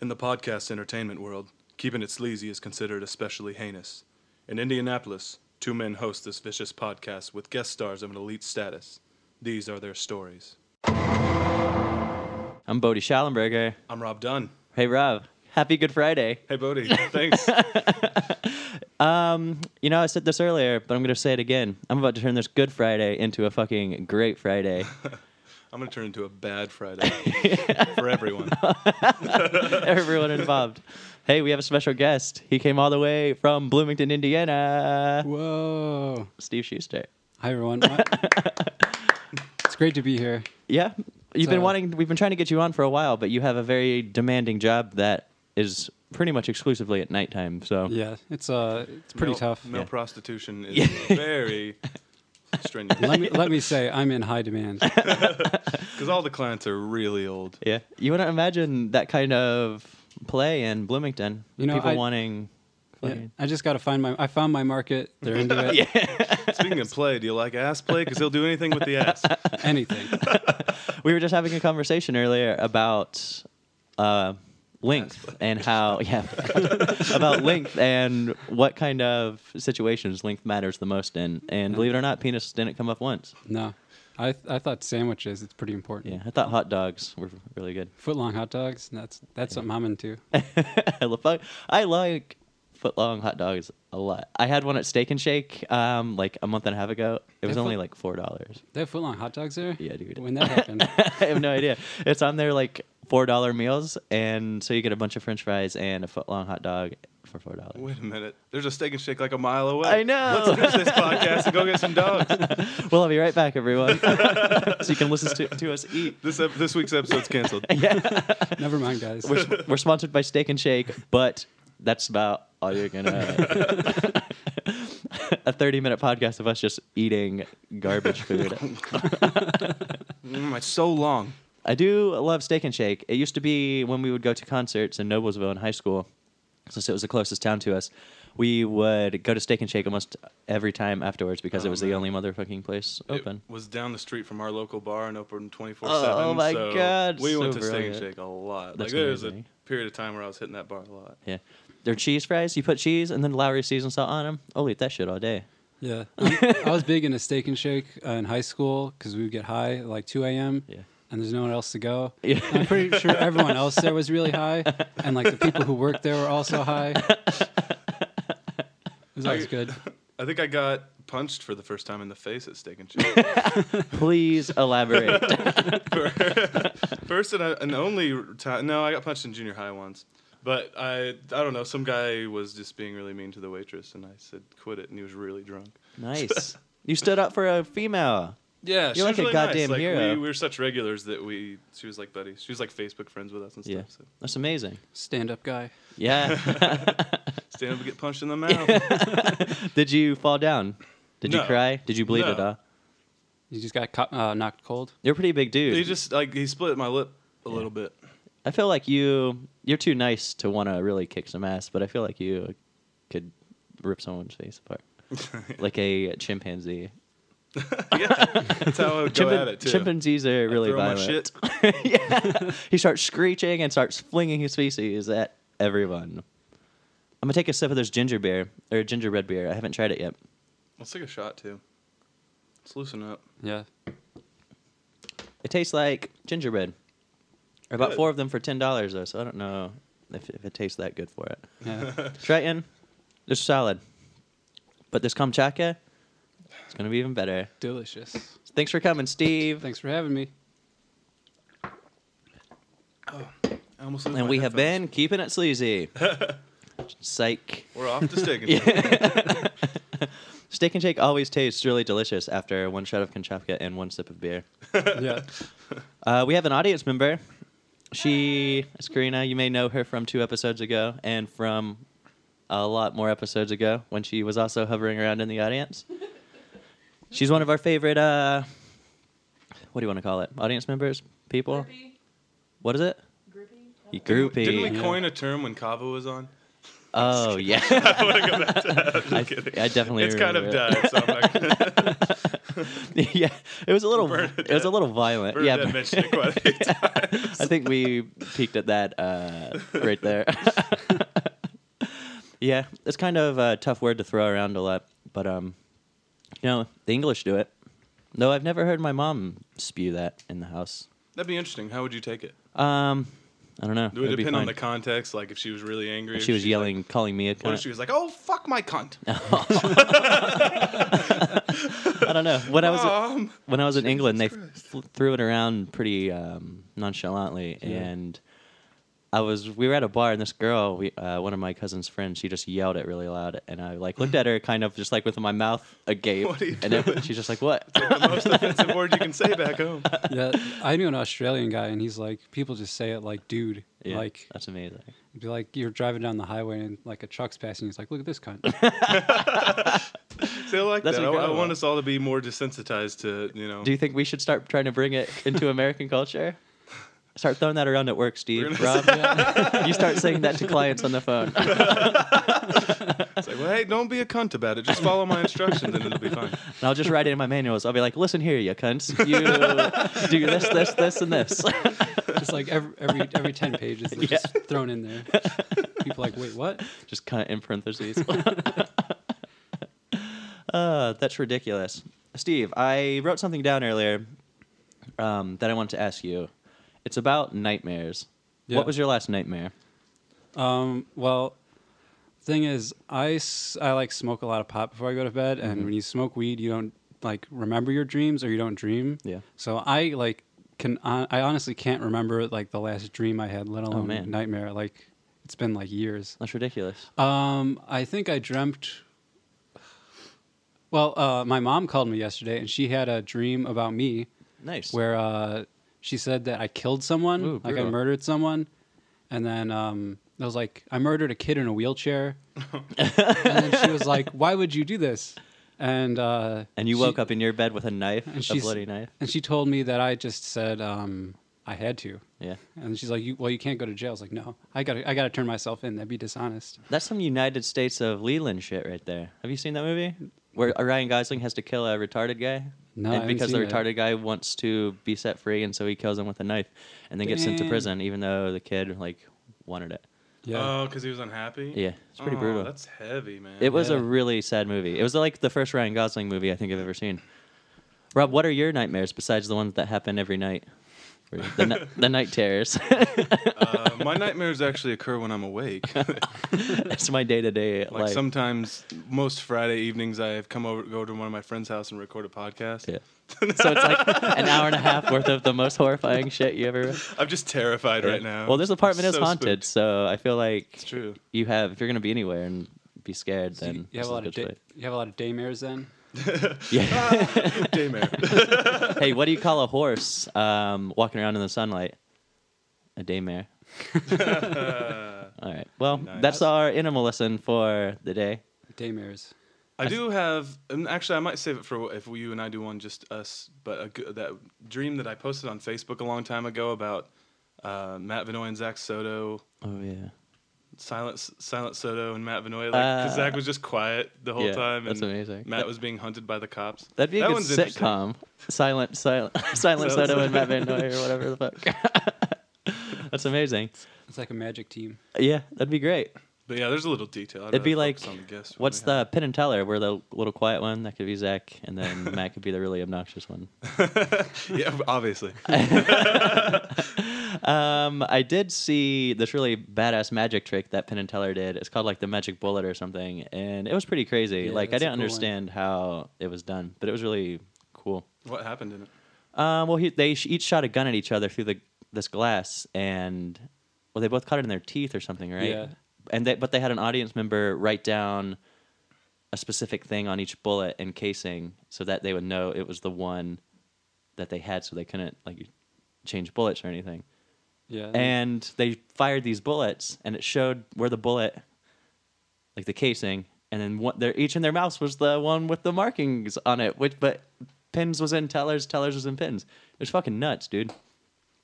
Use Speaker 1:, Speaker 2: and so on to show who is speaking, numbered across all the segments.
Speaker 1: In the podcast entertainment world, keeping it sleazy is considered especially heinous. In Indianapolis, two men host this vicious podcast with guest stars of an elite status. These are their stories.
Speaker 2: I'm Bodie Schallenberger.
Speaker 1: I'm Rob Dunn.
Speaker 2: Hey, Rob. Happy Good Friday.
Speaker 1: Hey, Bodie. Thanks.
Speaker 2: You know, I said this earlier, but I'm going to say it again. I'm about to turn this Good Friday into a fucking great Friday.
Speaker 1: I'm going to turn into a bad Friday for everyone.
Speaker 2: Everyone involved. Hey, we have a special guest. He came all the way from Bloomington, Indiana.
Speaker 3: Whoa.
Speaker 2: Steve Schuster.
Speaker 3: Hi, everyone. it's great to be here.
Speaker 2: Yeah. You've been
Speaker 3: So-
Speaker 2: wanting, we've been trying to get you on for a while, but you have a very demanding job that is pretty much exclusively at nighttime. So,
Speaker 3: Yeah, it's uh, it's pretty
Speaker 1: Male-
Speaker 3: tough.
Speaker 1: Male prostitution is very strenuous
Speaker 3: Let me let me say, I'm in high demand.
Speaker 1: because all the clients are really old.
Speaker 2: yeah. You wouldn't imagine that kind of play in Bloomington.
Speaker 3: You know,
Speaker 2: people
Speaker 3: I-
Speaker 2: wanting.
Speaker 3: Yeah,
Speaker 2: fucking-
Speaker 3: I just got to find my. I found my market. They're into it.
Speaker 1: Speaking of play, do you like ass play? Because they'll do anything with the ass.
Speaker 3: Anything.
Speaker 2: we were just having a conversation earlier about uh, length and how yeah about length and what kind of situations length matters the most in and believe it or not penis didn't come up once
Speaker 3: No, I I thought sandwiches. It's pretty important.
Speaker 2: yeah i thought hot dogs were really good
Speaker 3: Foot long hot dogs. That's that's something I'm into.
Speaker 2: i love i like foot long hot dogs a lot i had one at steak and shake um, like a month and a half ago it was
Speaker 3: They're
Speaker 2: only
Speaker 3: fu-
Speaker 2: like four dollars
Speaker 3: They have foot long hot dogs there.
Speaker 2: Yeah, dude.
Speaker 3: When that happened,
Speaker 2: I have no idea. It's on their like four dollar meals, and so you get a bunch of French fries and a foot long hot dog for four dollars.
Speaker 1: Wait a minute. There's a steak and shake like a mile away.
Speaker 2: I know.
Speaker 1: Let's finish this podcast and go get some dogs.
Speaker 2: Well, I'll be right back, everyone, so you can listen to, to us eat.
Speaker 1: This ep- this week's episode's canceled.
Speaker 2: Yeah,
Speaker 3: never mind, guys.
Speaker 2: we're, s- we're sponsored by Steak and Shake, but that's about all you're gonna. a thirty minute podcast of us just eating garbage food.
Speaker 1: Mm, it's so long.
Speaker 2: I do love Steak and Shake. It used to be when we would go to concerts in Noblesville in high school, since it was the closest town to us, we would go to Steak and Shake almost every time afterwards because it
Speaker 1: Oh,
Speaker 2: was the
Speaker 1: man.
Speaker 2: only motherfucking place open.
Speaker 1: It was down the street from our local bar and open 24 7.
Speaker 2: Oh, my God,
Speaker 1: We went
Speaker 2: so
Speaker 1: to Steak and
Speaker 2: brilliant.
Speaker 1: Shake a lot. like,
Speaker 2: That's
Speaker 1: there was a
Speaker 2: amazing.
Speaker 1: period of time where I was hitting that bar a lot.
Speaker 2: yeah. Their cheese fries, you put cheese and then Lowry season salt on them. I'll eat that shit all day.
Speaker 3: Yeah, I I was big into steak and shake uh, in high school because we would get high at like 2 a.m.
Speaker 2: Yeah.
Speaker 3: and there's no one else to go.
Speaker 2: Yeah.
Speaker 3: And I'm pretty sure everyone else there was really high, and like the people who worked there were also high. It was always
Speaker 1: I-
Speaker 3: good.
Speaker 1: I think I got punched for the first time in the face at Steak and Shake.
Speaker 2: Please elaborate.
Speaker 1: first and, I, and only time. No, I got punched in junior high once. But I, I don't know. Some guy was just being really mean to the waitress, and I said, quit it. And he was really drunk.
Speaker 2: nice. You stood up for a female.
Speaker 1: Yeah, she
Speaker 2: You're
Speaker 1: was
Speaker 2: like a
Speaker 1: really
Speaker 2: goddamn
Speaker 1: nice. Like,
Speaker 2: hero.
Speaker 1: we, we were such regulars that we she was like buddies. She was like Facebook friends with us and stuff.
Speaker 2: Yeah.
Speaker 1: So
Speaker 2: That's amazing.
Speaker 3: Stand up guy.
Speaker 2: Yeah.
Speaker 1: stand up and get punched in the mouth.
Speaker 2: Did you fall down? Did you
Speaker 1: No.
Speaker 2: cry? Did you bleed
Speaker 1: No.
Speaker 2: at all?
Speaker 3: You just got co- uh, knocked cold.
Speaker 2: You're a pretty big dude.
Speaker 1: he just like he split my lip a little bit.
Speaker 2: I feel like you you're too nice to want to really kick some ass, but I feel like you could rip someone's face apart like a chimpanzee.
Speaker 1: yeah, that's how I would go
Speaker 2: Chimpan-
Speaker 1: at it too.
Speaker 2: Chimpanzees are really
Speaker 1: Throw my
Speaker 2: violent.
Speaker 1: shit.
Speaker 2: He starts screeching and starts flinging his feces at everyone. I'm gonna take a sip of this ginger beer or gingerbread beer. I haven't tried it yet.
Speaker 1: Let's take a shot too. Let's loosen up.
Speaker 3: Yeah.
Speaker 2: It tastes like gingerbread. Or about
Speaker 1: Good.
Speaker 2: four of them for ten dollars though, so I don't know if, if it tastes that good for it.
Speaker 3: Yeah.
Speaker 2: Triton, they're solid, but this Kamchatka, it's gonna be even better.
Speaker 3: Delicious.
Speaker 2: Thanks for coming, Steve.
Speaker 3: Thanks for having me.
Speaker 1: I almost lose
Speaker 2: And
Speaker 1: my
Speaker 2: we have
Speaker 1: headphones.
Speaker 2: been keeping it sleazy. Psych.
Speaker 1: We're off to steak and shake.
Speaker 2: Steak and shake always tastes really delicious after one shot of Kamchatka and one sip of beer.
Speaker 3: Yeah.
Speaker 2: Uh, we have an audience member. She is Karina. You may know her from two episodes ago and from a lot more episodes ago when she was also hovering around in the audience. She's one of our favorite, uh, what do you want to call it? Audience members? People?
Speaker 4: Groupie.
Speaker 2: What is it?
Speaker 4: Groupie.
Speaker 2: You groupie.
Speaker 1: Didn't we coin a term when Kava was on?
Speaker 2: oh, yeah.
Speaker 1: I want to go back to that. I'm just
Speaker 2: I
Speaker 1: kidding.
Speaker 2: definitely
Speaker 1: It's kind of
Speaker 2: remember
Speaker 1: died. So I'm not
Speaker 2: yeah, it was a little
Speaker 1: Bernadette-
Speaker 2: it was a little violent.
Speaker 1: Bernadette
Speaker 2: yeah,
Speaker 1: mentioned it quite a few times.
Speaker 2: I think we peaked at that uh, right there. yeah, it's kind of a tough word to throw around a lot, but um, you know, the English do it. Though I've never heard my mom spew that in the house.
Speaker 1: That'd be interesting. How would you take it?
Speaker 2: Um, I don't know.
Speaker 1: It would
Speaker 2: It'd be
Speaker 1: depend on
Speaker 2: fine.
Speaker 1: the context. Like if she was really angry,
Speaker 2: If
Speaker 1: if
Speaker 2: she was
Speaker 1: she's
Speaker 2: yelling,
Speaker 1: Like,
Speaker 2: calling me a
Speaker 1: what if
Speaker 2: cunt.
Speaker 1: she was like, "Oh fuck my cunt"?
Speaker 2: I don't know. When I was
Speaker 1: Um,
Speaker 2: when I was in England, they
Speaker 1: Christ.
Speaker 2: fl- threw it around pretty um, nonchalantly, and I was we were at a bar, and this girl, we, uh, one of my cousin's friends, she just yelled it really loud, and I like looked at her, kind of just like with my mouth agape,
Speaker 1: What are you
Speaker 2: and
Speaker 1: doing?
Speaker 2: then she's just like, "What?"
Speaker 1: the most offensive word you can say back home.
Speaker 3: Yeah, I knew an Australian guy, and he's like, people just say it like, dude.
Speaker 2: Yeah,
Speaker 3: Like,
Speaker 2: that's amazing.
Speaker 3: it'd be like you're driving down the highway, and like a truck's passing. He's like, look at this cunt.
Speaker 1: So I like
Speaker 2: That's
Speaker 1: that. I, I
Speaker 2: incredible.
Speaker 1: want us all to be more desensitized to you know.
Speaker 2: Do you think we should start trying to bring it into American culture? Start throwing that around at work, Steve. Rob, you start saying that to clients on the phone.
Speaker 1: it's like, well, hey, don't be a cunt about it. Just follow my instructions, and it'll be fine.
Speaker 2: And I'll just write it in my manuals. I'll be like, listen here, you cunts. You do this, this, this, and this.
Speaker 3: just like every every every ten pages, they're
Speaker 2: Yeah.
Speaker 3: just thrown in there. People like, wait, what?
Speaker 2: just kind of in parentheses. uh, that's ridiculous. Steve, I wrote something down earlier um, that I wanted to ask you. It's about nightmares.
Speaker 3: Yeah.
Speaker 2: What was your last nightmare?
Speaker 3: Um, well, thing is, I, s- I, like smoke a lot of pot before I go to bed,
Speaker 2: Mm-hmm.
Speaker 3: and when you smoke weed, you don't like remember your dreams or you don't dream.
Speaker 2: Yeah.
Speaker 3: So I like can hon- I honestly can't remember like the last dream I had, let alone
Speaker 2: Oh, man.
Speaker 3: nightmare. Like it's been like years.
Speaker 2: That's ridiculous.
Speaker 3: Um, I think I dreamt. Well, uh, my mom called me yesterday, and she had a dream about me
Speaker 2: Nice.
Speaker 3: where uh, she said that I killed someone,
Speaker 2: Ooh,
Speaker 3: like I
Speaker 2: brutal.
Speaker 3: murdered someone, and then um, I was like, I murdered a kid in a wheelchair, and then she was like, Why would you do this? And uh,
Speaker 2: And you
Speaker 3: she-
Speaker 2: woke up in your bed with a knife,
Speaker 3: and
Speaker 2: a
Speaker 3: she's-
Speaker 2: bloody knife.
Speaker 3: and she told me that I just said um, I had to,
Speaker 2: Yeah.
Speaker 3: and she's like, you, Well, you can't go to jail. I was like, No, I got to I got to turn myself in. That'd be dishonest.
Speaker 2: That's some United States of Leland shit right there. Have you seen that movie? Where Ryan Gosling has to kill a retarded guy?
Speaker 3: No,
Speaker 2: and
Speaker 3: I haven't
Speaker 2: because
Speaker 3: seen
Speaker 2: the
Speaker 3: it.
Speaker 2: retarded guy wants to be set free, and so he kills him with a knife, and then gets sent to
Speaker 3: Damn.
Speaker 2: prison, even though the kid like wanted it.
Speaker 3: Yeah,
Speaker 1: Oh, because he was unhappy.
Speaker 2: Yeah, it's pretty
Speaker 1: Oh,
Speaker 2: brutal.
Speaker 1: That's heavy, man.
Speaker 2: It was a
Speaker 3: Yeah.
Speaker 2: really sad movie. It was like the first Ryan Gosling movie I think I've ever seen. Rob, what are your nightmares besides the ones that happen every night? The, ni- the night terrors.
Speaker 1: uh, my nightmares actually occur when I'm awake.
Speaker 2: That's my day to day
Speaker 1: like
Speaker 2: life.
Speaker 1: sometimes, most Friday evenings, I have come over, go to one of my friend's house and record a podcast.
Speaker 2: Yeah. so it's like an hour and a half worth of the most horrifying shit you ever.
Speaker 1: I'm just terrified right now.
Speaker 2: Well, this apartment
Speaker 1: I'm
Speaker 2: is
Speaker 1: so
Speaker 2: haunted,
Speaker 1: spooked.
Speaker 2: so I feel like
Speaker 1: It's true.
Speaker 2: you have if you're gonna be anywhere and be scared,
Speaker 3: So
Speaker 2: then
Speaker 3: you, you
Speaker 2: this
Speaker 3: have
Speaker 2: is
Speaker 3: a lot of
Speaker 2: good
Speaker 3: day,
Speaker 2: place.
Speaker 3: you have a lot of daymares then.
Speaker 2: Yeah.
Speaker 1: Daymare.
Speaker 2: hey, what do you call a horse um, walking around in the sunlight? A daymare. All right. Well,
Speaker 1: Nice.
Speaker 2: that's our animal lesson for the day.
Speaker 3: Daymares.
Speaker 1: I do have, and actually, I might save it for if you and I do one just us. But a, g- that dream that I posted on Facebook a long time ago about uh, Matt Vanoy and Zach Soto,
Speaker 2: Oh yeah.
Speaker 1: Silent S- Silent Soto and Matt Vanoy, like 'cause
Speaker 2: Ah.
Speaker 1: Zach was just quiet the whole
Speaker 2: Yeah,
Speaker 1: time, and
Speaker 2: that's amazing.
Speaker 1: Matt
Speaker 2: That-
Speaker 1: was being hunted by the cops.
Speaker 2: That'd be a
Speaker 1: That
Speaker 2: good
Speaker 1: one's interesting.
Speaker 2: sitcom. Silent, silent, silent Soto and Matt Van Noy or whatever the fuck. that's amazing.
Speaker 3: It's like a magic team.
Speaker 2: Yeah, that'd be great.
Speaker 1: But yeah, there's a little detail. I'd
Speaker 2: It'd be
Speaker 1: rather
Speaker 2: like,
Speaker 1: focus on the guest when
Speaker 2: what's
Speaker 1: we have-
Speaker 2: the Penn and Teller? Where the little quiet one that could be Zach, and then Matt could be the really obnoxious one.
Speaker 1: Yeah, obviously.
Speaker 2: Um, I did see this really badass magic trick that Penn and Teller did. It's called like the magic bullet or something, and it was pretty crazy.
Speaker 3: Yeah,
Speaker 2: like I
Speaker 3: that's a
Speaker 2: didn't
Speaker 3: cool one.
Speaker 2: understand how it was done, but it was really cool.
Speaker 1: what happened in it?
Speaker 2: Um, well, he, they sh- each shot a gun at each other through the this glass, and well, they both caught it in their teeth or something, right?
Speaker 3: Yeah.
Speaker 2: And they but they had an audience member write down a specific thing on each bullet and casing so that they would know it was the one that they had, so they couldn't like change bullets or anything
Speaker 3: Yeah.
Speaker 2: Mm-hmm. and they fired these bullets and it showed where the bullet like the casing and then what their each in their mouse was the one with the markings on it which but pins was in tellers tellers was in pins it was fucking nuts dude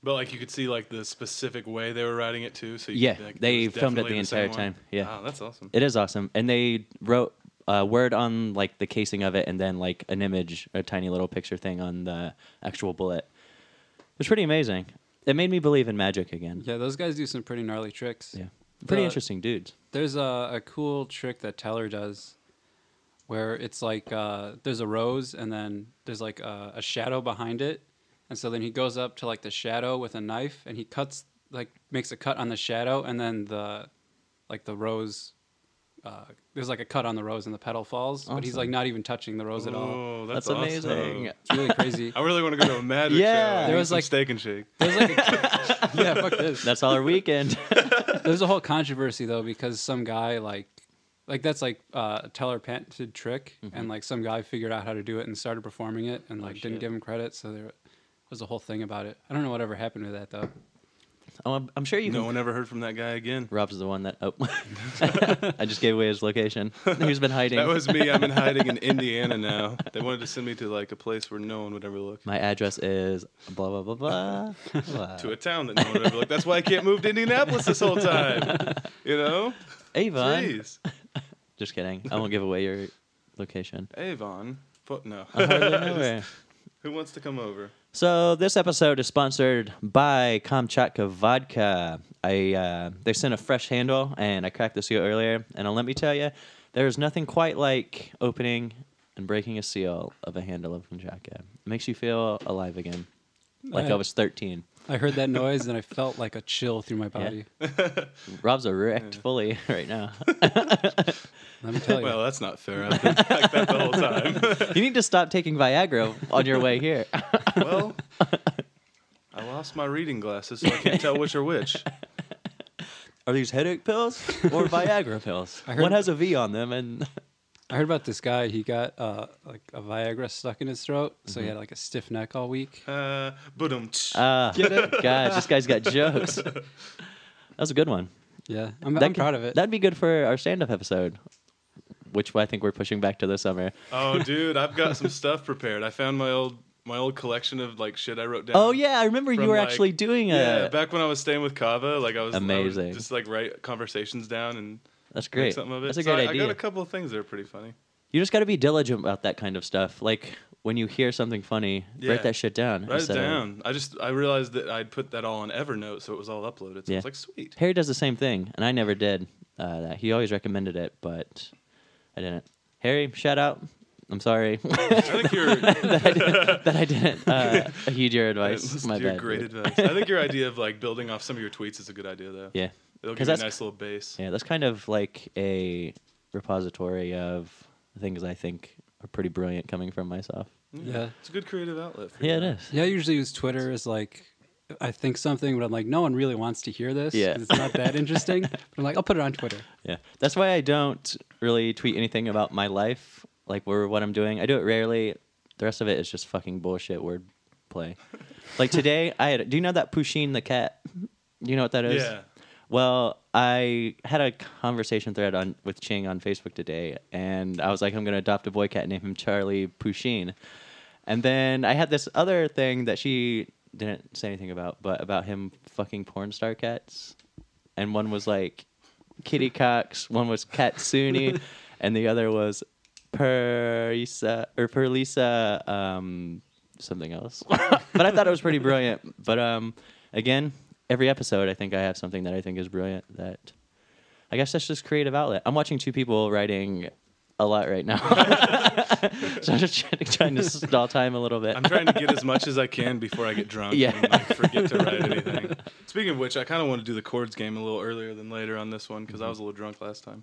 Speaker 1: But like you could see like the specific way they were writing it too. So you
Speaker 2: Yeah,
Speaker 1: could, like, it
Speaker 2: they
Speaker 1: was
Speaker 2: filmed it
Speaker 1: definitely
Speaker 2: the
Speaker 1: same
Speaker 2: entire
Speaker 1: one.
Speaker 2: time. Yeah.
Speaker 1: wow, that's awesome.
Speaker 2: it is awesome and they wrote a word on like the casing of it, and then like an image, a tiny little picture thing on the actual bullet. It was pretty amazing. It made me believe in magic again.
Speaker 3: Yeah, those guys do some pretty gnarly tricks.
Speaker 2: Yeah, pretty
Speaker 3: Uh,
Speaker 2: interesting dudes.
Speaker 3: There's a, a cool trick that Teller does where it's like uh, there's a rose and then there's like a, a shadow behind it. And so then he goes up to like the shadow with a knife and he cuts, like, makes a cut on the shadow and then the, like, the rose. Uh, there's like a cut on the rose and the petal falls, but he's
Speaker 2: Awesome.
Speaker 3: like not even touching the rose at all.
Speaker 1: Oh,
Speaker 2: That's,
Speaker 1: that's, awesome.
Speaker 2: amazing.
Speaker 3: It's really crazy.
Speaker 1: I really want to go to a magic
Speaker 2: Yeah.
Speaker 1: show.
Speaker 2: There
Speaker 1: There
Speaker 3: was,
Speaker 1: was like
Speaker 3: like-
Speaker 1: steak and shake.
Speaker 3: There's like a, yeah, fuck this.
Speaker 2: That's all our weekend.
Speaker 3: There's a whole controversy though because some guy like like that's like uh, a teller patented trick and like some guy figured out how to do it and started performing it and like didn't
Speaker 2: Mm-hmm. Oh, shit.
Speaker 3: give him credit so there was a whole thing about it. I don't know whatever happened to that though.
Speaker 2: oh, I'm, I'm sure you.
Speaker 1: No
Speaker 2: can...
Speaker 1: one ever heard from that guy again.
Speaker 2: Rob's the one that. Oh, I just gave away his location. He's been hiding.
Speaker 1: That was me. I'm in hiding in Indiana now. They wanted to send me to like a place where no one would ever look.
Speaker 2: My address is blah blah blah blah. blah.
Speaker 1: To a town that no one would ever look. That's why I can't move to Indianapolis this whole time. You know?
Speaker 2: Avon.
Speaker 1: Jeez.
Speaker 2: Just kidding. I won't give away your location.
Speaker 1: Avon. Foot no.
Speaker 2: I hardly know her.
Speaker 1: Who wants to come over?
Speaker 2: So this episode is sponsored by Kamchatka Vodka. I uh, they sent a fresh handle, and I cracked the seal earlier. And uh, let me tell you, there is nothing quite like opening and breaking a seal of a handle of Kamchatka. It makes you feel alive again, like I
Speaker 3: Alright.
Speaker 2: was thirteen.
Speaker 3: I heard that noise and I felt like a chill through my body.
Speaker 2: Rob's erect fully right now.
Speaker 3: Let me tell you.
Speaker 2: uh,
Speaker 1: Well, that's not fair. I've been like that the whole time.
Speaker 2: you need to stop taking Viagra on your way here.
Speaker 1: well, I lost my reading glasses, so I can't tell which are which.
Speaker 2: Are these headache pills or Viagra pills?
Speaker 3: I heard-
Speaker 2: One has a V on them, and
Speaker 3: I heard about this guy. He got uh, like a Viagra stuck in his throat, so
Speaker 2: Mm-hmm.
Speaker 3: he had like a stiff neck all week.
Speaker 1: Uh, but
Speaker 2: ah,
Speaker 3: Get it?
Speaker 2: gosh, this guy's got jokes. That was a good one.
Speaker 3: Yeah, I'm,
Speaker 2: That
Speaker 3: I'm
Speaker 2: could-
Speaker 3: proud of it.
Speaker 2: That'd be good for our stand-up episode, which I think we're pushing back to this summer.
Speaker 1: oh, dude, I've got some stuff prepared. I found my old my old collection of like shit I wrote down.
Speaker 2: Oh yeah, I remember you
Speaker 1: From,
Speaker 2: were
Speaker 1: like-
Speaker 2: actually doing a.
Speaker 1: Yeah, back when I was staying with Kava, like I was I would
Speaker 2: Amazing.
Speaker 1: just like write conversations down and
Speaker 2: that's
Speaker 1: make
Speaker 2: great.
Speaker 1: something of it.
Speaker 2: That's a
Speaker 1: So
Speaker 2: great
Speaker 1: I,
Speaker 2: idea.
Speaker 1: I got a couple of things that are pretty funny.
Speaker 2: You just got to be diligent about that kind of stuff. Like when you hear something funny,
Speaker 1: Yeah.
Speaker 2: write that shit down.
Speaker 1: Write it
Speaker 2: instead of-
Speaker 1: down. I just I realized that I'd put that all on Evernote, so it was all uploaded. So
Speaker 2: Yeah.
Speaker 1: it's like sweet.
Speaker 2: Harry does the same thing, and I never did uh, that. He always recommended it, but I didn't. Harry, shout out. I'm sorry
Speaker 1: I think you're
Speaker 2: that I didn't uh, heed your advice.
Speaker 1: Listen
Speaker 2: My
Speaker 1: to your
Speaker 2: bad.
Speaker 1: great
Speaker 2: dude.
Speaker 1: advice. I think your idea of like building off some of your tweets is a good idea though.
Speaker 2: Yeah,
Speaker 1: It'll give
Speaker 2: 'Cause
Speaker 1: you a
Speaker 2: that's-
Speaker 1: nice little base.
Speaker 2: yeah. That's kind of like a repository of things I think are pretty brilliant coming from myself.
Speaker 3: yeah.
Speaker 1: It's a good creative outlet. For
Speaker 2: Yeah, it
Speaker 1: you.
Speaker 2: is.
Speaker 3: Yeah, I usually use Twitter as like I think something, but I'm like, no one really wants to hear this.
Speaker 2: Yeah.
Speaker 3: 'cause it's not that interesting. but I'm like, I'll put it on Twitter.
Speaker 2: Yeah, that's why I don't really tweet anything about my life, like or what I'm doing. I do it rarely. The rest of it is just fucking bullshit word play. like today, I had. Do you know that Pusheen the cat? Do you know what that is?
Speaker 1: Yeah.
Speaker 2: Well, I had a conversation thread on with Ching on Facebook today, and I was like, I'm gonna adopt a boy cat, name him Charlie Pusheen. And then I had this other thing that she didn't say anything about, but about him fucking porn star cats. And one was like Kitty Cox, one was Katsuni, and the other was Perisa or Perlisa um something else. but I thought it was pretty brilliant. But um again, every episode I think I have something that I think is brilliant that I guess that's just creative outlet. I'm watching two people writing a lot right now. so I'm just trying to, trying to stall time a little bit.
Speaker 1: I'm trying to get as much as I can before I get drunk
Speaker 2: Yeah.
Speaker 1: and like, forget to write anything. Speaking of which, I kind of want to do the chords game a little earlier than later on this one because
Speaker 2: Mm-hmm.
Speaker 1: I was a little drunk last time.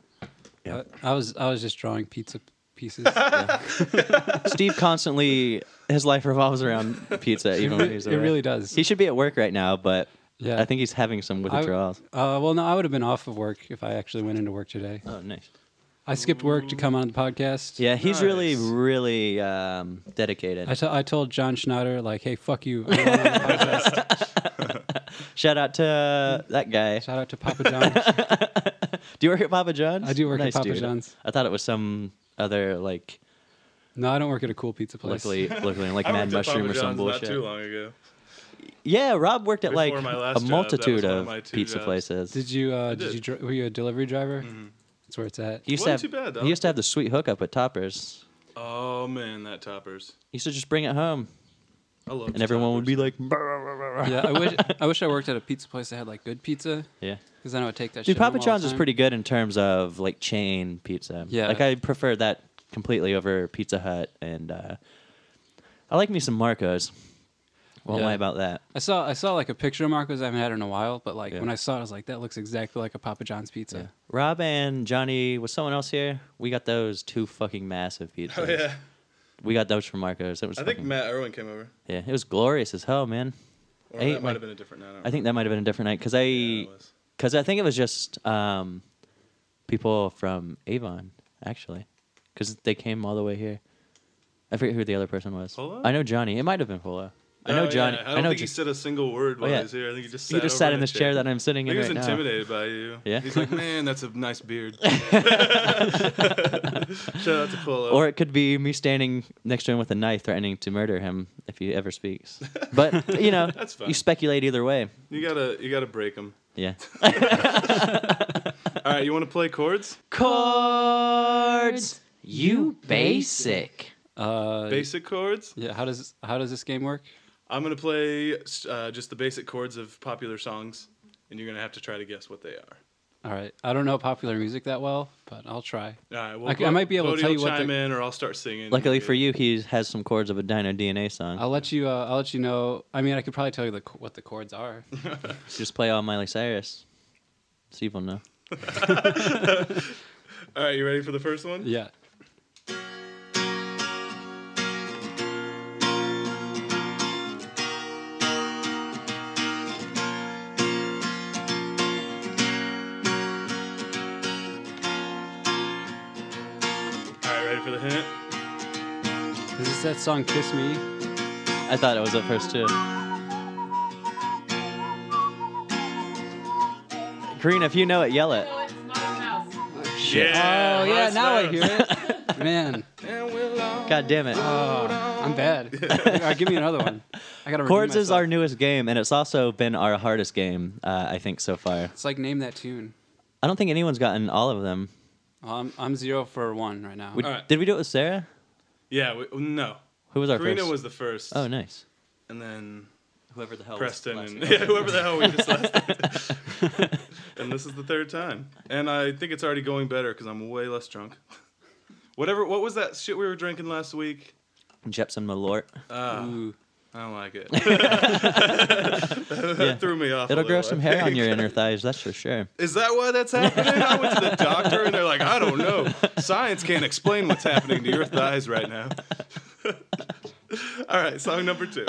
Speaker 2: Yeah.
Speaker 3: I, I was I was just drawing pizza pieces.
Speaker 2: Steve constantly his life revolves around pizza even when he's
Speaker 3: it
Speaker 2: away.
Speaker 3: really does.
Speaker 2: He should be at work right now, but
Speaker 3: Yeah.
Speaker 2: I think he's having some
Speaker 3: I-
Speaker 2: withdrawals.
Speaker 3: uh, well, no, I would have been off of work if I actually went into work today.
Speaker 2: oh, nice.
Speaker 3: I skipped work to come on the podcast.
Speaker 2: Yeah, he's really,
Speaker 1: Nice.
Speaker 2: really um, dedicated.
Speaker 3: I, t- I told John Schnatter like, hey, fuck you. I don't wanna-
Speaker 2: Shout out to that guy.
Speaker 3: Shout out to Papa John.
Speaker 2: Do you work at Papa John's?
Speaker 3: I do work at Papa
Speaker 2: dude.
Speaker 3: John's.
Speaker 2: I thought it was some other like
Speaker 3: No, I don't work at a cool pizza place.
Speaker 2: luckily, luckily like
Speaker 1: I
Speaker 2: Mad
Speaker 1: worked at
Speaker 2: Mushroom
Speaker 1: Papa
Speaker 2: or some
Speaker 1: John's not too
Speaker 2: bullshit.
Speaker 1: long ago.
Speaker 2: Yeah, Rob worked at
Speaker 1: Before
Speaker 2: like
Speaker 1: my last job,
Speaker 2: a
Speaker 1: that was
Speaker 2: multitude
Speaker 1: one of
Speaker 2: of
Speaker 1: my two
Speaker 2: pizza
Speaker 1: jobs.
Speaker 2: places.
Speaker 3: Did you uh, did
Speaker 1: did.
Speaker 3: you dri- were you a delivery driver? That's where it's at.
Speaker 2: He used
Speaker 1: Wasn't
Speaker 2: to
Speaker 1: too
Speaker 2: have,
Speaker 1: bad, though.
Speaker 2: He used to have the sweet hookup at Toppers.
Speaker 1: Oh man, that toppers.
Speaker 2: He used to just bring it home,
Speaker 1: I love.
Speaker 2: and everyone would be like,
Speaker 3: yeah, I wish I wish I worked at a pizza place that had like good pizza
Speaker 2: "Yeah,
Speaker 3: because then I would take that. shit
Speaker 2: dude,
Speaker 3: home
Speaker 2: Papa
Speaker 3: all the
Speaker 2: John's is
Speaker 3: time.
Speaker 2: pretty good in terms of like chain pizza.
Speaker 3: Yeah.
Speaker 2: like I prefer that completely over Pizza Hut, and uh, I like me some Marcos. Won't
Speaker 3: Yeah.
Speaker 2: lie about that.
Speaker 3: I saw I saw like a picture of Marcos I haven't had in a while, but like
Speaker 2: Yeah.
Speaker 3: when I saw it, I was like, that looks exactly like a Papa John's pizza.
Speaker 2: Rob and Johnny was someone else here. We got those two fucking massive pizzas.
Speaker 1: Oh yeah,
Speaker 2: We got those from Marcos. It was
Speaker 1: I think
Speaker 2: fucking-
Speaker 1: Matt Irwin came over.
Speaker 2: yeah, it was glorious as hell, man.
Speaker 1: Or
Speaker 2: I ate
Speaker 1: that
Speaker 2: my-
Speaker 1: might have been a different night. I, don't
Speaker 2: I think that might have been a different night because I
Speaker 1: remember. Yeah, it was.
Speaker 2: because I think it was just um, people from Avon actually, because they came all the way here. I forget who the other person was.
Speaker 1: Polo?
Speaker 2: I know Johnny. It might have been Polo. I
Speaker 1: Oh,
Speaker 2: know
Speaker 1: yeah,
Speaker 2: Johnny.
Speaker 1: I don't
Speaker 2: know.
Speaker 1: think he
Speaker 2: Jo-
Speaker 1: said a single word while
Speaker 2: yeah.
Speaker 1: he was here. I think he just sat
Speaker 2: he just sat
Speaker 1: over
Speaker 2: in this chair that I'm
Speaker 1: I
Speaker 2: sitting
Speaker 1: think
Speaker 2: in
Speaker 1: he was
Speaker 2: right now.
Speaker 1: intimidated by you.
Speaker 2: Yeah.
Speaker 1: He's like, man, that's a nice beard. Shout out to Polo.
Speaker 2: Or it could be me standing next to him with a knife, threatening to murder him if he ever speaks. But you know,
Speaker 1: That's fine.
Speaker 2: you speculate either way.
Speaker 1: you gotta, you gotta break him.
Speaker 2: Yeah.
Speaker 1: All right, you want to play chords?
Speaker 2: Chords, you basic.
Speaker 3: Uh,
Speaker 1: Basic chords.
Speaker 3: yeah. How does how does this game work?
Speaker 1: I'm gonna play uh, just the basic chords of popular songs, and you're gonna have to try to guess what they are.
Speaker 3: All right. I don't know popular music that well, but I'll try.
Speaker 1: All right, well,
Speaker 3: I c- I might be able to
Speaker 1: Bodhi
Speaker 3: tell
Speaker 1: will
Speaker 3: you what
Speaker 1: chime
Speaker 3: the-
Speaker 1: in, or I'll start singing.
Speaker 2: Luckily
Speaker 1: Maybe.
Speaker 2: for you, he has some chords of a Dino DNA song.
Speaker 3: I'll let you. Uh, I'll let you know. I mean, I could probably tell you the, c- what the chords are.
Speaker 2: Just play all Miley Cyrus. See if you'll know.
Speaker 1: All right, you ready for the first one?
Speaker 3: yeah.
Speaker 1: All right, ready for the hint?
Speaker 3: Is this that song "Kiss Me"?
Speaker 1: Oh,
Speaker 2: I thought it was at first too. Karina, if you know it, yell it.
Speaker 4: No, it's not a mouse.
Speaker 2: Shit.
Speaker 3: Oh yeah,
Speaker 1: Miles
Speaker 3: now I
Speaker 1: Davis.
Speaker 3: hear it. Man,
Speaker 1: And we'll all-
Speaker 2: God damn it.
Speaker 3: uh, I'm bad. All right, give me another one. I gotta. redeem
Speaker 2: Chords is
Speaker 3: myself.
Speaker 2: our newest game, and it's also been our hardest game, uh, I think, so far.
Speaker 3: It's like name that tune.
Speaker 2: I don't think anyone's gotten all of them.
Speaker 3: Um, I'm zero for one right now.
Speaker 2: We-
Speaker 1: All right.
Speaker 2: Did we do it with Sarah?
Speaker 1: Yeah, we, no.
Speaker 2: Who was our
Speaker 1: Karina
Speaker 2: first?
Speaker 1: was the first.
Speaker 2: oh, nice.
Speaker 1: And then
Speaker 2: Whoever the hell
Speaker 1: Preston and yeah, whoever the hell we just last. and this is the third time, and I think it's already going better because I'm way less drunk. Whatever. What was that shit we were drinking last week?
Speaker 2: Jepson Malort.
Speaker 1: Uh,
Speaker 3: Ooh.
Speaker 1: I don't like it. that threw me off. a
Speaker 2: It'll grow
Speaker 1: little, I
Speaker 2: some hair on
Speaker 1: think.
Speaker 2: your inner thighs, that's for sure.
Speaker 1: Is that why that's happening? I went to the doctor and they're like, I don't know. Science can't explain what's happening to your thighs right now. All right, song number two.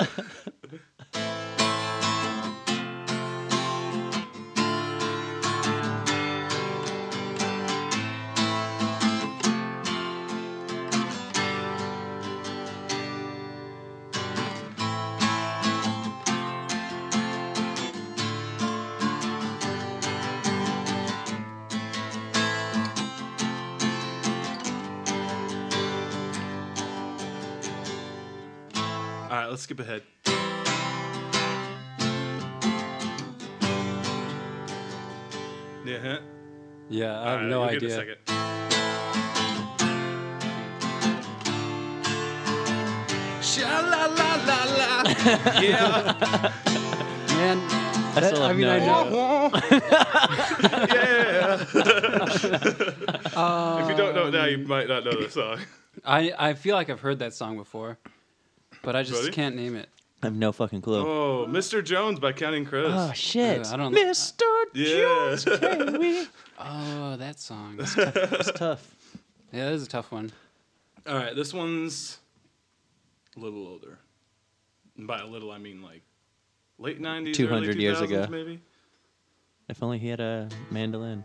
Speaker 1: All right, let's skip ahead. Yeah, huh?
Speaker 3: Yeah, I have
Speaker 1: All right,
Speaker 3: no
Speaker 1: you'll get a
Speaker 3: idea.
Speaker 1: second. Sha-la-la-la-la. Yeah.
Speaker 3: Man,
Speaker 2: I still have
Speaker 3: I mean,
Speaker 2: no
Speaker 3: I
Speaker 2: idea.
Speaker 3: know.
Speaker 1: yeah.
Speaker 3: Uh,
Speaker 1: If you don't know it now, you might not know the song.
Speaker 3: Um, I I feel like I've heard that song before, but I just
Speaker 1: Ready?
Speaker 3: can't name it.
Speaker 2: I have no fucking clue.
Speaker 1: Oh, Mr. Jones by Counting Crows.
Speaker 2: Oh shit!
Speaker 3: Yeah, I don't-
Speaker 2: Mr.
Speaker 1: Yeah.
Speaker 2: Jones, can we?
Speaker 3: Oh, that song.
Speaker 2: It's tough.
Speaker 3: Yeah, that is a tough one.
Speaker 1: All right, this one's a little older. And by a little, I mean like late 90s,
Speaker 2: 200
Speaker 1: early
Speaker 2: years
Speaker 1: 2000s
Speaker 2: ago.
Speaker 1: Maybe.
Speaker 2: If only he had a mandolin.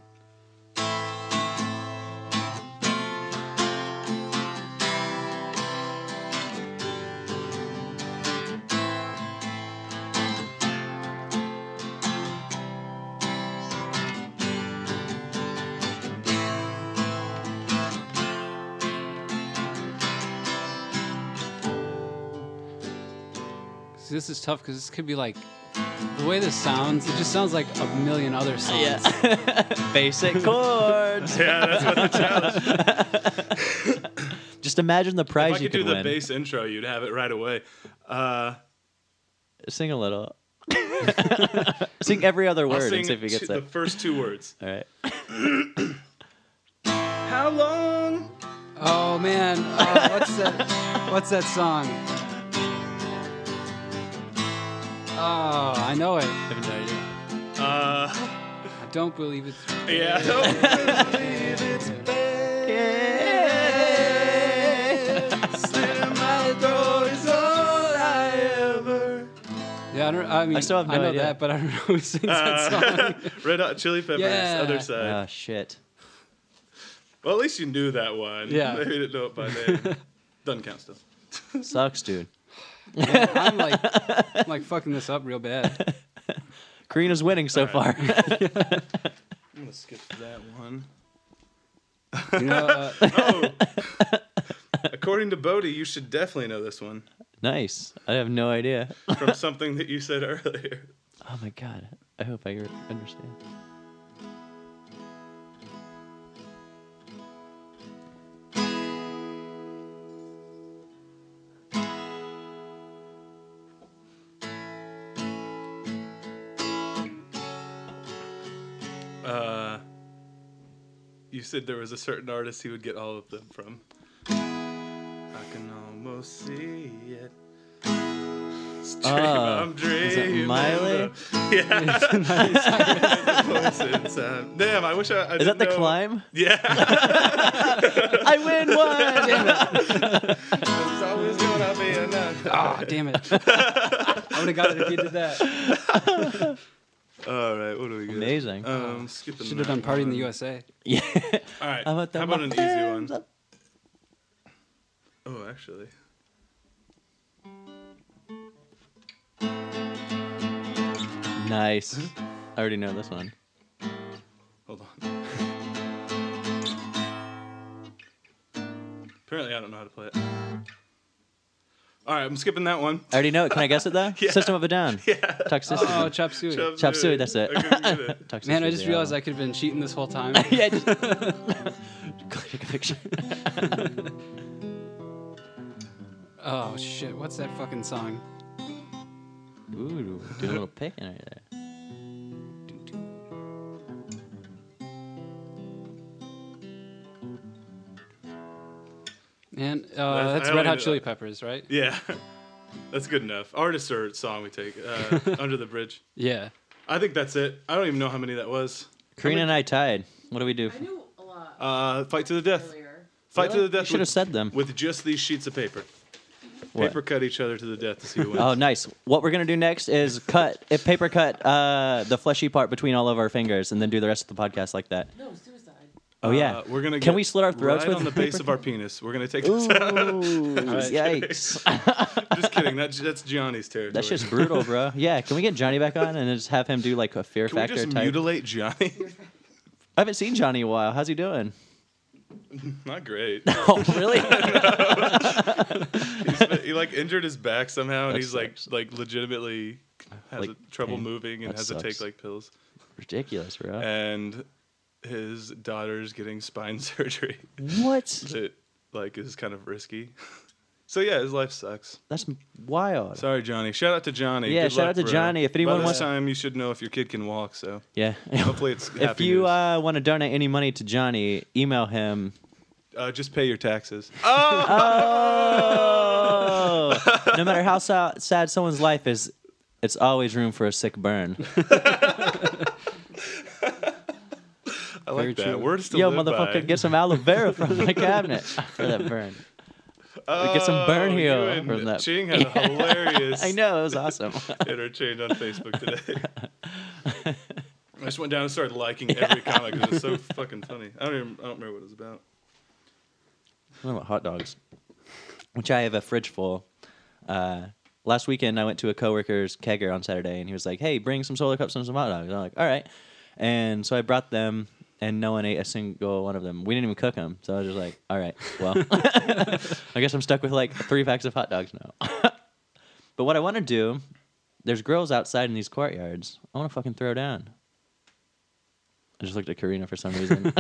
Speaker 3: See, this is tough because this could be like The way this sounds, it just sounds like a million other songs.
Speaker 2: Yeah. Basic chords.
Speaker 1: Yeah, that's what the challenge. If
Speaker 2: Just imagine the prize
Speaker 1: I
Speaker 2: you
Speaker 1: could do
Speaker 2: could
Speaker 1: the
Speaker 2: win.
Speaker 1: bass intro, you'd have it right away. Uh,
Speaker 2: Sing a little. sing every other
Speaker 1: I'll
Speaker 2: word
Speaker 1: sing
Speaker 2: and see if he
Speaker 1: two-
Speaker 2: gets
Speaker 1: the
Speaker 2: it.
Speaker 1: first two words.
Speaker 2: All right.
Speaker 1: How long?
Speaker 3: Oh man, uh, what's that? What's that song? Oh, I know it.
Speaker 2: I have no idea.
Speaker 1: Uh,
Speaker 3: I don't believe it's.
Speaker 1: yeah. Don't believe it's bad. Slit my throat is all I ever-
Speaker 3: Yeah, I, don't, I mean,
Speaker 2: I still have no
Speaker 3: know
Speaker 2: idea.
Speaker 3: that, but I don't know who sings
Speaker 1: Uh,
Speaker 3: that song.
Speaker 1: Red Hot Chili Peppers,
Speaker 3: Yeah.
Speaker 1: other side.
Speaker 2: Oh, shit.
Speaker 1: Well, at least you knew that one.
Speaker 3: Yeah.
Speaker 1: Maybe you didn't know it by name. Doesn't count stuff.
Speaker 2: Sucks, dude.
Speaker 3: Man, I'm like, I'm like fucking this up real bad.
Speaker 2: Karina's winning so
Speaker 1: All right.
Speaker 2: far.
Speaker 1: I'm going to skip that one.
Speaker 3: You know, uh,
Speaker 1: Oh. According to Bodhi, you should definitely know this one
Speaker 2: nice. I have no idea.
Speaker 1: from something that you said earlier.
Speaker 2: Oh my god. I hope I re- understand.
Speaker 1: Uh, you said there was a certain artist he would get all of them from. I can almost see it. It's dream
Speaker 2: Oh,
Speaker 1: I'm
Speaker 2: is it
Speaker 1: dreaming.
Speaker 2: Miley?
Speaker 1: of- Yeah. Voice inside. Damn, I wish I. I
Speaker 2: Is
Speaker 1: didn't
Speaker 2: that the
Speaker 1: know-
Speaker 2: climb?
Speaker 1: Yeah.
Speaker 2: I win one!
Speaker 1: it's always gonna be enough.
Speaker 3: oh, damn it. I would have got it if you did that.
Speaker 1: All right, what do we got?
Speaker 2: Amazing.
Speaker 1: Um, skipping.
Speaker 3: Should have
Speaker 1: that
Speaker 3: done Party in the
Speaker 1: one.
Speaker 3: USA.
Speaker 2: yeah.
Speaker 1: All right.
Speaker 2: I want
Speaker 1: How
Speaker 2: them
Speaker 1: about an
Speaker 2: buttons
Speaker 1: easy one?
Speaker 2: up.
Speaker 1: Oh, actually.
Speaker 2: Nice. I already know this one.
Speaker 1: Hold on. Apparently, I don't know how to play it. All right, I'm skipping that one.
Speaker 2: I already know it. Can I guess it though?
Speaker 1: Yeah.
Speaker 2: System of a Down.
Speaker 1: Yeah.
Speaker 3: Oh,
Speaker 2: Toxicity.
Speaker 3: chop suey.
Speaker 2: Chop suey, that's it.
Speaker 1: I couldn't get it.
Speaker 2: Toxicity
Speaker 3: Man, I
Speaker 2: is
Speaker 3: just
Speaker 2: the
Speaker 3: realized I
Speaker 2: other
Speaker 3: could have been cheating this whole time.
Speaker 2: one. yeah. Just... Click a picture.
Speaker 3: Oh shit, what's that fucking song?
Speaker 2: Ooh, do a little picking right there.
Speaker 3: Man,
Speaker 1: I
Speaker 3: uh, that's
Speaker 1: only
Speaker 3: Red Hot
Speaker 1: did
Speaker 3: Chili
Speaker 1: that.
Speaker 3: Peppers, right?
Speaker 1: Yeah, that's good enough. Artist or song we take uh, under the bridge.
Speaker 3: Yeah.
Speaker 1: I think that's it. I don't even know how many that was.
Speaker 2: Karina and I tied. What do we do?
Speaker 4: I knew a lot
Speaker 1: Uh, fight to the death.
Speaker 4: earlier.
Speaker 1: Fight to the death.
Speaker 2: should have
Speaker 1: With,
Speaker 2: said them.
Speaker 1: with just these sheets of paper.
Speaker 2: What?
Speaker 1: Paper cut each other to the death to see who wins.
Speaker 2: Oh, nice. What we're gonna do next is cut, if paper cut, uh, the fleshy part between all of our fingers, and then do the rest of the podcast like that.
Speaker 4: No, suicide.
Speaker 2: Oh yeah.
Speaker 1: Uh, we're gonna.
Speaker 2: Can
Speaker 1: get
Speaker 2: we slit our throats
Speaker 1: right
Speaker 2: with
Speaker 1: on the base of our penis? We're gonna take this
Speaker 2: Ooh,
Speaker 1: out.
Speaker 2: yikes!
Speaker 1: just kidding. That, that's Gianni's territory.
Speaker 2: That's just brutal, bro. Yeah, can we get Johnny back on and just have him do like a Fear
Speaker 1: Can we
Speaker 2: Factor
Speaker 1: just
Speaker 2: type?
Speaker 1: mutilate Johnny?
Speaker 2: I haven't seen Johnny in a while. How's he doing?
Speaker 1: Not great.
Speaker 2: Oh, really?
Speaker 1: He's- he like injured his back somehow, and
Speaker 2: That
Speaker 1: he's like
Speaker 2: sucks.
Speaker 1: like legitimately has
Speaker 2: Like,
Speaker 1: a- trouble
Speaker 2: pain.
Speaker 1: moving and
Speaker 2: That
Speaker 1: has to take
Speaker 2: sucks.
Speaker 1: like pills.
Speaker 2: Ridiculous, bro.
Speaker 1: And his daughter's getting spine surgery.
Speaker 2: what?
Speaker 1: It like is kind of risky. So yeah, his life sucks.
Speaker 2: That's wild.
Speaker 1: Sorry, Johnny. Shout out to Johnny.
Speaker 2: Yeah,
Speaker 1: Good
Speaker 2: shout
Speaker 1: luck,
Speaker 2: out to
Speaker 1: bro.
Speaker 2: Johnny. If anyone
Speaker 1: By this
Speaker 2: wants-
Speaker 1: time, you should know if your kid can walk. So
Speaker 2: yeah.
Speaker 1: hopefully, it's
Speaker 2: if
Speaker 1: happy
Speaker 2: you
Speaker 1: news.
Speaker 2: uh, want to donate any money to Johnny, email him.
Speaker 1: Uh, just pay your taxes.
Speaker 2: Uh,
Speaker 1: Oh,
Speaker 2: Oh! no matter how sa- sad someone's life is, it's always room for a sick burn.
Speaker 1: I like
Speaker 3: true.
Speaker 1: that. Words to
Speaker 2: Yo,
Speaker 1: live
Speaker 2: motherfucker,
Speaker 1: by.
Speaker 2: get some aloe vera from my cabinet for that burn. get some burn
Speaker 1: Oh,
Speaker 2: heel
Speaker 1: you and
Speaker 2: from that.
Speaker 1: Ching had a hilarious
Speaker 2: I know it was awesome.
Speaker 1: interchange on Facebook today. I just went down and started liking every comic. It was so fucking funny. I don't even I don't remember what it was about.
Speaker 2: What about hot dogs? Which I have a fridge full. Uh, last weekend, I went to a coworker's kegger on Saturday, and he was like, "Hey, bring some solar cups and some hot dogs." I'm like, "All right," and so I brought them, and no one ate a single one of them. We didn't even cook them, so I was just like, "All right, well, I guess I'm stuck with like three packs of hot dogs now." but what I want to do There's girls outside in these courtyards. I want to fucking throw down. I just looked at Karina for some reason.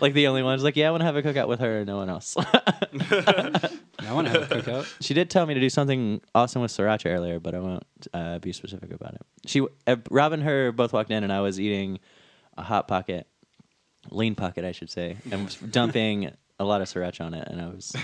Speaker 2: like the only one. I was like, yeah, I want to have a cookout with her and no one else.
Speaker 3: I want to have a cookout.
Speaker 2: She did tell me to do something awesome with sriracha earlier, but I won't uh, be specific about it. She, uh, Rob and her both walked in, and I was eating a hot pocket, lean pocket, I should say, and was dumping a lot of sriracha on it, and I was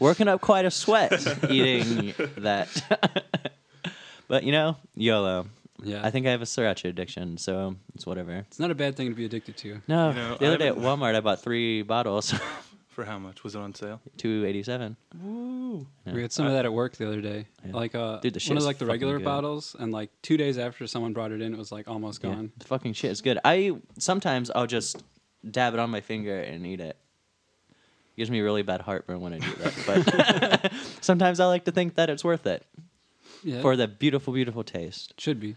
Speaker 2: working up quite a sweat eating that. but you know, YOLO.
Speaker 3: Yeah.
Speaker 2: I think I have a sriracha addiction, so it's whatever.
Speaker 3: it's not a bad thing to be addicted to.
Speaker 2: No,
Speaker 1: You know,
Speaker 2: the other
Speaker 1: I
Speaker 2: day at
Speaker 1: haven't-
Speaker 2: Walmart, I bought three bottles,
Speaker 1: For how much was it on sale?
Speaker 2: two eighty seven.
Speaker 1: Woo!
Speaker 3: We had some of that at work the other day. Like uh,
Speaker 2: Dude, the shit
Speaker 3: one of
Speaker 2: is
Speaker 3: like the
Speaker 2: fucking
Speaker 3: regular
Speaker 2: good.
Speaker 3: bottles, and like two days after someone brought it in, it was like almost
Speaker 2: Yeah,
Speaker 3: gone.
Speaker 2: the fucking shit is good. I sometimes I'll just dab it on my finger and eat it. Gives me really bad heartburn when I do that. But sometimes I like to think that it's worth it
Speaker 3: Yeah,
Speaker 2: for the beautiful, beautiful taste.
Speaker 3: should be.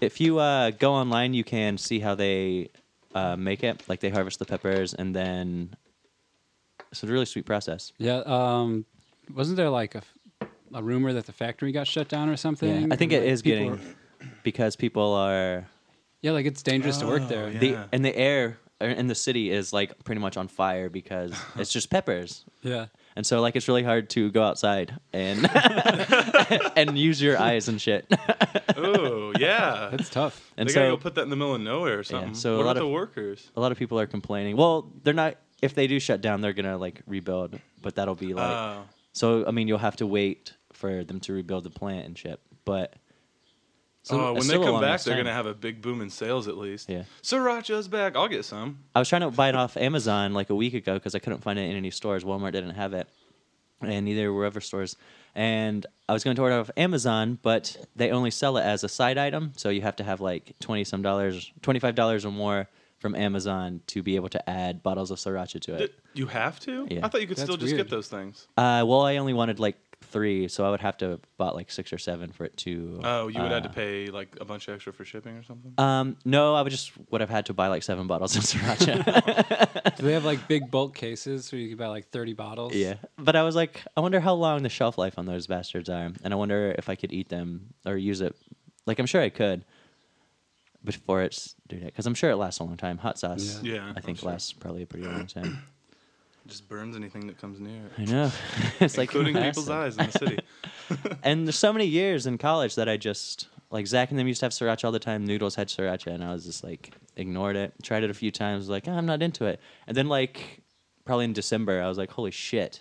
Speaker 2: If you uh, go online, you can see how they uh, make it. Like they harvest the peppers and then it's a really sweet process.
Speaker 3: Yeah. Um, wasn't there like a, f- a rumor that the factory got shut down or something?
Speaker 2: Yeah, I think
Speaker 3: And,
Speaker 2: it
Speaker 3: like,
Speaker 2: is
Speaker 3: people
Speaker 2: getting
Speaker 3: are-
Speaker 2: because people are
Speaker 3: yeah, like it's dangerous to work
Speaker 1: Oh,
Speaker 3: there.
Speaker 1: yeah.
Speaker 2: the and the air in the city is like pretty much on fire because it's just peppers.
Speaker 3: yeah.
Speaker 2: And so like it's really hard to go outside and and use your eyes and shit.
Speaker 1: Oh yeah,
Speaker 3: That's tough.
Speaker 2: And
Speaker 1: they gotta
Speaker 2: so
Speaker 1: go put that in the middle of nowhere or something.
Speaker 2: so a
Speaker 1: what about
Speaker 2: lot of-
Speaker 1: the workers?
Speaker 2: a lot of people are complaining. Well, they're not if they do shut down, they're going to like rebuild, but that'll be like
Speaker 1: Oh,
Speaker 2: So I mean, you'll have to wait for them to rebuild the plant and shit. But so
Speaker 1: oh,
Speaker 2: it's
Speaker 1: when they
Speaker 2: still a
Speaker 1: come
Speaker 2: long
Speaker 1: back,
Speaker 2: ass
Speaker 1: they're
Speaker 2: time.
Speaker 1: gonna have a big boom in sales at least.
Speaker 2: Yeah.
Speaker 1: Sriracha's back. I'll get some.
Speaker 2: I was trying to buy it off Amazon like a week ago because I couldn't find it in any stores. Walmart didn't have it, and neither were other stores. And I was going to order it off Amazon, but they only sell it as a side item, so you have to have like twenty some dollars, twenty five dollars or more from Amazon to be able to add bottles of sriracha to
Speaker 1: Th-
Speaker 2: it.
Speaker 1: You have to?
Speaker 2: Yeah.
Speaker 1: I thought you could
Speaker 3: That's
Speaker 1: still just
Speaker 3: weird.
Speaker 1: get those things.
Speaker 2: Uh, well, I only wanted like three, so I would have to have bought like six or seven for it to.
Speaker 1: Oh, you would have
Speaker 2: uh,
Speaker 1: to pay like a bunch extra for shipping or something.
Speaker 2: Um, no, I would just would have had to buy like seven bottles of sriracha.
Speaker 3: Do they have like big bulk cases where you can buy like thirty bottles?
Speaker 2: yeah, but I was like, I wonder how long the shelf life on those bastards are, and I wonder if I could eat them or use it. Like I'm sure I could before it's dude, because I'm sure it lasts a long time. Hot sauce,
Speaker 1: Yeah. Yeah,
Speaker 2: I think
Speaker 1: I'm sure.
Speaker 2: lasts probably a pretty long time.
Speaker 1: just burns anything that comes near
Speaker 2: I
Speaker 1: it,
Speaker 2: know, it's like
Speaker 1: including people's eyes
Speaker 2: massive.
Speaker 1: in the city.
Speaker 2: And there's so many years in college that I just like Zach and them used to have sriracha all the time. Noodles had sriracha, and I was just like ignored it. Tried it a few times, like "Ah, I'm not into it. And then like probably in December, I was like, holy shit,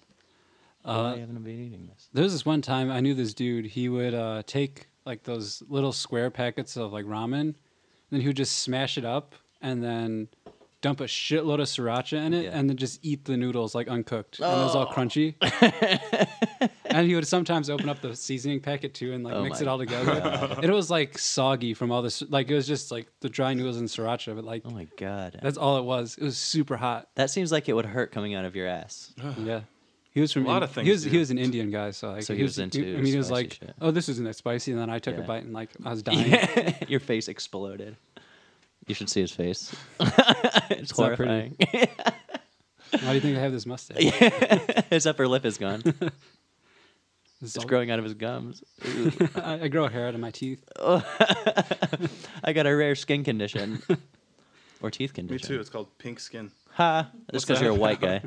Speaker 2: why haven't I been eating this?
Speaker 3: There was this one time I knew this dude. He would uh, take like those little square packets of like ramen, and then he would just smash it up and then dump a shitload of sriracha in it,
Speaker 2: Yeah. Oh.
Speaker 3: and then just eat the noodles like uncooked, and it was all crunchy. and he would sometimes open up the seasoning packet too and like
Speaker 2: Oh
Speaker 3: mix
Speaker 2: my
Speaker 3: it all together. And it was like soggy from all this. Like it was just like the dry noodles and sriracha, but like
Speaker 2: Oh my god,
Speaker 3: that's all it was. It was super hot.
Speaker 2: that seems like it would hurt coming out of your ass.
Speaker 3: Yeah. He was from
Speaker 1: A lot
Speaker 3: Ind-
Speaker 1: of things
Speaker 3: He was,
Speaker 1: do.
Speaker 3: he was an Indian guy, so like
Speaker 2: So he was into
Speaker 3: I mean, he was
Speaker 2: spicy
Speaker 3: like,
Speaker 2: shit.
Speaker 3: "Oh, this isn't that spicy," and then I took
Speaker 2: Yeah.
Speaker 3: a bite and like I was dying.
Speaker 2: Yeah. your face exploded. You should see his face. it's
Speaker 3: not
Speaker 2: horrifying.
Speaker 3: pretty. Why do you think I have this mustache?
Speaker 2: his upper lip is gone.
Speaker 3: It's
Speaker 2: It's
Speaker 3: all-
Speaker 2: growing out of his gums.
Speaker 3: I, I grow hair out of my teeth.
Speaker 2: I got a rare skin condition or teeth condition.
Speaker 1: Me too. It's called pink skin.
Speaker 2: Ha! Just
Speaker 1: What's
Speaker 2: because
Speaker 1: that
Speaker 2: you're a white guy.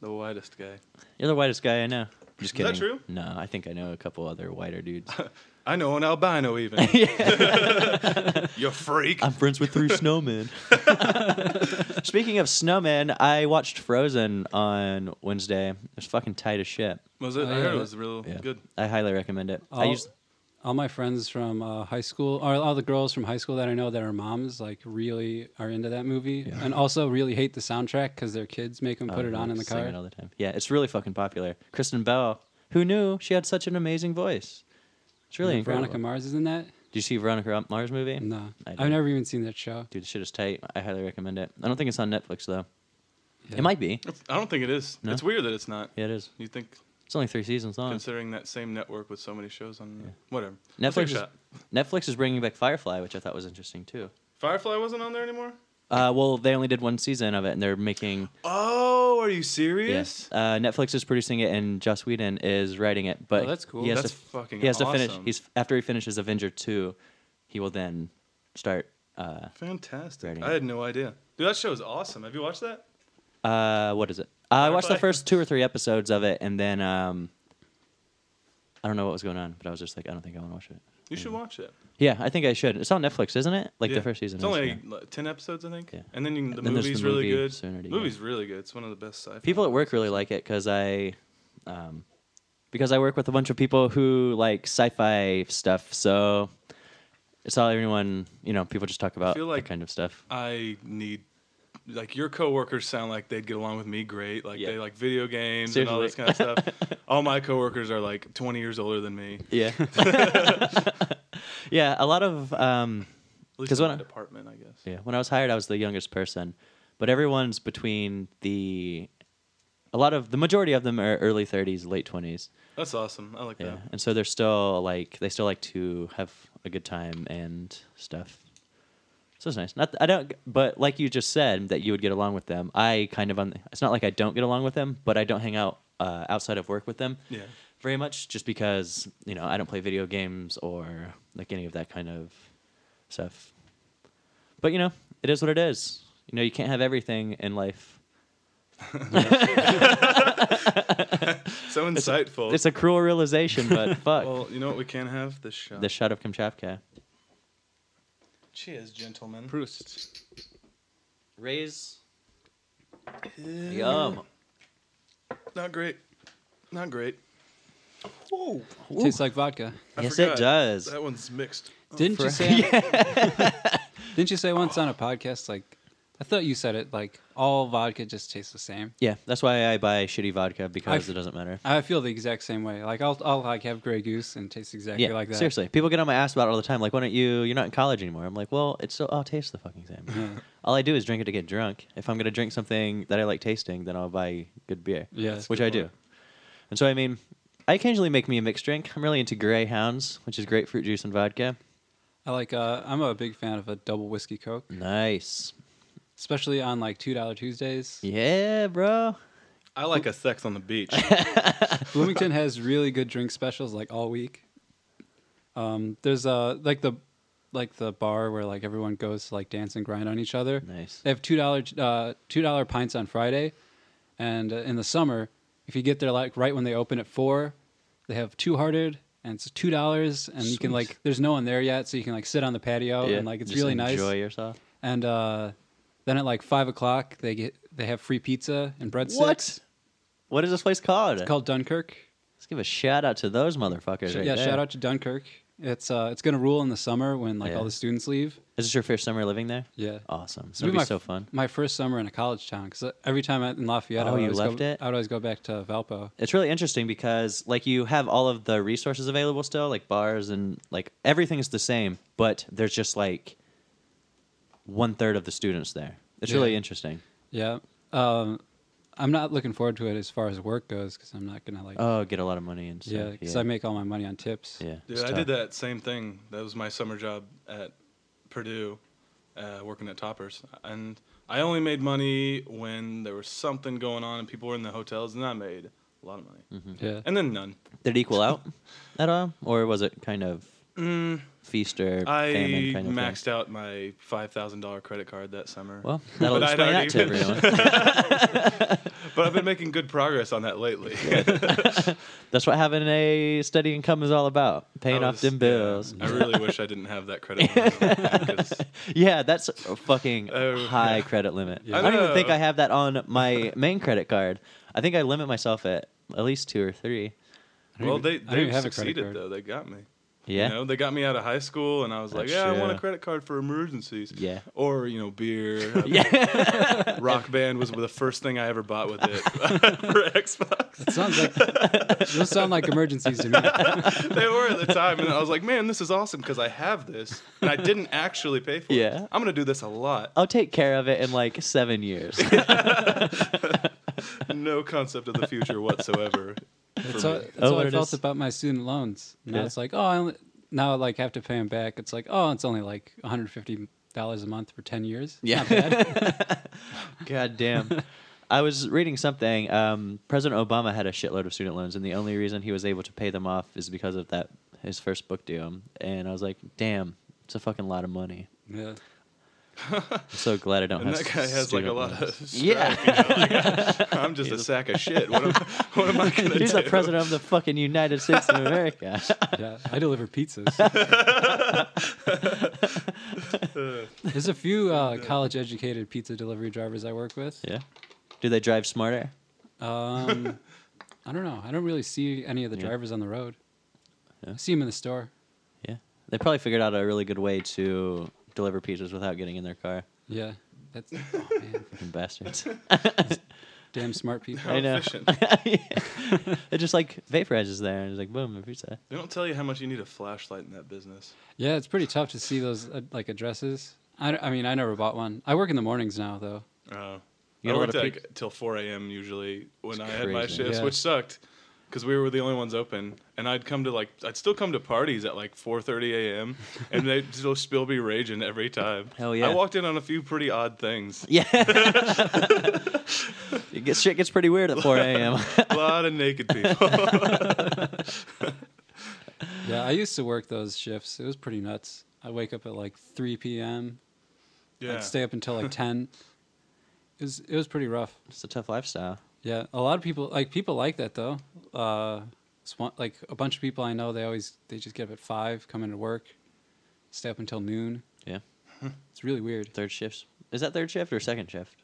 Speaker 1: The whitest guy.
Speaker 2: You're the whitest guy I know.
Speaker 1: Is
Speaker 2: Just kidding.
Speaker 1: that true?
Speaker 2: No, I think I know a couple other whiter dudes.
Speaker 1: I know an albino even. you freak.
Speaker 2: I'm friends with three snowmen. Speaking of snowmen, I watched Frozen on Wednesday. It was fucking tight as shit.
Speaker 1: was it?
Speaker 3: Oh,
Speaker 1: I
Speaker 3: yeah,
Speaker 1: heard it
Speaker 3: that-
Speaker 1: was real
Speaker 2: Yeah.
Speaker 1: good.
Speaker 2: I highly recommend it. I
Speaker 3: All-
Speaker 2: used
Speaker 3: All my friends from uh, high school, or all the girls from high school that I know that are moms, like really are into that movie, and also really hate the soundtrack because their kids make them put
Speaker 2: oh,
Speaker 3: it on in the
Speaker 2: sing
Speaker 3: car.
Speaker 2: it all the time. Yeah, it's really fucking popular. Kristen Bell, who knew she had such an amazing voice? It's really incredible.
Speaker 3: Veronica Mars is in that.
Speaker 2: Did you see Veronica Mars movie?
Speaker 3: No,
Speaker 2: I
Speaker 3: I've
Speaker 2: don't.
Speaker 3: never even seen that show.
Speaker 2: Dude, the shit is tight. I highly recommend it. I don't think it's on Netflix though. It might be.
Speaker 1: It's- I don't think it is. It's weird that it's not.
Speaker 2: Yeah, it is.
Speaker 1: You think
Speaker 2: It's only three seasons long.
Speaker 1: considering that same network with so many shows on whatever. Let's take
Speaker 2: Netflix
Speaker 1: a
Speaker 2: is,
Speaker 1: shot.
Speaker 2: Netflix is bringing back Firefly, which I thought was interesting too.
Speaker 1: Firefly wasn't on there anymore.
Speaker 2: Uh, well, they only did one season of it, and they're making.
Speaker 1: Oh, are you serious?
Speaker 2: Yes. Uh, Netflix is producing it, and Joss Whedon is writing it. But
Speaker 3: Oh, that's cool.
Speaker 2: He has
Speaker 1: That's
Speaker 2: to,
Speaker 1: fucking
Speaker 2: He has to finish.
Speaker 1: awesome.
Speaker 2: He's after he finishes Avenger two, he will then start. Uh,
Speaker 1: Fantastic.
Speaker 2: Writing
Speaker 1: I
Speaker 2: it.
Speaker 1: had no idea. Dude, that show is awesome. Have you watched that?
Speaker 2: uh, what is it? I watched the
Speaker 1: Bye-bye.
Speaker 2: first two or three episodes of it, and then um, I don't know what was going on, but I was just like, I don't think I want to watch it.
Speaker 1: You should watch it.
Speaker 2: Yeah, I think I should. It's on Netflix, isn't it? Mm. Like
Speaker 1: Yeah.
Speaker 2: the first season.
Speaker 1: It's
Speaker 2: is,
Speaker 1: only
Speaker 2: yeah.
Speaker 1: like, ten episodes, I think.
Speaker 2: Yeah.
Speaker 1: And then you, the
Speaker 2: then there's the
Speaker 1: movie's really
Speaker 2: movie
Speaker 1: good.
Speaker 2: sooner to go.
Speaker 1: movie's really good. It's one of the best sci-fi.
Speaker 2: people at work really like it because I, um, because I work with a bunch of people who like sci-fi stuff. So it's all everyone, you know, people just talk about
Speaker 1: feel like-
Speaker 2: that kind of stuff.
Speaker 1: I need like your coworkers sound like they'd get along with me great. Like
Speaker 2: Yeah.
Speaker 1: they like video games and all this kind
Speaker 2: Seriously.
Speaker 1: of stuff. all my coworkers are like 20 years older than me.
Speaker 2: Yeah, yeah. A lot of um,
Speaker 1: At least
Speaker 2: 'Cause
Speaker 1: in
Speaker 2: when
Speaker 1: my
Speaker 2: I-
Speaker 1: department, I guess.
Speaker 2: yeah. When I was hired, I was the youngest person, but everyone's between the. A lot of the majority of them are early 30s, late 20s.
Speaker 1: That's awesome. I like
Speaker 2: Yeah.
Speaker 1: that.
Speaker 2: And so they're still like they still like to have a good time and stuff. So it's nice. Not I don't but like you just said that you would get along with them. I kind of on it's not like I don't get along with them, but I don't hang out uh, outside of work with them
Speaker 1: Yeah.
Speaker 2: very much just because, you know, I don't play video games or like any of that kind of stuff. But you know, it is what it is. You know, you can't have everything in life.
Speaker 1: So insightful.
Speaker 2: It's a cruel realization, but fuck.
Speaker 1: well, you know what we can have? This shot.
Speaker 2: the shot of Kamchatka.
Speaker 1: Cheers, gentlemen.
Speaker 3: Proust.
Speaker 2: Raise Yum.
Speaker 1: Not great. Not great. Whoa.
Speaker 3: Tastes like vodka.
Speaker 1: I
Speaker 2: Yes, it
Speaker 1: forgot.
Speaker 2: does.
Speaker 1: That one's mixed.
Speaker 3: Didn't you
Speaker 2: for-
Speaker 3: say? didn't you say once on a podcast like? I thought you said it like all vodka just tastes the same.
Speaker 2: Yeah, that's why I buy shitty vodka because
Speaker 3: I've-
Speaker 2: it doesn't matter.
Speaker 3: I feel the exact same way. Like I'll I'll like have Grey Goose and taste exactly
Speaker 2: Yeah,
Speaker 3: like that.
Speaker 2: seriously, people get on my ass about it all the time. Like, why don't you? You're not in college anymore. I'm like, well, it's still. Oh, it tastes the fucking same.
Speaker 3: Yeah.
Speaker 2: All I do is drink it to get drunk. If I'm gonna drink something that I like tasting, then I'll buy good beer.
Speaker 3: Yeah, that's a
Speaker 2: which
Speaker 3: good
Speaker 2: I do.
Speaker 3: point.
Speaker 2: And so, I mean, I occasionally make me a mixed drink. I'm really into Greyhounds, which is grapefruit juice and vodka.
Speaker 3: I like. Uh, I'm a big fan of a double whiskey
Speaker 2: Mm.
Speaker 3: coke,
Speaker 2: Nice.
Speaker 3: especially on like two dollar Tuesdays.
Speaker 2: Yeah, bro.
Speaker 1: I like a sex on the beach.
Speaker 3: Bloomington has really good drink specials like all week. Um, there's uh like the like the bar where like everyone goes to like dance and grind on each other.
Speaker 2: Nice.
Speaker 3: They have two dollar uh, two dollar pints on Friday, and uh, in the summer, if you get there like right when they open at four, they have two hearted and it's two dollars, and you can
Speaker 2: Sweet.
Speaker 3: like there's no one there yet, so you can like sit on the patio
Speaker 2: Yeah,
Speaker 3: and like it's
Speaker 2: just
Speaker 3: really
Speaker 2: enjoy
Speaker 3: nice.
Speaker 2: yourself.
Speaker 3: And uh, then at like five o'clock, they get they have free pizza and breadsticks.
Speaker 2: What? What is this place called?
Speaker 3: It's called Dunkirk.
Speaker 2: Let's give a shout out to those motherfuckers. right
Speaker 3: yeah,
Speaker 2: there.
Speaker 3: shout out to Dunkirk. It's uh, it's gonna rule in the summer when like
Speaker 2: Yeah.
Speaker 3: all the students leave.
Speaker 2: Is this your first summer living there?
Speaker 3: Yeah,
Speaker 2: Awesome.
Speaker 3: This
Speaker 2: It'll
Speaker 3: would
Speaker 2: be
Speaker 3: my,
Speaker 2: so fun.
Speaker 3: My first summer in a college town because every time I, in Lafayette, I
Speaker 2: Oh,
Speaker 3: would
Speaker 2: you
Speaker 3: always
Speaker 2: left
Speaker 3: go,
Speaker 2: it?
Speaker 3: I would always go back to Valpo.
Speaker 2: It's really interesting because like you have all of the resources available still, like bars and like everything is the same, but there's just like one third of the students there. It's really
Speaker 3: Yeah.
Speaker 2: interesting.
Speaker 3: Yeah, um, I'm not looking forward to it as far as work goes because I'm not gonna like
Speaker 2: Oh, get a lot of money and
Speaker 3: yeah
Speaker 2: stuff.
Speaker 3: because I make all my money on tips.
Speaker 2: yeah.
Speaker 1: Dude,
Speaker 2: it's
Speaker 1: I did
Speaker 2: tough.
Speaker 1: that same thing. That was my summer job at Purdue, uh, working at Toppers, and I only made money when there was something going on and people were in the hotels, and I made a lot of money,
Speaker 2: Mm-hmm.
Speaker 3: yeah.
Speaker 1: and then none.
Speaker 2: Did it equal out at all, or was it kind of feast or
Speaker 1: Mm, I
Speaker 2: famine kind of thing?
Speaker 1: maxed out my five thousand dollar credit card that summer.
Speaker 2: Well, that'll
Speaker 1: But I'd
Speaker 2: explain that
Speaker 1: already-
Speaker 2: to everyone.
Speaker 1: but I've been making good progress on that lately.
Speaker 2: That's what having a steady income is all about: paying
Speaker 1: I
Speaker 2: off
Speaker 1: was-
Speaker 2: them bills.
Speaker 1: yeah, I really wish I didn't have that credit. limit, 'cause
Speaker 2: Yeah, that's a fucking
Speaker 1: Oh,
Speaker 2: high
Speaker 1: yeah.
Speaker 2: credit limit.
Speaker 1: Yeah. Oh.
Speaker 2: I don't even
Speaker 1: I
Speaker 2: think
Speaker 1: know.
Speaker 2: I have that on my main credit card. I think I limit myself at at least two or three.
Speaker 3: I don't
Speaker 1: well,
Speaker 3: even-
Speaker 1: they
Speaker 3: I don't even
Speaker 1: they
Speaker 3: have a credit
Speaker 1: succeeded
Speaker 3: card.
Speaker 1: though. They got me.
Speaker 2: Yeah,
Speaker 1: You know, they got me out of high school, and I was like,
Speaker 2: That's
Speaker 1: "Yeah, I want a
Speaker 2: true.
Speaker 1: credit card for emergencies."
Speaker 2: Yeah.
Speaker 1: Or you know, beer.
Speaker 2: yeah.
Speaker 1: Rock Band was the first thing I ever bought with it for Xbox.
Speaker 3: It sounds like those sound like emergencies to me.
Speaker 1: They were at the time, and I was like, "Man, this is awesome because I have this, and I didn't actually pay for
Speaker 2: Yeah.
Speaker 1: it. I'm gonna do this a lot.
Speaker 2: I'll take care of it in like seven years.
Speaker 1: No concept of the future whatsoever." for
Speaker 3: That's how,
Speaker 1: me.
Speaker 3: that's
Speaker 2: Oh,
Speaker 3: how
Speaker 2: what
Speaker 3: I
Speaker 2: it
Speaker 3: felt
Speaker 2: is.
Speaker 3: about my student loans. Now
Speaker 2: Yeah.
Speaker 3: it's like, oh, I only, now I like have to pay them back. It's like, oh, it's only like 150 dollars a month for ten years.
Speaker 2: Yeah.
Speaker 3: Not bad.
Speaker 2: God damn. I was reading something. Um, President Obama had a shitload of student loans, and the only reason he was able to pay them off is because of that his first book deal. And I was like, damn, it's a fucking lot of money.
Speaker 3: yeah.
Speaker 2: I'm so glad I don't
Speaker 1: And
Speaker 2: have.
Speaker 1: that guy has like a
Speaker 2: student
Speaker 1: lot of
Speaker 2: loans.
Speaker 1: strife,
Speaker 2: Yeah.
Speaker 1: you know, like, I'm just a sack of shit. What am, what am I gonna do?
Speaker 2: He's the president of the fucking United States of America.
Speaker 3: Yeah. I deliver pizzas. There's a few uh, college educated pizza delivery drivers I work with.
Speaker 2: yeah. Do they drive smarter?
Speaker 3: Um, I don't know. I don't really see any of the
Speaker 2: Yeah.
Speaker 3: drivers on the road.
Speaker 2: Yeah.
Speaker 3: I see them in the store.
Speaker 2: Yeah. They probably figured out a really good way to deliver pizzas without getting in their car.
Speaker 3: Yeah. That's oh, man.
Speaker 2: Fucking bastards.
Speaker 3: damn smart people.
Speaker 1: How
Speaker 2: I know.
Speaker 1: efficient.
Speaker 2: it just like vaporizes there and it's like boom, a pizza.
Speaker 1: They don't tell you how much you need a flashlight in that business.
Speaker 3: Yeah, it's pretty tough to see those uh, like addresses. I, d- I mean, I never bought one. I work in the mornings now, though.
Speaker 1: Uh, I
Speaker 2: You got a lot
Speaker 1: worked
Speaker 2: of
Speaker 1: like till 4 a.m. usually when I had my
Speaker 2: crazy.
Speaker 1: shifts,
Speaker 3: Yeah.
Speaker 1: which sucked because we were the only ones open. And I'd come to like I'd still come to parties at like 4:30 a.m. and they'd still still be raging every time.
Speaker 2: Hell yeah.
Speaker 1: I walked in on a few pretty odd things.
Speaker 2: Yeah. it gets, shit gets pretty weird at 4 a.m.
Speaker 1: a lot of naked people.
Speaker 3: Yeah, I used to work those shifts. It was pretty nuts. I wake up at like 3 p.m.
Speaker 1: yeah.
Speaker 3: I'd stay up until like 10. It was it was pretty rough.
Speaker 2: it's a tough lifestyle.
Speaker 3: Yeah, a lot of people like people like that though. Uh, it's one- like a bunch of people I know, they always they just get up at five, come into work, stay up until noon.
Speaker 2: Yeah.
Speaker 3: It's really weird.
Speaker 2: Third shifts. Is that third shift or second shift?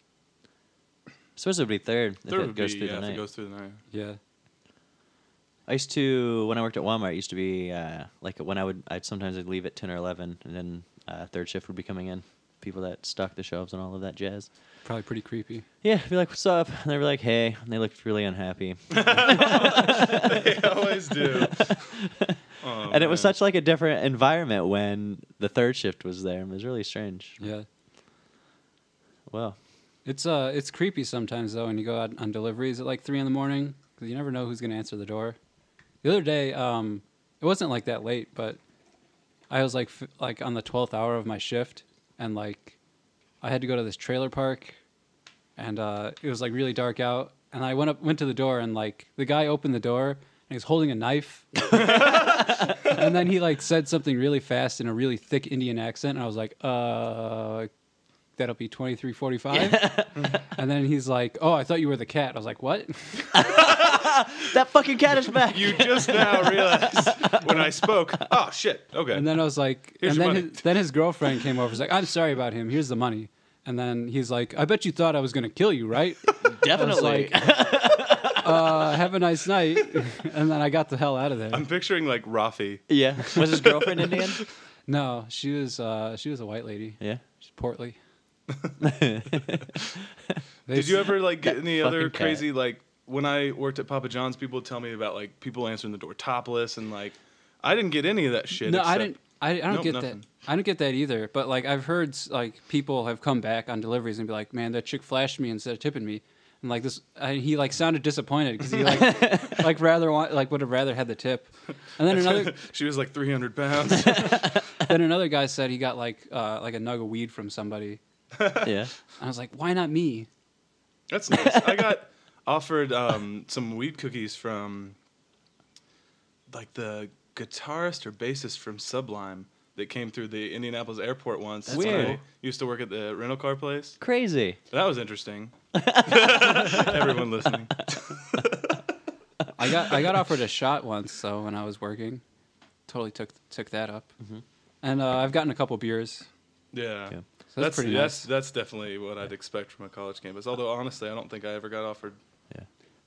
Speaker 2: Suppose it would be third if
Speaker 1: Third
Speaker 2: it
Speaker 1: would
Speaker 2: goes
Speaker 1: be,
Speaker 2: through
Speaker 1: yeah,
Speaker 2: the
Speaker 1: if
Speaker 2: night.
Speaker 1: it goes through the night.
Speaker 3: Yeah,
Speaker 2: I used to when I worked at Walmart. It used to be uh, like when I would I'd sometimes I'd leave at ten or eleven, and then uh, third shift would be coming in. People that stocked the shelves and all of that jazz.
Speaker 3: probably pretty creepy.
Speaker 2: Yeah, I'd be like, "What's up?" And they were like, "Hey," and they looked really unhappy.
Speaker 1: they always do. Oh,
Speaker 2: and it was
Speaker 1: man.
Speaker 2: such like a different environment when the third shift was there. It was really strange.
Speaker 3: Yeah,
Speaker 2: Well,
Speaker 3: it's uh it's creepy sometimes though when you go out on deliveries at like three in the morning because you never know who's gonna answer the door. The other day, um, it wasn't like that late, but I was like f- like on the twelfth hour of my shift, and like I had to go to this trailer park, and uh, it was like really dark out, and I went up went to the door, and like the guy opened the door, and he was holding a knife, and then he like said something really fast in a really thick Indian accent, and I was like, uh. That'll be twenty three forty five, and then he's like, "Oh, I thought you were the cat." I was like, "What?"
Speaker 2: that fucking cat is back.
Speaker 1: You just now realized when I spoke. Oh shit. Okay.
Speaker 3: And then I was like,
Speaker 1: Here's
Speaker 3: and
Speaker 1: your
Speaker 3: then
Speaker 1: money.
Speaker 3: his, then his girlfriend came over. She's like, I'm sorry about him. Here's the money. And then he's like, I bet you thought I was gonna kill you, right?
Speaker 2: Definitely.
Speaker 3: uh, have a nice night. and then I got the hell out of there.
Speaker 1: I'm picturing like Rafi.
Speaker 2: yeah. Was his girlfriend Indian?
Speaker 3: no, she was uh, she was a white lady.
Speaker 2: Yeah.
Speaker 3: She's portly. They
Speaker 1: Did you
Speaker 3: s-
Speaker 1: ever like get
Speaker 2: That
Speaker 1: any other
Speaker 2: fucking cat.
Speaker 1: crazy like when I worked at Papa John's? People would tell me about like people answering the door topless and like I didn't get any of that shit.
Speaker 3: No, I
Speaker 1: except-
Speaker 3: didn't. I, I don't
Speaker 1: Nope,
Speaker 3: get
Speaker 1: nothing.
Speaker 3: that. I don't get that either. But like I've heard s- like people have come back on deliveries and be like, "Man, that chick flashed me instead of tipping me." And like this, and he like sounded disappointed because he like like rather want, like would have rather had the tip. And then another
Speaker 1: she was like 300 pounds.
Speaker 3: then another guy said he got like uh, like a nug of weed from somebody.
Speaker 2: Yeah.
Speaker 3: And I was like, why not me?
Speaker 1: That's nice. I got offered um, some weed cookies from like the guitarist or bassist from Sublime that came through the Indianapolis airport once.
Speaker 2: That's
Speaker 1: when I
Speaker 2: cool.
Speaker 1: used to work at the rental car place.
Speaker 2: Crazy.
Speaker 1: That was interesting. Everyone listening.
Speaker 3: I got I got offered a shot once, so when I was working, totally took took that up.
Speaker 1: Mm-hmm.
Speaker 3: And uh, I've gotten a couple beers.
Speaker 1: Yeah.
Speaker 2: Yeah.
Speaker 3: So that's, pretty
Speaker 1: that's,
Speaker 3: nice.
Speaker 1: that's definitely what I'd expect from a college campus. Although honestly, I don't think I ever got offered.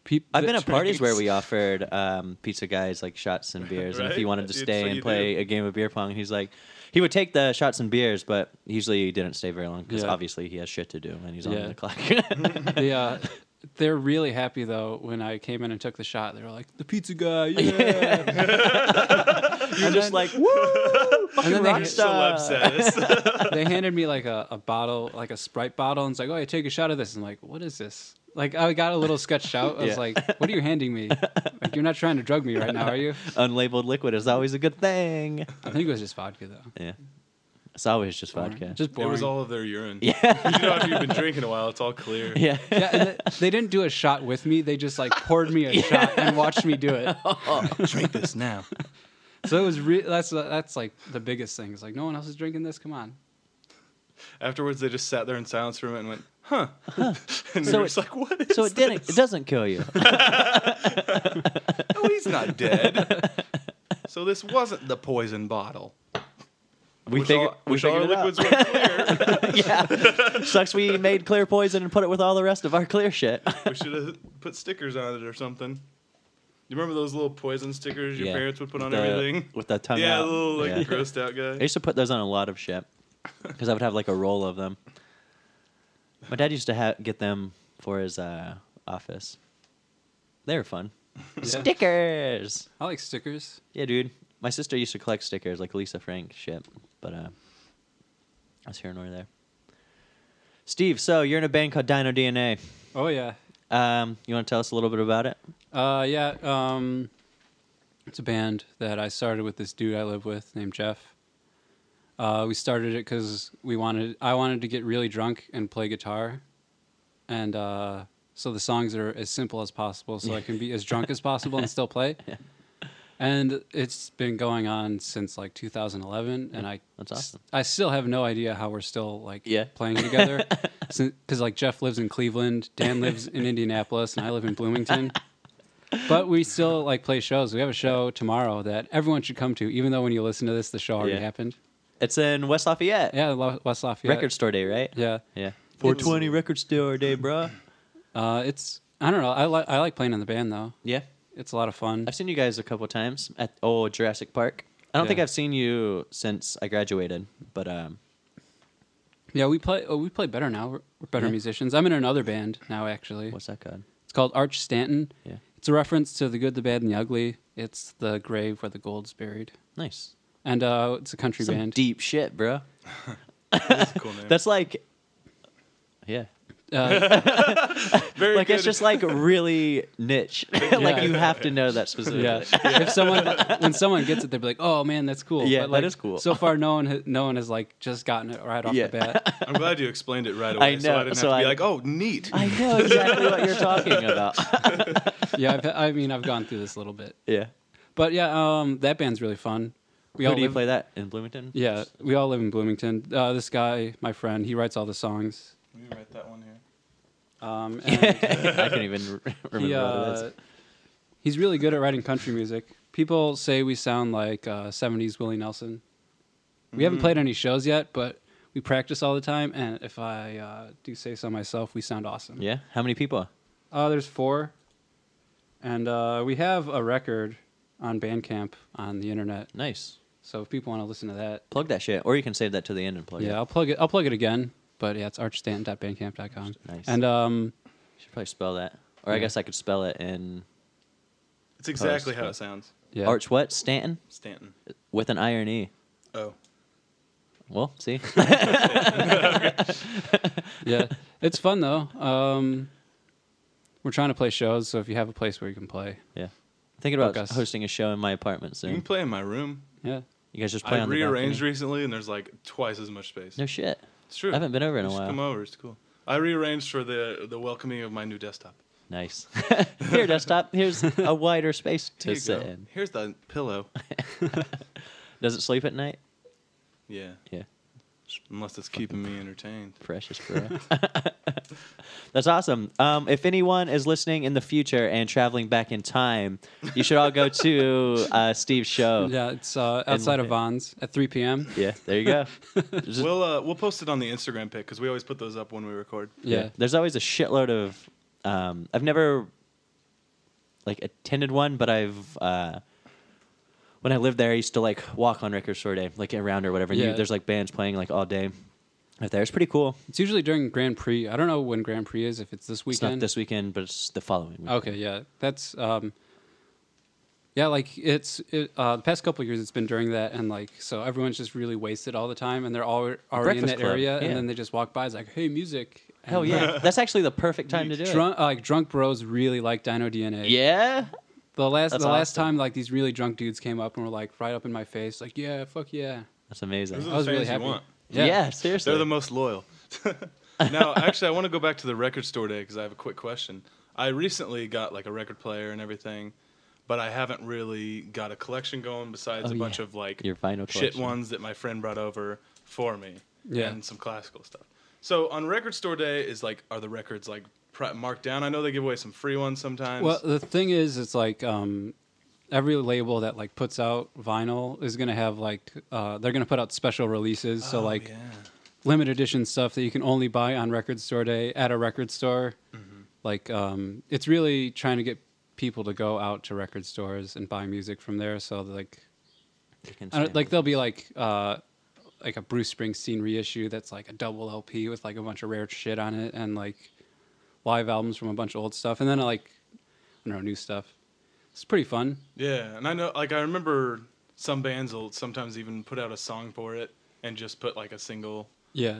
Speaker 3: Peop-
Speaker 2: I've been at parties where
Speaker 1: drinks.
Speaker 2: we offered um, pizza guys like shots and beers, and if he
Speaker 1: Right?
Speaker 2: wanted to
Speaker 1: That's
Speaker 2: stay
Speaker 1: what
Speaker 2: and
Speaker 1: you
Speaker 2: play
Speaker 1: do.
Speaker 2: a game of beer pong, he's like, he would take the shots and beers, but usually he didn't stay very long because
Speaker 3: Yeah.
Speaker 2: obviously he has shit to do and he's
Speaker 3: Yeah.
Speaker 2: on the clock.
Speaker 3: they, uh, they're really happy though when I came in and took the shot. They were like, "The pizza guy, yeah!"
Speaker 2: You're just like, woo, fucking
Speaker 3: then they
Speaker 2: rock
Speaker 3: get
Speaker 2: star.
Speaker 1: Celeb status.
Speaker 3: they handed me like a, a bottle, like a Sprite bottle, and it's like, "Oh, I take a shot of this." And like, what is this? Like, I got a little sketched out. I
Speaker 2: Yeah.
Speaker 3: was like, "What are you handing me? Like, you're not trying to drug me right now, are you?"
Speaker 2: Unlabeled liquid is always a good thing.
Speaker 3: I think it was just vodka though.
Speaker 2: Yeah. It's always just
Speaker 3: Boring.
Speaker 2: vodka.
Speaker 3: Just
Speaker 1: It
Speaker 3: boring.
Speaker 1: was all of their urine.
Speaker 2: yeah.
Speaker 1: you know, after you've been drinking a while, it's all clear.
Speaker 2: yeah.
Speaker 3: yeah, and th- they didn't do a shot with me. They just like poured me a shot and watched me do it.
Speaker 2: Oh.
Speaker 1: Drink this now.
Speaker 3: So it was re- that's that's like the biggest thing. It's like no one else is drinking this. Come on.
Speaker 1: Afterwards, they just sat there in silence for a minute and went, huh. and so we were
Speaker 2: So it-
Speaker 1: just like, what is
Speaker 2: So
Speaker 1: this?
Speaker 2: it didn't. It doesn't kill you.
Speaker 1: No, "Oh, he's not dead. so this wasn't the poison bottle.
Speaker 2: We
Speaker 1: Wish
Speaker 2: figured.
Speaker 1: all,
Speaker 2: We
Speaker 1: wish all our
Speaker 2: figured it
Speaker 1: liquids
Speaker 2: out.
Speaker 1: were clear.
Speaker 2: yeah. Sucks. We made clear poison and put it with all the rest of our clear shit.
Speaker 1: we should have put stickers on it or something. You remember those little poison stickers your
Speaker 2: Yeah.
Speaker 1: parents would put on
Speaker 2: The-
Speaker 1: everything?
Speaker 2: with the tongue
Speaker 1: Yeah,
Speaker 2: out.
Speaker 1: the little like
Speaker 2: Yeah.
Speaker 1: grossed out
Speaker 2: I
Speaker 1: guy.
Speaker 2: used to put those on a lot of shit because I would have like a roll of them. My dad used to ha- get them for his uh, office. They were fun.
Speaker 3: Yeah.
Speaker 2: Stickers.
Speaker 3: I like stickers.
Speaker 2: Yeah, dude. My sister used to collect stickers like Lisa Frank shit, but uh, that's here nor there. Steve, so you're in a band called Dino DNA.
Speaker 3: Oh yeah.
Speaker 2: Um, you want to tell us a little bit about it?
Speaker 3: Uh, yeah. Um, it's a band that I started with this dude I live with named Jeff. Uh, we started it because we wanted I wanted to get really drunk and play guitar, and uh, so the songs are as simple as possible, so I can be as drunk as possible and still play. And it's been going on since like 2011, and I
Speaker 2: That's awesome.
Speaker 3: I still have no idea how we're still like
Speaker 2: Yeah.
Speaker 3: playing together, because like Jeff lives in Cleveland, Dan lives in Indianapolis, and I live in Bloomington. But we still like play shows. We have a show tomorrow that everyone should come to, even though when you listen to this, the show already
Speaker 2: Yeah.
Speaker 3: happened.
Speaker 2: It's in West Lafayette.
Speaker 3: Yeah, La- West Lafayette
Speaker 2: Record store day, right?
Speaker 3: Yeah,
Speaker 2: Yeah. 420 record store day, bruh.
Speaker 3: uh, it's I don't know. I like I like playing in the band though.
Speaker 2: Yeah.
Speaker 3: It's a lot of fun.
Speaker 2: I've seen you guys a couple times at oh Jurassic Park. I don't think
Speaker 3: Yeah.
Speaker 2: I've seen you since I graduated, but um,
Speaker 3: Yeah, we play. Oh, we play better now. We're, we're better
Speaker 2: Yeah.
Speaker 3: musicians. I'm in another band now. Actually,
Speaker 2: what's that called?
Speaker 3: it's called Arch Stanton.
Speaker 2: Yeah.
Speaker 3: It's a reference to the good, the bad, and the ugly. It's the grave where the gold's buried,
Speaker 2: Nice.
Speaker 3: and uh, it's a country
Speaker 2: Some
Speaker 3: band.
Speaker 2: deep shit, bro.
Speaker 1: That's a cool name.
Speaker 2: That's like, yeah,
Speaker 3: Uh,
Speaker 1: Very
Speaker 2: like it's
Speaker 1: good.
Speaker 2: just like really niche. like you have to know that specifically.
Speaker 3: yeah. If someone when someone gets it, they'll be like, "Oh man, that's cool."
Speaker 2: Yeah,
Speaker 3: But,
Speaker 2: that
Speaker 3: like,
Speaker 2: is cool.
Speaker 3: So far, no one ha- no one has like just gotten it right off
Speaker 2: Yeah.
Speaker 3: the bat.
Speaker 1: I'm glad you explained it right away, so
Speaker 2: know,
Speaker 1: I didn't
Speaker 2: so
Speaker 1: have to be
Speaker 2: I-
Speaker 1: like, "Oh, neat."
Speaker 2: I know exactly what you're talking about.
Speaker 3: Yeah, I've, I mean, I've gone through this a little bit,
Speaker 2: yeah.
Speaker 3: but yeah, um, that band's really fun. We
Speaker 2: Who
Speaker 3: all
Speaker 2: do you
Speaker 3: live-
Speaker 2: play that in Bloomington?
Speaker 3: Yeah, we all live in Bloomington. Uh, this guy, my friend, he writes all the songs.
Speaker 1: Let me write that one here.
Speaker 3: Um, and
Speaker 2: I can't even re- remember
Speaker 3: he,
Speaker 2: what it
Speaker 3: uh,
Speaker 2: is.
Speaker 3: he's really good at writing country music. People say we sound like uh, 70s Willie Nelson. We
Speaker 2: Mm.
Speaker 3: haven't played any shows yet, but we practice all the time. And if I uh, do say so myself, we sound awesome.
Speaker 2: Yeah. How many people?
Speaker 3: Uh, there's four. And uh, we have a record on Bandcamp on the internet.
Speaker 2: Nice.
Speaker 3: So if people want to listen to that,
Speaker 2: Plug that shit, or you can save that to the end and plug it.
Speaker 3: yeah, I'll plug it. I'll plug it again. But yeah, it's archstanton.bandcamp.com.
Speaker 2: Nice.
Speaker 3: And um,
Speaker 2: Should probably spell that, or I
Speaker 3: Yeah.
Speaker 2: guess I could spell it in
Speaker 1: It's exactly
Speaker 2: Post,
Speaker 1: how
Speaker 2: but-
Speaker 1: it sounds.
Speaker 3: yeah,
Speaker 2: Arch what Stanton
Speaker 1: Stanton.
Speaker 2: with an iron e.
Speaker 1: Oh,
Speaker 2: Well, see,
Speaker 3: yeah, it's fun though. Um, we're trying to play shows, so if you have a place where you can play,
Speaker 2: yeah. Thinking about
Speaker 3: Book us.
Speaker 2: hosting a show in my apartment
Speaker 1: you can
Speaker 3: Mm-hmm.
Speaker 2: soon.
Speaker 1: play in my room.
Speaker 3: yeah,
Speaker 2: You guys just play
Speaker 1: I
Speaker 2: on
Speaker 1: rearranged
Speaker 2: the balcony.
Speaker 1: recently, and there's like twice as much space.
Speaker 2: No shit.
Speaker 1: it's true.
Speaker 2: I haven't been over in
Speaker 1: You
Speaker 2: a
Speaker 1: should Come
Speaker 2: while.
Speaker 1: over. It's cool. I rearranged for the the welcoming of my new desktop.
Speaker 2: Nice. Here, desktop. Here's a wider space to
Speaker 1: Here you
Speaker 2: sit
Speaker 1: go.
Speaker 2: in.
Speaker 1: Here's the pillow.
Speaker 2: Does it sleep at night?
Speaker 1: Yeah,
Speaker 2: Yeah.
Speaker 1: unless it's keeping me entertained.
Speaker 2: Precious, bro. That's awesome. Um, if anyone is listening in the future and traveling back in time, you should all go to uh, Steve's show.
Speaker 3: yeah. It's uh, outside of
Speaker 2: Lafayette.
Speaker 3: Vons at 3 p.m.
Speaker 2: Yeah, there you go. Just-
Speaker 1: We'll uh, we'll post it on the Instagram pic because we always put those up when we record.
Speaker 3: Yeah.
Speaker 2: There's always a shitload of. Um, I've never like attended one, but I've uh, when I lived there, I used to like walk on record store day, like around or whatever. And you-
Speaker 3: Yeah.
Speaker 2: there's like bands playing like all day. Out there, it's pretty cool.
Speaker 3: It's usually during Grand Prix. I don't know when Grand Prix is. If it's this
Speaker 2: It's
Speaker 3: weekend,
Speaker 2: not this weekend, but it's the following. Weekend.
Speaker 3: Okay, yeah, that's um, yeah, like it's it, uh, the past couple of years, it's been during that, and like so everyone's just really wasted all the time, and they're all already in
Speaker 2: Breakfast
Speaker 3: that
Speaker 2: Club,
Speaker 3: area,
Speaker 2: yeah.
Speaker 3: and then they just walk by, it's like, hey, music, and
Speaker 2: Hell yeah, that's actually the perfect time to do it.
Speaker 3: Drunk, uh, like drunk bros really like Dino DNA.
Speaker 2: Yeah,
Speaker 3: The last
Speaker 2: That's
Speaker 3: the last
Speaker 2: awesome.
Speaker 3: time like these really drunk dudes came up and were like right up in my face like yeah fuck yeah
Speaker 2: That's amazing.
Speaker 1: Those are the
Speaker 3: I was
Speaker 1: fans
Speaker 3: really
Speaker 1: you
Speaker 3: happy.
Speaker 1: want.
Speaker 2: Yeah,
Speaker 3: Yeah.
Speaker 2: seriously.
Speaker 1: They're the most loyal. now, actually, I want to go back to the record store day because I have a quick question. I recently got like a record player and everything, but I haven't really got a collection going besides a
Speaker 2: Oh,
Speaker 1: bunch
Speaker 2: yeah.
Speaker 1: of like
Speaker 2: Your vinyl
Speaker 1: shit
Speaker 2: collection.
Speaker 1: ones that my friend brought over for me
Speaker 3: Yeah.
Speaker 1: and some classical stuff. So on record store day is like, are the records like pri marked down? I know they give away some free ones sometimes.
Speaker 3: Well, the thing is, it's like um, every label that like puts out vinyl is gonna have like uh, they're gonna put out special releases. so
Speaker 1: Oh,
Speaker 3: like
Speaker 1: yeah.
Speaker 3: limited edition stuff that you can only buy on record store day at a record store.
Speaker 1: Mm-hmm.
Speaker 3: Like um, it's really trying to get people to go out to record stores and buy music from there. So like
Speaker 2: You can
Speaker 3: I
Speaker 2: say-
Speaker 3: don't, like there'll be like uh, like a Bruce Springsteen reissue that's like a double LP with like a bunch of rare shit on it and like live albums from a bunch of old stuff and then uh, like I don't know new stuff. It's pretty fun.
Speaker 1: Yeah, and I know, like, I remember some bands will sometimes even put out a song for it and just put like a single.
Speaker 3: Yeah,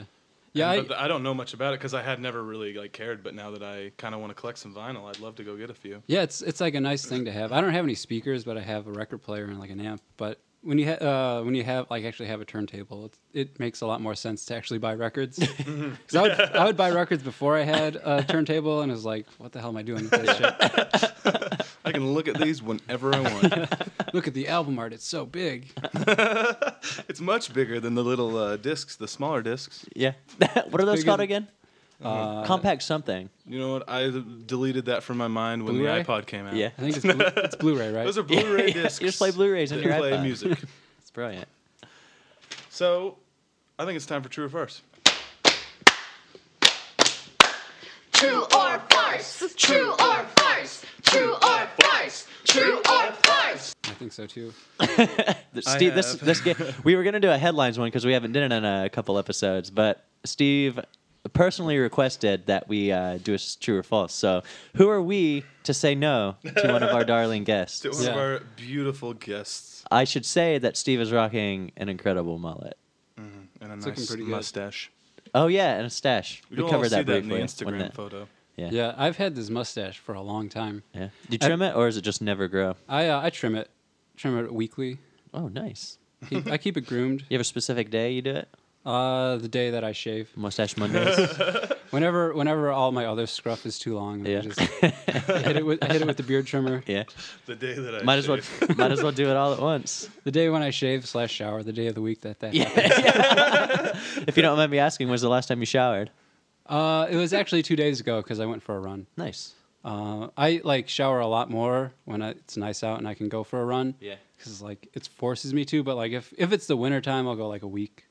Speaker 3: yeah.
Speaker 1: And-
Speaker 3: I,
Speaker 1: but th- I don't know much about it because I had never really like cared. But now that I kind of want to collect some vinyl, I'd love to go get a few.
Speaker 3: Yeah, it's it's like a nice thing to have. I don't have any speakers, but I have a record player and like an amp. But when you ha- uh, when you have like actually have a turntable, it, it makes a lot more sense to actually buy records. 'Cause I would I would buy records before I had a turntable, and it was like, what the hell am I doing with this shit?
Speaker 1: I can look at these whenever I want.
Speaker 3: Look at the album art; it's so big.
Speaker 1: it's much bigger than the little uh, discs, the smaller discs.
Speaker 2: yeah. what are those
Speaker 3: big
Speaker 2: called
Speaker 3: as-
Speaker 2: again?
Speaker 3: Uh,
Speaker 2: Compact something.
Speaker 1: You know what? I deleted that from my mind when
Speaker 3: Blu-ray?
Speaker 1: the iPod came out.
Speaker 2: Yeah.
Speaker 3: I think it's, Blu- it's Blu-ray, right?
Speaker 1: Those are Blu-ray
Speaker 2: Yeah, yeah.
Speaker 1: discs.
Speaker 2: You just play Blu-rays on
Speaker 1: that
Speaker 2: your
Speaker 1: play
Speaker 2: iPod.
Speaker 1: music.
Speaker 2: It's brilliant.
Speaker 1: So, I think it's time for true or farce.
Speaker 4: True or farce? True or farce? True or farce? True or farce?
Speaker 3: I think so too.
Speaker 2: Th- Steve, this
Speaker 1: have.
Speaker 2: this game. We were gonna do a headlines one because we haven't done it in a couple episodes, but Steve personally requested that we uh, do a s- true or false. So, who are we to say no to one of our darling guests?
Speaker 1: To one of
Speaker 3: Yeah.
Speaker 1: our beautiful guests
Speaker 2: I should say that Steve is rocking an incredible mullet.
Speaker 1: and a
Speaker 3: looking
Speaker 1: nice
Speaker 3: pretty good.
Speaker 1: mustache.
Speaker 2: Oh yeah, and a stash. We
Speaker 1: You'll all
Speaker 2: covered
Speaker 1: see
Speaker 2: that
Speaker 1: that
Speaker 2: briefly.
Speaker 1: in the
Speaker 2: wouldn't
Speaker 1: Instagram
Speaker 2: it?
Speaker 1: photo.
Speaker 2: Yeah. yeah.
Speaker 3: Yeah, I've had this mustache for a long time.
Speaker 2: Do you trim it or does it just never grow?
Speaker 3: I uh, I trim it, trim it weekly.
Speaker 2: Oh, nice.
Speaker 3: Keep, I keep it groomed.
Speaker 2: You have a specific day you do it?
Speaker 3: Uh, the day that I shave.
Speaker 2: Mustache Mondays.
Speaker 3: Whenever, whenever all my other scruff is too long,
Speaker 2: Yeah.
Speaker 3: I just I hit it with I hit it with the beard trimmer.
Speaker 2: yeah.
Speaker 1: The day that I
Speaker 2: Might as well.
Speaker 1: shaved.
Speaker 2: might as well do it all at once.
Speaker 3: The day when I shave slash shower, the day of the week that that.
Speaker 2: Yeah. if you don't mind me asking, when's the last time you showered?
Speaker 3: Uh, it was actually two days ago because I went for a run.
Speaker 2: Nice.
Speaker 3: Uh, I like shower a lot more when I, it's nice out and I can go for a run.
Speaker 2: Yeah.
Speaker 3: Because like it forces me to, but like if if it's the winter time, I'll go like a week.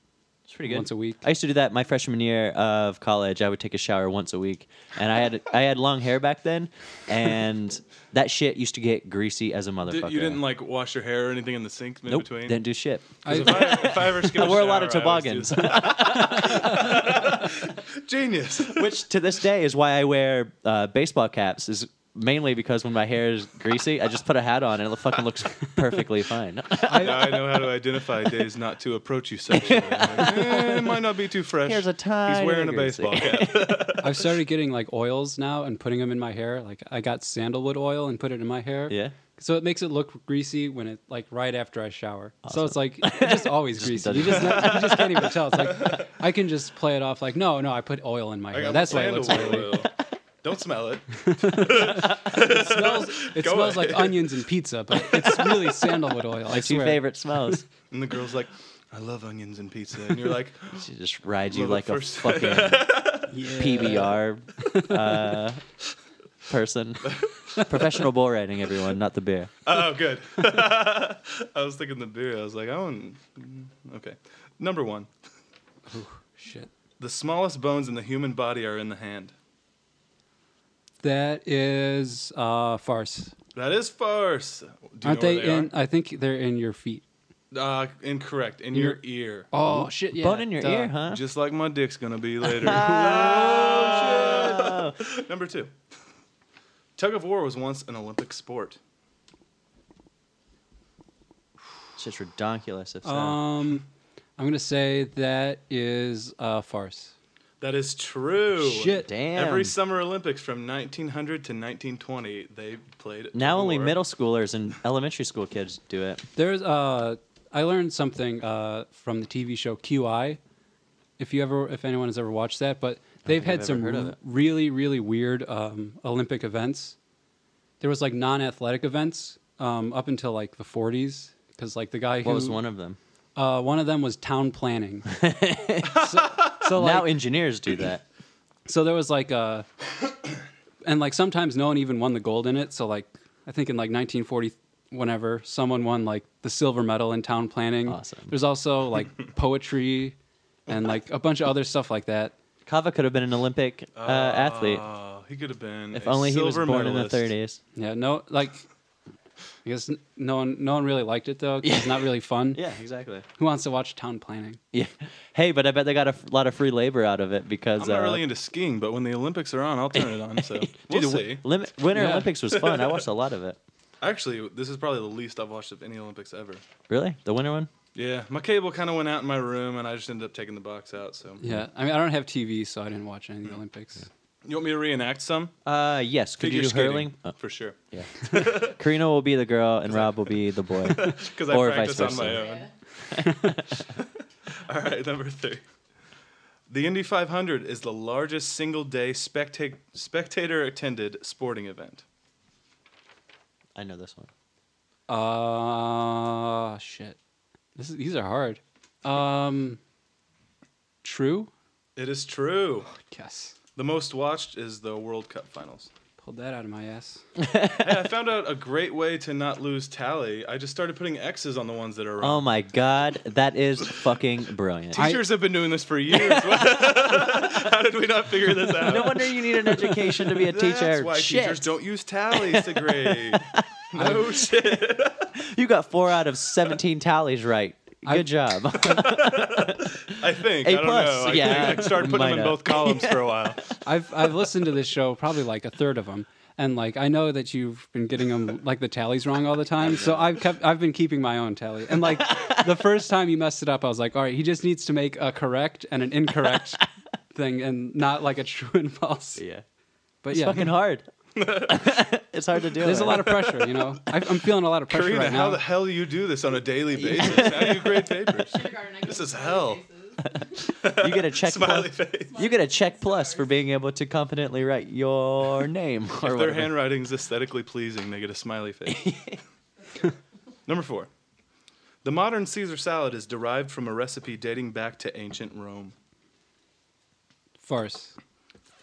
Speaker 2: It's pretty good.
Speaker 3: Once a week.
Speaker 2: I used to do that my freshman year of college. I would take a shower once a week, and I had I had long hair back then, and that shit used to get greasy as a
Speaker 1: Did-
Speaker 2: motherfucker.
Speaker 1: you didn't like wash your hair or anything in the sink in
Speaker 2: Nope.
Speaker 1: between.
Speaker 2: Didn't do shit.
Speaker 1: 'Cause if, I, if I ever skip
Speaker 2: I wore a lot
Speaker 1: shower,
Speaker 2: of
Speaker 1: I always
Speaker 2: toboggans,
Speaker 1: do that. Genius.
Speaker 2: which to this day is why I wear uh, baseball caps. Is mainly because when my hair is greasy, I just put a hat on and it fucking looks perfectly fine.
Speaker 1: now I know how to identify days not to approach you sexually. I'm like, eh, it might not be too fresh.
Speaker 2: Here's a tiny
Speaker 1: He's wearing a
Speaker 2: bit greasy.
Speaker 1: baseball cap.
Speaker 3: I've started getting like oils now and putting them in my hair. Like I got sandalwood oil and put it in my hair.
Speaker 2: Yeah.
Speaker 3: So it makes it look greasy when it like right after I shower. So it's
Speaker 2: Awesome.
Speaker 3: like it's just always greasy. You
Speaker 2: doesn't-
Speaker 3: just not, you just can't even tell. It's like I can just play it off like no no I put oil in my
Speaker 1: I
Speaker 3: hair.
Speaker 1: got
Speaker 3: That's why it looks
Speaker 1: sandalwood
Speaker 3: oily.
Speaker 1: oil. Don't smell it.
Speaker 3: It smells it
Speaker 1: Go
Speaker 3: smells like
Speaker 1: ahead.
Speaker 3: onions and pizza, but it's really sandalwood oil. I
Speaker 2: My two
Speaker 3: swear.
Speaker 2: favorite smells.
Speaker 1: And the girl's like, I love onions and pizza. And you're like,
Speaker 2: She just rides you
Speaker 1: Love it
Speaker 2: like a
Speaker 1: first.
Speaker 2: fucking PBR uh, person. Professional bull riding, everyone, not the beer.
Speaker 1: oh, good. I was thinking the beer. I was like, I want. mm, Okay. Number one
Speaker 3: Shit.
Speaker 1: the smallest bones in the human body are in the hand.
Speaker 3: That is uh, farce.
Speaker 1: That is farce. Do you
Speaker 3: Aren't
Speaker 1: know where
Speaker 3: they, in? I think they're in your feet.
Speaker 1: Are? Uh, incorrect. In your ear.
Speaker 3: Oh shit! Yeah.
Speaker 2: Bone in your
Speaker 3: duh.
Speaker 2: ear, huh?
Speaker 1: Just like my dick's gonna be later. Oh, shit. Number two. Tug of war was once an Olympic sport.
Speaker 2: It's just ridiculous. If uh, so.
Speaker 3: Um, I'm gonna say that is uh, farce.
Speaker 1: That is true.
Speaker 3: Shit.
Speaker 2: Damn.
Speaker 1: Every Summer Olympics from 1900 to 1920, they played.
Speaker 2: now only
Speaker 1: war.
Speaker 2: middle schoolers and elementary school kids do it.
Speaker 3: There's uh, I I learned something uh, from the TV show QI. If you ever, if anyone has ever watched that, but they've
Speaker 2: think
Speaker 3: had
Speaker 2: I've
Speaker 3: some
Speaker 2: ever heard of
Speaker 3: r-
Speaker 2: it.
Speaker 3: really, really weird um, Olympic events. There was like non-athletic events um, up until like the 40s, because like the guy who
Speaker 2: What was one of them?
Speaker 3: Uh, one of them was town planning. so, so, like,
Speaker 2: now engineers do that.
Speaker 3: so there was like uh and like sometimes no one even won the gold in it so like i think in like 1940 whenever someone won like the silver medal in town planning
Speaker 2: Awesome.
Speaker 3: there's also like poetry and like a bunch of other stuff like that
Speaker 2: Kava could have been an Olympic uh, athlete
Speaker 1: Oh, he could have been.
Speaker 2: if
Speaker 1: a
Speaker 2: only he was
Speaker 1: silver
Speaker 2: born
Speaker 1: medalist.
Speaker 2: in the 30s.
Speaker 3: yeah no like i guess n- no one no one really liked it though 'cause it's not really fun
Speaker 2: Yeah, exactly.
Speaker 3: who wants to watch town planning
Speaker 2: Yeah. Hey, but I bet they got a f- lot of free labor out of it because
Speaker 1: I'm not
Speaker 2: uh,
Speaker 1: really into skiing, but when the Olympics are on, I'll turn it on. So we'll
Speaker 2: dude,
Speaker 1: see.
Speaker 2: Lim- Winter
Speaker 3: Yeah.
Speaker 2: Olympics was fun. I watched a lot of it.
Speaker 1: Actually, this is probably the least I've watched of any Olympics ever.
Speaker 2: Really, the winter one?
Speaker 1: Yeah, my cable kind of went out in my room, and I just ended up taking the box out. So
Speaker 3: yeah i mean i don't have tv so i didn't watch any of the
Speaker 2: Mm-hmm.
Speaker 3: olympics
Speaker 1: you want me to reenact some?
Speaker 2: Uh, yes. Could
Speaker 1: Figure
Speaker 2: you do
Speaker 1: skating,
Speaker 2: hurling? Oh,
Speaker 1: for sure.
Speaker 2: yeah. Karina will be the girl and Rob will be the boy.
Speaker 1: Because I
Speaker 2: Or
Speaker 1: practice
Speaker 2: vice
Speaker 1: on my own. All right, number three. The Indy 500 is the largest single day specta- spectator attended sporting event.
Speaker 2: I know this one.
Speaker 3: Uh shit. This is, these are hard. Um true?
Speaker 1: It is true.
Speaker 3: Yes.
Speaker 1: The most watched is the World Cup finals.
Speaker 3: Pulled that out of my ass.
Speaker 1: Hey, I found out a great way to not lose tally. I just started putting X's on the ones that are
Speaker 2: Oh
Speaker 1: wrong.
Speaker 2: my god, that is fucking brilliant.
Speaker 1: Teachers have been doing this for years. How did we not figure this out?
Speaker 2: no wonder you need an education to be a teacher.
Speaker 1: That's why
Speaker 2: Shit.
Speaker 1: teachers don't use tallies to grade. no shit.
Speaker 2: You got four out of 17 tallies right. Good
Speaker 3: I've-
Speaker 2: job.
Speaker 1: I think.
Speaker 2: A
Speaker 1: I don't
Speaker 2: plus,
Speaker 1: know. I,
Speaker 2: yeah.
Speaker 1: I started putting
Speaker 2: Might
Speaker 1: them in
Speaker 2: not.
Speaker 1: both columns for a while.
Speaker 3: I've I've listened to this show probably like a third of them. And like I know that you've been getting them like the tallies wrong all the time, so I've kept I've been keeping my own tally. And like the first time you messed it up, I was like, all right, he just needs to make a correct and an incorrect thing, and not like a true and false.
Speaker 2: yeah.
Speaker 3: But
Speaker 2: It's
Speaker 3: yeah,
Speaker 2: fucking hard. it's hard to do.
Speaker 3: there's
Speaker 2: it.
Speaker 3: a lot of pressure. You know, I, I'm feeling a lot of pressure
Speaker 1: Karina,
Speaker 3: right now.
Speaker 1: how the hell do you do this on a daily basis? How do you grade papers? This is hell.
Speaker 2: you get a check.
Speaker 1: Smiley
Speaker 2: plus,
Speaker 1: face.
Speaker 2: you get a check plus for being able to confidently write your name or
Speaker 1: If their
Speaker 2: whatever.
Speaker 1: handwriting's aesthetically pleasing, they get a smiley face. Number four. The modern Caesar salad is derived from a recipe dating back to ancient Rome.
Speaker 3: Farce.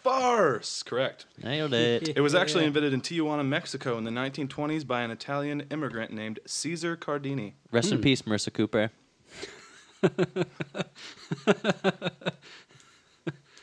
Speaker 1: Farce! Correct.
Speaker 2: Nailed it.
Speaker 1: It was actually invented in Tijuana, Mexico in the 1920s by an Italian immigrant named Caesar Cardini.
Speaker 2: Rest
Speaker 3: Hmm.
Speaker 2: in peace, Marissa Cooper.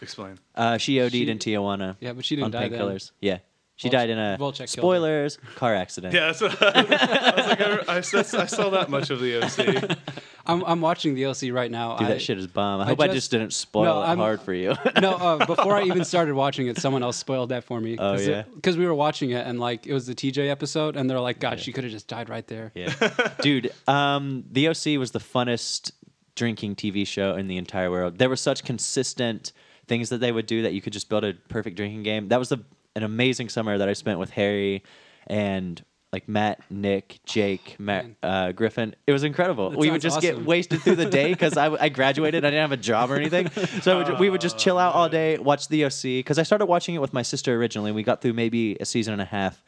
Speaker 1: Explain.
Speaker 2: Uh, she OD'd in Tijuana.
Speaker 3: Yeah, but she didn't
Speaker 2: on
Speaker 3: die then.
Speaker 2: painkillers. Yeah, she
Speaker 3: Volchek-
Speaker 2: died in a
Speaker 3: Volchek killed her.
Speaker 2: spoilers car accident.
Speaker 1: Yeah, that's what I, I was like, I, I saw- I saw that much of the Uh, OC.
Speaker 3: I'm, I'm watching the LC right now.
Speaker 2: Dude,
Speaker 3: I-
Speaker 2: that shit is bomb. I hope I just,
Speaker 3: just-
Speaker 2: didn't spoil
Speaker 3: No,
Speaker 2: it
Speaker 3: I'm-
Speaker 2: hard for you.
Speaker 3: no, uh, before I even started watching it, someone else spoiled that for me.
Speaker 2: Oh, yeah?
Speaker 3: Because we were watching it and like it was the TJ episode, and they're like, God, she could have just died right there.
Speaker 2: yeah, dude. Um, the OC was the funnest drinking TV show in the entire world. There were such consistent things that they would do that you could just build a perfect drinking game. That was the, an amazing summer that I spent with Harry and. Like Matt, Nick, Jake, Matt, uh, Griffin. It was incredible. we would
Speaker 3: sounds
Speaker 2: just get
Speaker 3: awesome.
Speaker 2: wasted through the day because I, I graduated. I didn't have a job or anything. So we would- we would just chill out all day, watch the OC. Because I started watching it with my sister originally. We got through maybe a season and a half,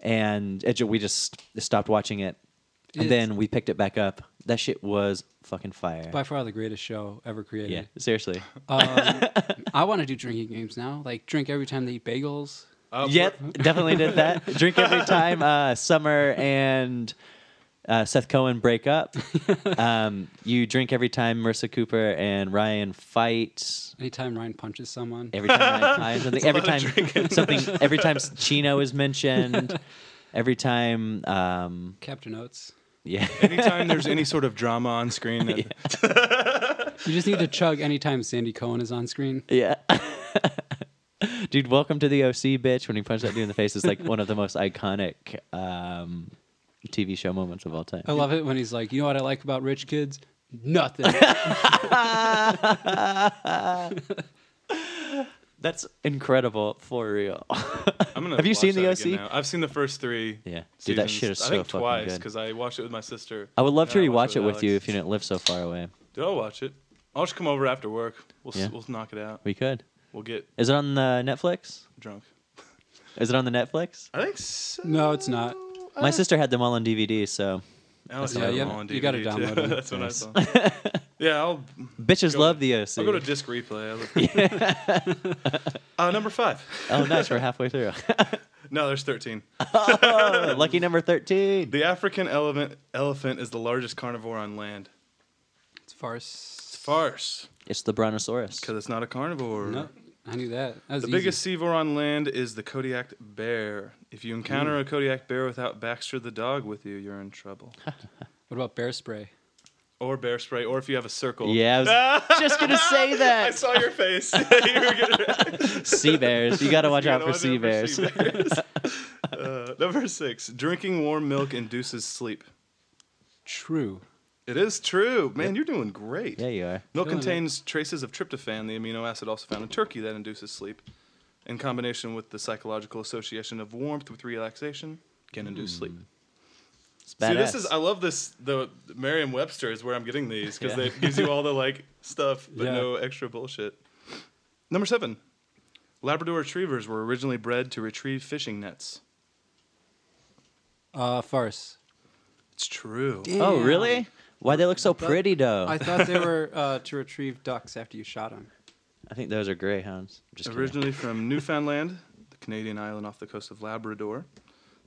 Speaker 2: and it, ju- we just stopped watching it. And
Speaker 3: It's-
Speaker 2: then we picked it back up. That shit was fucking fire.
Speaker 3: By far the greatest show ever created.
Speaker 2: yeah, seriously.
Speaker 3: I want to do drinking games now. Like drink every time they eat bagels.
Speaker 1: Uh,
Speaker 2: yep, definitely did that. Drink every time uh, Summer and uh, Seth Cohen break up. Um, you drink every time Marissa Cooper and Ryan fight.
Speaker 3: Anytime Ryan punches someone.
Speaker 2: Every time Ryan Hines, something, every time something, every time Chino is mentioned, every time, um,
Speaker 3: Captain Oates.
Speaker 2: yeah,
Speaker 1: Anytime there's any sort of drama on screen, that,
Speaker 3: You just need to chug anytime Sandy Cohen is on screen.
Speaker 2: yeah. Dude, welcome to the OC, bitch. When he punched that dude in the face, it's like one of the most iconic um, TV show moments of all time.
Speaker 3: I love it when he's like, you know what I like about rich kids? Nothing.
Speaker 2: That's incredible for real.
Speaker 1: I'm gonna
Speaker 2: Have you
Speaker 1: watch
Speaker 2: seen the
Speaker 1: that again
Speaker 2: OC?
Speaker 1: now. I've seen the first three.
Speaker 2: Yeah. Dude, that
Speaker 1: seasons.
Speaker 2: shit is
Speaker 1: I
Speaker 2: so
Speaker 1: think
Speaker 2: fucking
Speaker 1: twice
Speaker 2: good.
Speaker 1: because I watched it with my sister.
Speaker 2: I would love to
Speaker 1: and I watched
Speaker 2: rewatch it with you
Speaker 1: Alex.
Speaker 2: if you didn't live so far away.
Speaker 1: Dude, I'll watch it. I'll just come over after work. We'll
Speaker 2: Yeah.
Speaker 1: s- we'll knock it out.
Speaker 2: We could.
Speaker 1: We'll get
Speaker 2: Is it on the Netflix?
Speaker 1: drunk.
Speaker 2: Is it on the Netflix?
Speaker 1: I think so.
Speaker 3: No, it's not.
Speaker 2: My
Speaker 1: Uh,
Speaker 2: sister had them all on DVD, so
Speaker 1: Alex
Speaker 2: Yeah,
Speaker 1: had
Speaker 2: you
Speaker 1: them
Speaker 2: have-
Speaker 1: all on
Speaker 3: you gotta
Speaker 1: DVD, too.
Speaker 3: download it.
Speaker 1: That's what I
Speaker 2: Nice.
Speaker 1: saw. Yeah, I'll
Speaker 2: bitches
Speaker 1: Go-
Speaker 2: love the OC.
Speaker 1: I'll go to disc replay. I'll look- uh, number five.
Speaker 2: oh, nice. We're halfway through.
Speaker 1: No, there's 13.
Speaker 2: oh, lucky number 13.
Speaker 1: The African elephant elephant is the largest carnivore on land.
Speaker 3: It's farce.
Speaker 1: Farce,
Speaker 2: It's the Brontosaurus.
Speaker 1: because it's not a carnivore.
Speaker 3: No, I knew that. that was
Speaker 1: The
Speaker 3: easy.
Speaker 1: biggest seavore on land is the Kodiak bear. If you encounter a Kodiak bear without Baxter the dog with you, you're in trouble.
Speaker 3: What about bear spray?
Speaker 1: or bear spray, or if you have a circle.
Speaker 2: Yeah, I was just going to say
Speaker 1: I
Speaker 2: that.
Speaker 1: saw your face. You were gonna-
Speaker 2: Sea bears. You got to watch
Speaker 1: You
Speaker 2: out
Speaker 1: gotta
Speaker 2: for
Speaker 1: watch
Speaker 2: sea bears.
Speaker 1: bears. Uh, number six, drinking warm milk induces sleep.
Speaker 3: True.
Speaker 1: It is true. Man, you're doing great.
Speaker 2: Yeah, you are.
Speaker 1: Milk
Speaker 3: Killing it.
Speaker 1: contains traces of tryptophan, the amino acid also found in turkey that induces sleep. In combination with the psychological association of warmth with relaxation, can induce sleep.
Speaker 2: It's
Speaker 1: See, this
Speaker 2: Hmm. badass.
Speaker 1: is I love this. The Merriam-Webster is where I'm getting these because
Speaker 2: Yeah.
Speaker 1: it gives you all the like stuff, but
Speaker 3: Yeah.
Speaker 1: no extra bullshit. Number seven, Labrador retrievers were originally bred to retrieve fishing nets.
Speaker 3: Uh, farce.
Speaker 1: It's true.
Speaker 2: Oh, really? Why they look so
Speaker 3: thought-
Speaker 2: pretty, though? I,
Speaker 3: I thought they were uh, to retrieve ducks after you shot them.
Speaker 2: think those are greyhounds. Just kidding.
Speaker 1: Originally from Newfoundland, the Canadian island off the coast of Labrador,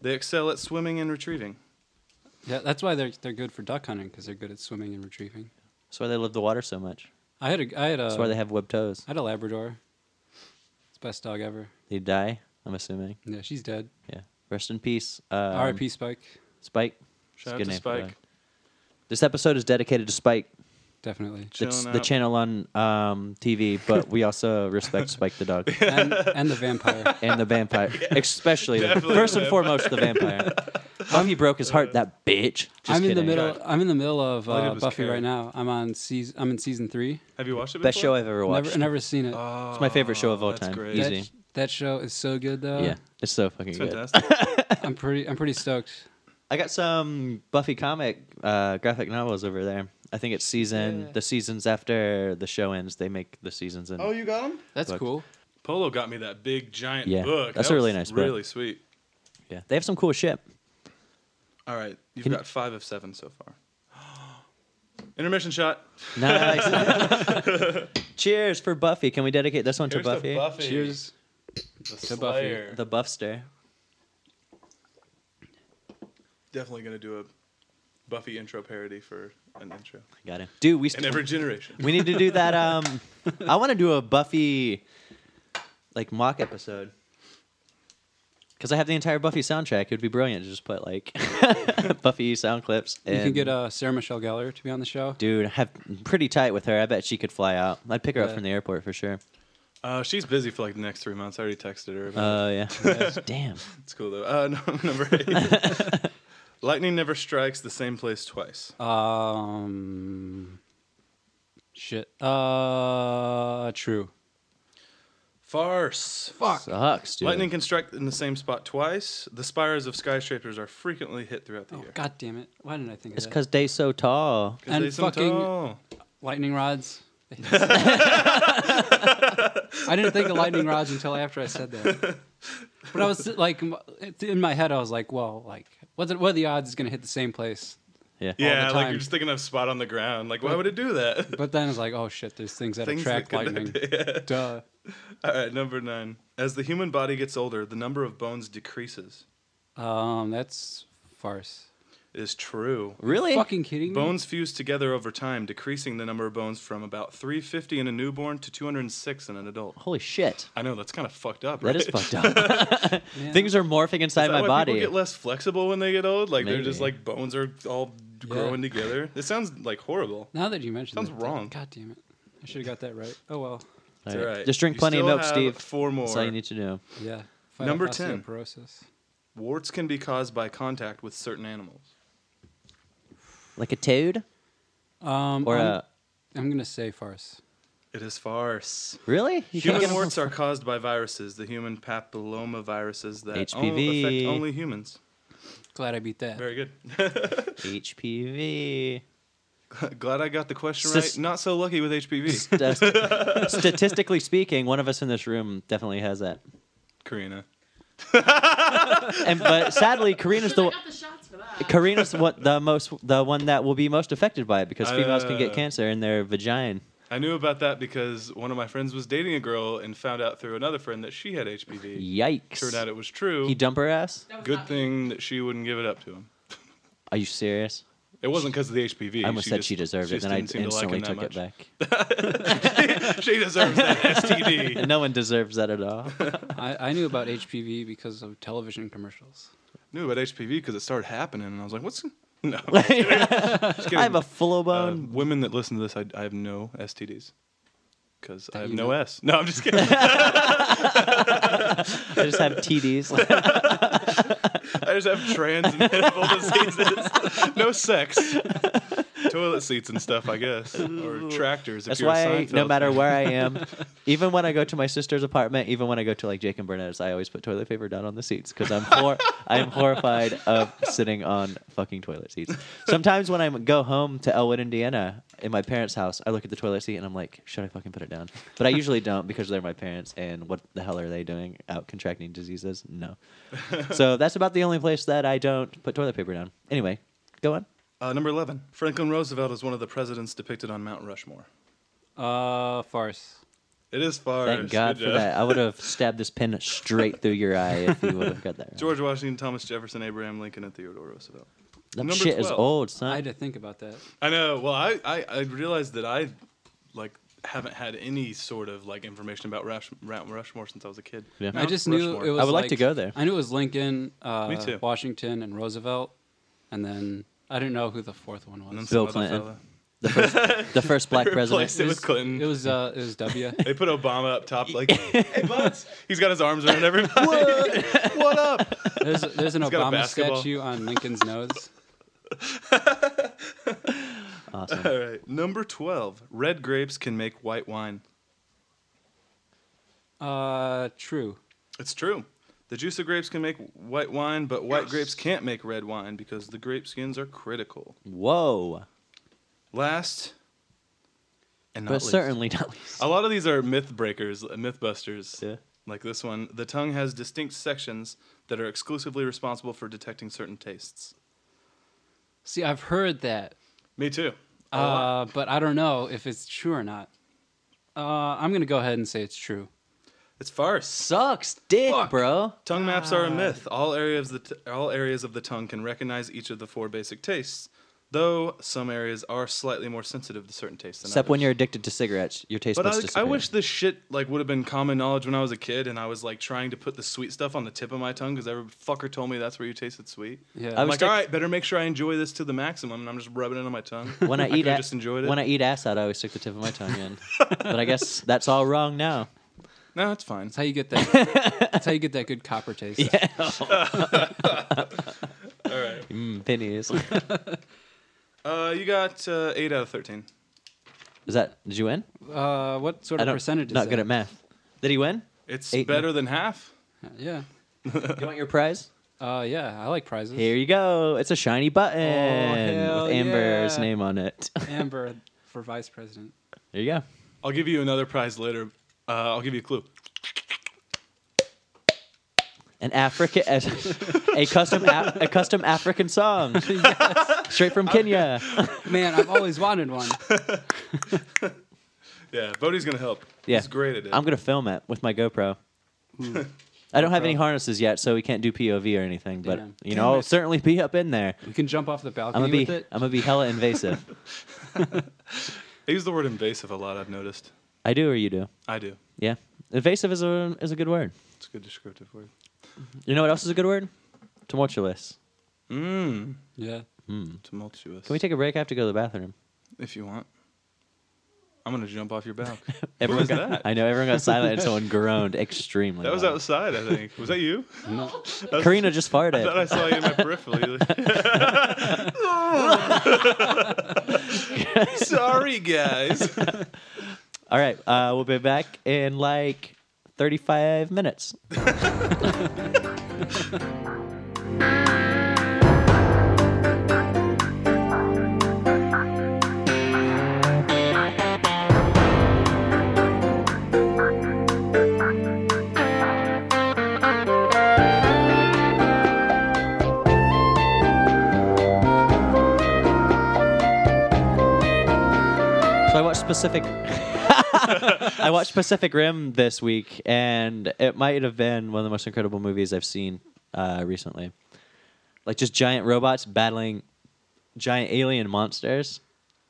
Speaker 1: they excel at swimming and retrieving.
Speaker 3: Yeah, that's why they're they're good for duck hunting because they're good at swimming and retrieving.
Speaker 2: That's why they love the water so much.
Speaker 3: I had a I had a
Speaker 2: That's why they have webbed toes.
Speaker 3: I had a Labrador. It's the best dog ever.
Speaker 2: They die, I'm assuming.
Speaker 3: Yeah, she's dead.
Speaker 2: Yeah. Rest in peace. Um,
Speaker 3: R.I.P. Spike.
Speaker 2: Spike. It's a
Speaker 1: Shout out
Speaker 2: good
Speaker 1: to
Speaker 2: name for
Speaker 1: Spike.
Speaker 2: that. This episode is dedicated to Spike.
Speaker 3: Definitely.
Speaker 2: It's
Speaker 1: Chilling
Speaker 2: the
Speaker 1: out.
Speaker 2: channel on um, TV, but we also respect Spike the dog
Speaker 3: And, and the vampire.
Speaker 2: and the vampire, especially the,
Speaker 1: Definitely
Speaker 2: first
Speaker 1: the
Speaker 2: and foremost the vampire. Buffy broke his heart. That bitch. Just
Speaker 3: I'm in the
Speaker 2: kidding.
Speaker 3: middle.
Speaker 1: God.
Speaker 3: I'm in the middle of
Speaker 1: All I did
Speaker 3: uh,
Speaker 1: was
Speaker 3: Buffy
Speaker 1: care.
Speaker 3: right now. I'm on season. I'm in season three.
Speaker 1: Have you watched it?
Speaker 2: Best show
Speaker 1: before?
Speaker 2: I've ever watched.
Speaker 3: Never, never seen it.
Speaker 2: It's my favorite show of all
Speaker 1: Oh, that's
Speaker 2: time.
Speaker 1: great.
Speaker 3: that,
Speaker 2: Easy.
Speaker 3: that show is so good though.
Speaker 2: yeah, it's so fucking
Speaker 1: It's
Speaker 2: good.
Speaker 1: fantastic.
Speaker 3: I'm pretty. I'm pretty stoked.
Speaker 2: I got some Buffy comic uh, graphic novels over there. I think it's season
Speaker 3: Yeah. Oh,
Speaker 2: the seasons after the show ends. They make the seasons in.
Speaker 1: Oh, you got him?
Speaker 3: That's
Speaker 2: Look.
Speaker 3: cool.
Speaker 1: Polo got me that big giant
Speaker 2: Yeah,
Speaker 1: book.
Speaker 2: that's
Speaker 1: That
Speaker 2: a really
Speaker 1: was
Speaker 2: nice book.
Speaker 1: Really sweet.
Speaker 2: yeah, they have some cool shit.
Speaker 1: All right, you've
Speaker 2: Can-
Speaker 1: got five of seven so far. Intermission shot.
Speaker 2: Nice. Cheers for Buffy. Can we dedicate this one
Speaker 1: Here's
Speaker 2: to Buffy?
Speaker 1: to Buffy.
Speaker 3: Cheers.
Speaker 1: the
Speaker 3: to Buffy.
Speaker 1: Slayer.
Speaker 2: The Buffster.
Speaker 1: Definitely gonna do a Buffy intro parody for an intro
Speaker 2: Got it. Dude, we
Speaker 1: in
Speaker 2: st-
Speaker 1: every generation.
Speaker 2: we need to do that. Um, I want to do a Buffy like mock episode because I have the entire Buffy soundtrack. It would be brilliant to just put like Buffy sound clips. And,
Speaker 3: You can get uh, Sarah Michelle Gellar to be on the show.
Speaker 2: dude. I have I'm pretty tight with her. I bet she could fly out. I'd pick her up
Speaker 3: Yeah.
Speaker 2: from the airport for sure.
Speaker 1: Uh, she's busy for like the next three months. I already texted her. About
Speaker 2: Oh yeah. Damn.
Speaker 1: it. It's cool though. Uh, no, number eight. Lightning never strikes the same place twice.
Speaker 3: Um. Shit. Uh. True.
Speaker 1: Farce.
Speaker 3: Fuck.
Speaker 2: Sucks, dude.
Speaker 1: Lightning can strike in the same spot twice. The spires of skyscrapers are frequently hit throughout the
Speaker 3: Oh
Speaker 1: year.
Speaker 3: god damn it! Why didn't I think of
Speaker 2: It's
Speaker 3: that?
Speaker 2: because they so tall.
Speaker 1: 'Cause
Speaker 3: And
Speaker 1: they some
Speaker 3: fucking-
Speaker 1: tall.
Speaker 3: lightning rods. I didn't think of lightning rods until after I said that. But I was like, m- in my head, I was like, well, like, what's it, what are the odds it's going to hit the same place?
Speaker 2: Yeah.
Speaker 1: Yeah, like
Speaker 3: time.
Speaker 1: you're just thinking of spot on the ground. Like, why would it do that?
Speaker 3: But then I was like, oh shit, there's things that
Speaker 1: Things
Speaker 3: attract
Speaker 1: that
Speaker 3: lightning.
Speaker 1: connect- yeah.
Speaker 3: Duh.
Speaker 1: All right, number nine. As the human body gets older, the number of bones decreases.
Speaker 3: Um, that's farce.
Speaker 1: It is true.
Speaker 2: Really?
Speaker 3: Fucking kidding me?
Speaker 1: Bones fuse together over time, decreasing the number of bones from about 350 in a newborn to 206 in an adult.
Speaker 2: Holy shit.
Speaker 1: I know that's kind of fucked up. Right?
Speaker 2: That is fucked up.
Speaker 3: Yeah.
Speaker 2: Things are morphing inside
Speaker 1: Is that
Speaker 2: my
Speaker 1: why
Speaker 2: body.
Speaker 1: People get less flexible when they get old. Like they're just
Speaker 2: Maybe.
Speaker 1: like bones are all growing together. It sounds like horrible.
Speaker 3: Now that you mentioned
Speaker 1: Sounds
Speaker 3: it,
Speaker 1: wrong.
Speaker 3: God damn it. I should have got that right. Oh well.
Speaker 1: It's all right.
Speaker 2: Just drink
Speaker 1: You
Speaker 2: plenty of
Speaker 1: still
Speaker 2: milk,
Speaker 1: have
Speaker 2: Steve.
Speaker 1: Four more.
Speaker 2: That's all you need to know.
Speaker 3: Yeah. Fight
Speaker 1: Number
Speaker 3: off
Speaker 1: 10.
Speaker 3: osteoporosis.
Speaker 1: Warts can be caused by contact with certain animals.
Speaker 2: Like a toad
Speaker 3: Um,
Speaker 2: or
Speaker 3: I'm,
Speaker 2: a uh,
Speaker 3: I'm going to say farce.
Speaker 1: It is farce.
Speaker 2: Really? You can't get
Speaker 1: Human
Speaker 2: 'em
Speaker 1: warts
Speaker 2: from-
Speaker 1: are caused by viruses, the human papilloma viruses that
Speaker 2: HPV.
Speaker 1: on- affect only humans.
Speaker 3: Glad I beat that.
Speaker 1: Very good.
Speaker 2: HPV.
Speaker 1: Glad I got the question
Speaker 2: Sis-
Speaker 1: right. Not so lucky with HPV.
Speaker 2: Stat- Statistically speaking, one of us in this room definitely has that.
Speaker 1: Karina.
Speaker 2: And but sadly, Karina's
Speaker 4: Should've
Speaker 2: the
Speaker 4: got the shots for that.
Speaker 2: Karina's what the most the one that will be most affected by it because females can get
Speaker 1: Uh.
Speaker 2: cancer in their vagina.
Speaker 1: I knew about that because one of my friends was dating a girl and found out through another friend that she had HPV.
Speaker 2: Yikes!
Speaker 1: Turned out it was true.
Speaker 2: he dump her ass?
Speaker 4: That was
Speaker 1: Good
Speaker 4: not me.
Speaker 1: thing that she wouldn't give it up to him.
Speaker 2: Are you serious?
Speaker 1: It wasn't because of the HPV.
Speaker 2: I almost said
Speaker 1: just-
Speaker 2: she deserved it,
Speaker 1: just
Speaker 2: and I
Speaker 1: didn't seem to like
Speaker 2: instantly
Speaker 1: him
Speaker 2: took
Speaker 1: that
Speaker 2: it back.
Speaker 1: much. she deserves that STD.
Speaker 2: no one deserves that at all.
Speaker 3: I, I knew about HPV because of television commercials.
Speaker 1: Knew about HPV because it started happening, and I was like, "What's no?"
Speaker 2: I have a full
Speaker 1: Uh,
Speaker 2: blown
Speaker 1: women that listen to this, I, I have no STDs because I have
Speaker 3: you
Speaker 1: no
Speaker 3: know.
Speaker 1: S. No, I'm just kidding. Oh.
Speaker 2: I just have TDs.
Speaker 1: I just have transmittable diseases. No sex. Toilet seats and stuff, I guess, or tractors. If
Speaker 2: That's
Speaker 1: you're
Speaker 2: why,
Speaker 1: a
Speaker 2: I,
Speaker 1: Seinfeld
Speaker 2: no matter
Speaker 1: fan.
Speaker 2: where I am, even when I go to my sister's apartment, even when I go to like Jake and Burnett's, I always put toilet paper down on the seats because I'm hor- I'm horrified of sitting on fucking toilet seats. Sometimes when I go home to Elwood, Indiana, in my parents' house, I look at the toilet seat and I'm like, should I fucking put it down? But I usually don't because they're my parents, and what the hell are they doing out contracting diseases? No. so that's about the only place that I don't put toilet paper down. Anyway, go on.
Speaker 1: Uh, number eleven, Franklin Roosevelt is one of the presidents depicted on Mount Rushmore.
Speaker 3: Uh, farce.
Speaker 1: It is far.
Speaker 2: Thank God for that. I would have stabbed this pin straight through your eye if you would have got that. Right.
Speaker 1: George Washington, Thomas Jefferson, Abraham Lincoln, and Theodore Roosevelt.
Speaker 2: That
Speaker 1: number
Speaker 2: shit is
Speaker 1: 12.
Speaker 2: old,
Speaker 3: I
Speaker 2: son.
Speaker 3: had to think about that.
Speaker 1: I know. Well, I, I, I realized that I like haven't had any sort of like information about Rush, Mount Rushmore since I was a kid.
Speaker 2: Yeah. I
Speaker 3: I
Speaker 1: Mount
Speaker 3: just knew
Speaker 1: Rushmore.
Speaker 3: it was.
Speaker 2: would like to go there.
Speaker 3: I knew it was Lincoln, uh,
Speaker 1: Me too.
Speaker 3: Washington, and Roosevelt, and then I didn't know who the fourth one
Speaker 1: And then
Speaker 3: was.
Speaker 1: some
Speaker 2: Bill
Speaker 1: other
Speaker 2: Clinton.
Speaker 1: fella.
Speaker 2: The first, the first black
Speaker 1: Replaced
Speaker 2: president.
Speaker 1: it with Clinton.
Speaker 3: It was uh, it was W.
Speaker 1: They put Obama up top, like, hey, Butts. He's got his arms around everybody. what? up?
Speaker 3: There's there's an
Speaker 1: got a
Speaker 3: Obama
Speaker 1: basketball.
Speaker 3: statue on Lincoln's nose.
Speaker 2: Awesome.
Speaker 1: All right. Number 12. Red grapes can make white wine.
Speaker 3: Uh, true.
Speaker 1: It's true. The juice of grapes can make white wine, but white grapes can't make red wine because the grape skins are critical.
Speaker 2: Whoa.
Speaker 1: Last and not
Speaker 2: But
Speaker 1: least.
Speaker 2: certainly not least.
Speaker 1: A lot of these are myth breakers, uh, myth busters.
Speaker 2: Yeah.
Speaker 1: Like this one. The tongue has distinct sections that are exclusively responsible for detecting certain tastes.
Speaker 3: See, I've heard that,
Speaker 1: Me too. A lot.
Speaker 3: uh, but I don't know if it's true or not. Uh, I'm gonna go ahead and say it's true.
Speaker 1: it's farce.
Speaker 2: Sucks dick, bro.
Speaker 1: Tongue maps are a myth. All areas of the t- all areas of the tongue can recognize each of the four basic tastes, though some areas are slightly more sensitive to certain tastes than
Speaker 2: Except
Speaker 1: others.
Speaker 2: when you're addicted to cigarettes, your taste
Speaker 1: But
Speaker 2: buds
Speaker 1: I, I
Speaker 2: disappear.
Speaker 1: wish this shit like would have been common knowledge when I was a kid, and I was like trying to put the sweet stuff on the tip of my tongue because every fucker told me that's where you tasted sweet.
Speaker 3: Yeah.
Speaker 1: I'm
Speaker 2: was
Speaker 1: like,
Speaker 2: ta-
Speaker 1: all right, better make sure I enjoy this to the maximum, and I'm just rubbing it on my tongue.
Speaker 2: when I, eat
Speaker 1: could've
Speaker 2: a-
Speaker 1: just enjoyed it.
Speaker 2: when I eat ass out, I always stick the tip of my tongue in. but I guess that's all wrong now.
Speaker 1: no, it's fine.
Speaker 3: That's how you get that. that's how you get that good copper taste.
Speaker 1: All right,
Speaker 2: Mm, pennies.
Speaker 1: uh, you got uh, eight out of thirteen.
Speaker 2: Is that did you win?
Speaker 3: Uh, what sort
Speaker 2: I
Speaker 3: of
Speaker 2: don't.
Speaker 3: percentage?
Speaker 2: not
Speaker 3: is
Speaker 2: good
Speaker 3: that?
Speaker 2: at math. Did he win?
Speaker 1: It's
Speaker 2: Eight.
Speaker 1: better than half.
Speaker 3: Yeah.
Speaker 2: You want your prize?
Speaker 3: Uh, yeah, I like prizes.
Speaker 2: Here you go. It's a shiny button
Speaker 3: hell
Speaker 1: Oh,
Speaker 2: with Amber's
Speaker 3: yeah.
Speaker 2: name on it.
Speaker 3: Amber for vice president.
Speaker 2: There you go.
Speaker 1: I'll give you another prize later. Uh, I'll give you a clue.
Speaker 2: An African, a, a custom, a, a custom African song, straight from Kenya.
Speaker 3: Man, I've always wanted one.
Speaker 1: Yeah, Bodie's gonna help.
Speaker 2: Yeah.
Speaker 1: he's great at it.
Speaker 2: I'm gonna film it with my GoPro.
Speaker 1: Hmm.
Speaker 2: I don't have any harnesses yet, so we can't do POV or anything. But
Speaker 3: Damn.
Speaker 2: you know, I'll certainly be up in there.
Speaker 3: You can jump off the
Speaker 2: I'm
Speaker 3: balcony
Speaker 2: gonna be,
Speaker 3: with
Speaker 2: I'm
Speaker 3: it.
Speaker 2: gonna be hella invasive.
Speaker 1: I use the word invasive a lot. I've noticed.
Speaker 2: I do or you do?
Speaker 1: I do.
Speaker 2: Yeah, invasive is a is a good word.
Speaker 1: It's a good descriptive word.
Speaker 2: You know what else is a good word? Tumultuous.
Speaker 1: Mmm.
Speaker 3: Yeah.
Speaker 1: Tumultuous.
Speaker 2: Can we take a break? I have to go to the bathroom.
Speaker 1: if you want. I'm gonna jump off your back.
Speaker 2: Everyone
Speaker 1: was
Speaker 2: got,
Speaker 1: that?
Speaker 2: I know everyone got silent and someone groaned extremely.
Speaker 1: that was
Speaker 2: loud.
Speaker 1: outside, I think. Was that you?
Speaker 2: Karina just
Speaker 1: I thought
Speaker 2: farted.
Speaker 1: I saw you in my peripheral. Sorry, guys.
Speaker 2: All All right, uh, we'll be back in like 35 minutes. So I watched Pacific. I watched Pacific Rim this week, and it might have been one of the most incredible movies I've seen uh, recently. Like just giant robots battling giant alien monsters.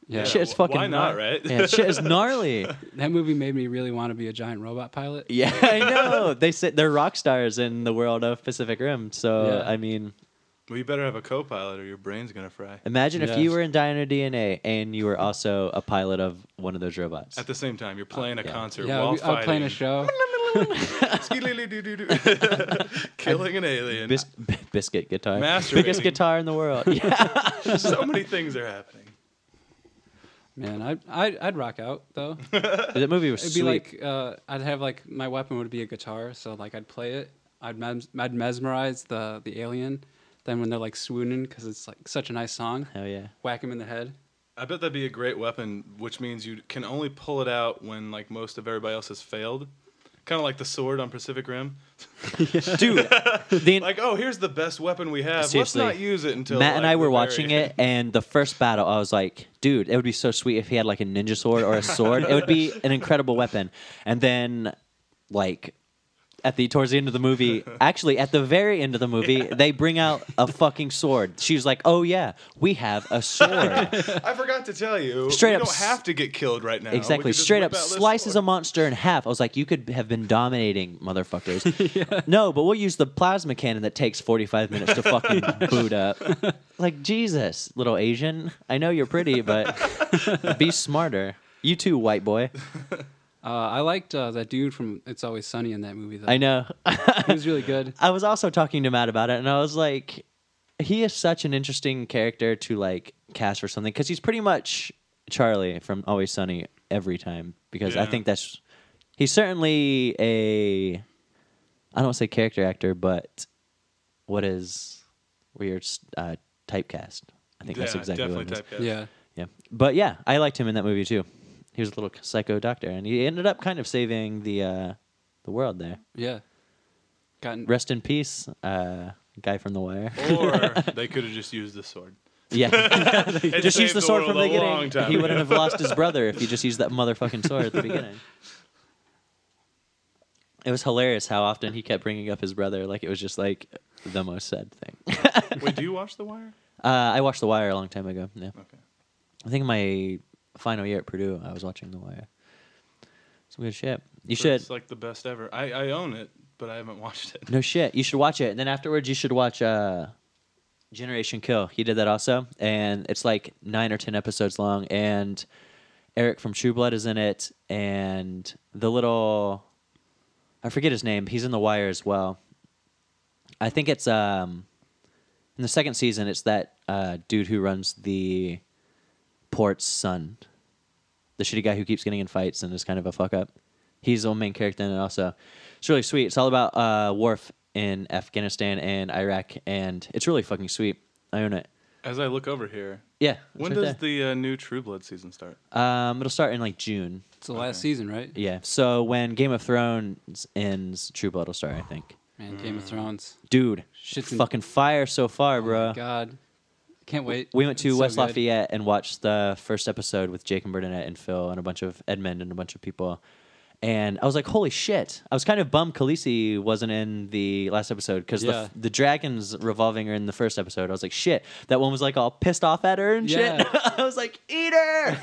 Speaker 3: Yeah.
Speaker 2: Shit is
Speaker 1: wh-
Speaker 2: fucking.
Speaker 1: why not,
Speaker 2: gnar-
Speaker 1: right?
Speaker 2: Yeah, shit is gnarly.
Speaker 3: That movie made me really want to be a giant robot pilot.
Speaker 2: Yeah, I know. They sit. They're rock stars in the world of Pacific Rim. So
Speaker 3: Yeah.
Speaker 2: I mean,
Speaker 1: Well, you better have a co-pilot, or your brain's gonna fry.
Speaker 2: imagine if
Speaker 3: Yeah.
Speaker 2: you were in Dino DNA and you were also a pilot of one of those robots.
Speaker 1: At the same time, you're playing a
Speaker 2: yeah.
Speaker 1: concert
Speaker 3: Yeah,
Speaker 1: while
Speaker 3: we- I'm playing a
Speaker 1: fighting.
Speaker 3: show.
Speaker 1: Skidoo-doo-doo-doo. Killing an alien.
Speaker 2: Bis- biscuit guitar,
Speaker 1: Masturbating.
Speaker 2: biggest guitar in the world. Yeah.
Speaker 1: so many things are happening.
Speaker 3: Man, I'd, I'd, I'd rock out though.
Speaker 2: that movie was
Speaker 3: It'd
Speaker 2: sweet.
Speaker 3: be like uh, I'd have like my weapon would be a guitar, so like I'd play it. I'd mes- I'd mesmerize the the alien. Then when they're like swooning because it's like such a nice song,
Speaker 2: Hell yeah.
Speaker 3: whack him in the head.
Speaker 1: I bet that'd be a great weapon, which means you can only pull it out when like most of everybody else has failed. Kind of like the sword on Pacific Rim.
Speaker 2: Dude, the,
Speaker 1: Like, oh, here's the best weapon we have.
Speaker 2: Seriously.
Speaker 1: Let's not use it until
Speaker 2: Matt and
Speaker 1: like,
Speaker 2: I were
Speaker 1: the
Speaker 2: watching
Speaker 1: very-
Speaker 2: it, and the first battle, I was like, dude, it would be so sweet if he had like a ninja sword or a sword. it would be an incredible weapon. And then, like, at the towards the end of the movie, actually at the very end of the movie, they bring out a fucking sword. She's like, "Oh yeah, we have a sword."
Speaker 1: I forgot to tell you.
Speaker 2: Straight
Speaker 1: we
Speaker 2: up
Speaker 1: don't
Speaker 2: s-
Speaker 1: have to get killed right now. Oh, We
Speaker 2: Exactly.
Speaker 1: could just
Speaker 2: Straight
Speaker 1: whip
Speaker 2: up
Speaker 1: out this
Speaker 2: slices a
Speaker 1: sword.
Speaker 2: monster in half. I was like, you could have been dominating motherfuckers. No, but we'll use the plasma cannon that takes 45 minutes to fucking boot up. Like, Jesus, little Asian. I know you're pretty, but be smarter. You too, white boy.
Speaker 3: Uh, I liked uh, that dude from It's Always Sunny in that movie though.
Speaker 2: I know.
Speaker 3: he was really good.
Speaker 2: I was also talking to Matt about it, and I was like, he is such an interesting character to like cast for something because he's pretty much Charlie from Always Sunny every time. Because I
Speaker 1: Yeah.
Speaker 2: think that's he's certainly a I don't wanna say character actor, but what is weird uh, typecast? I think that's
Speaker 1: Yeah,
Speaker 2: exactly
Speaker 1: definitely
Speaker 2: what it is.
Speaker 1: typecast.
Speaker 3: Yeah,
Speaker 2: Yeah, but yeah, I liked him in that movie too. He was a little psycho doctor, and he ended up kind of saving the uh, the world there.
Speaker 3: yeah. Gotten
Speaker 2: Rest in peace, uh, guy from The Wire.
Speaker 1: Or they could have just used the sword.
Speaker 2: Yeah,
Speaker 1: It
Speaker 2: just use
Speaker 1: saved
Speaker 2: the sword
Speaker 1: world
Speaker 2: from
Speaker 1: a
Speaker 2: the
Speaker 1: long
Speaker 2: beginning.
Speaker 1: time
Speaker 2: He
Speaker 1: ago.
Speaker 2: wouldn't have lost his brother if he just used that motherfucking sword at the beginning. It was hilarious how often he kept bringing up his brother, like it was just like the most sad thing.
Speaker 1: Wait, do you watch The Wire?
Speaker 2: Uh, I watched The Wire a long time ago. Yeah,
Speaker 1: Okay.
Speaker 2: I think my final year at Purdue, I was watching The Wire. Some good shit. You should
Speaker 1: It's like the best ever. I, I own it, but I haven't watched it.
Speaker 2: No shit. You should watch it. And then afterwards, you should watch uh, Generation Kill. He did that also. And it's like nine or 10 episodes long. And Eric from True Blood is in it. And the little, I forget his name. He's in The Wire as well. I think it's um, in the second season, it's that uh, dude who runs the port's son. The shitty guy who keeps getting in fights and is kind of a fuck up. He's the main character in it also. It's really sweet. It's all about uh Worf in Afghanistan and Iraq and it's really fucking sweet. I own it.
Speaker 1: As I look over here,
Speaker 2: Yeah. it's
Speaker 1: when
Speaker 2: right
Speaker 1: does
Speaker 2: there.
Speaker 1: the uh, new True Blood season start?
Speaker 2: um it'll start in like June.
Speaker 3: it's the last season, right?
Speaker 2: Yeah. So when Game of Thrones ends, True Blood will start, I think.
Speaker 3: Man, Game of Thrones.
Speaker 2: Dude,
Speaker 3: Shit's in-
Speaker 2: fucking fire so far, bro.
Speaker 3: God, can't wait.
Speaker 2: We went to
Speaker 3: It's so
Speaker 2: West
Speaker 3: good.
Speaker 2: Lafayette and watched the first episode with Jake and Bernadette and Phil and a bunch of Edmund and a bunch of people. And I was like, holy shit. I was kind of bummed Khaleesi wasn't in the last episode because
Speaker 3: Yeah.
Speaker 2: the, the dragons revolving her in the first episode. I was like, shit. That one was like all pissed off at her and shit.
Speaker 3: Yeah.
Speaker 2: I was like, eat her.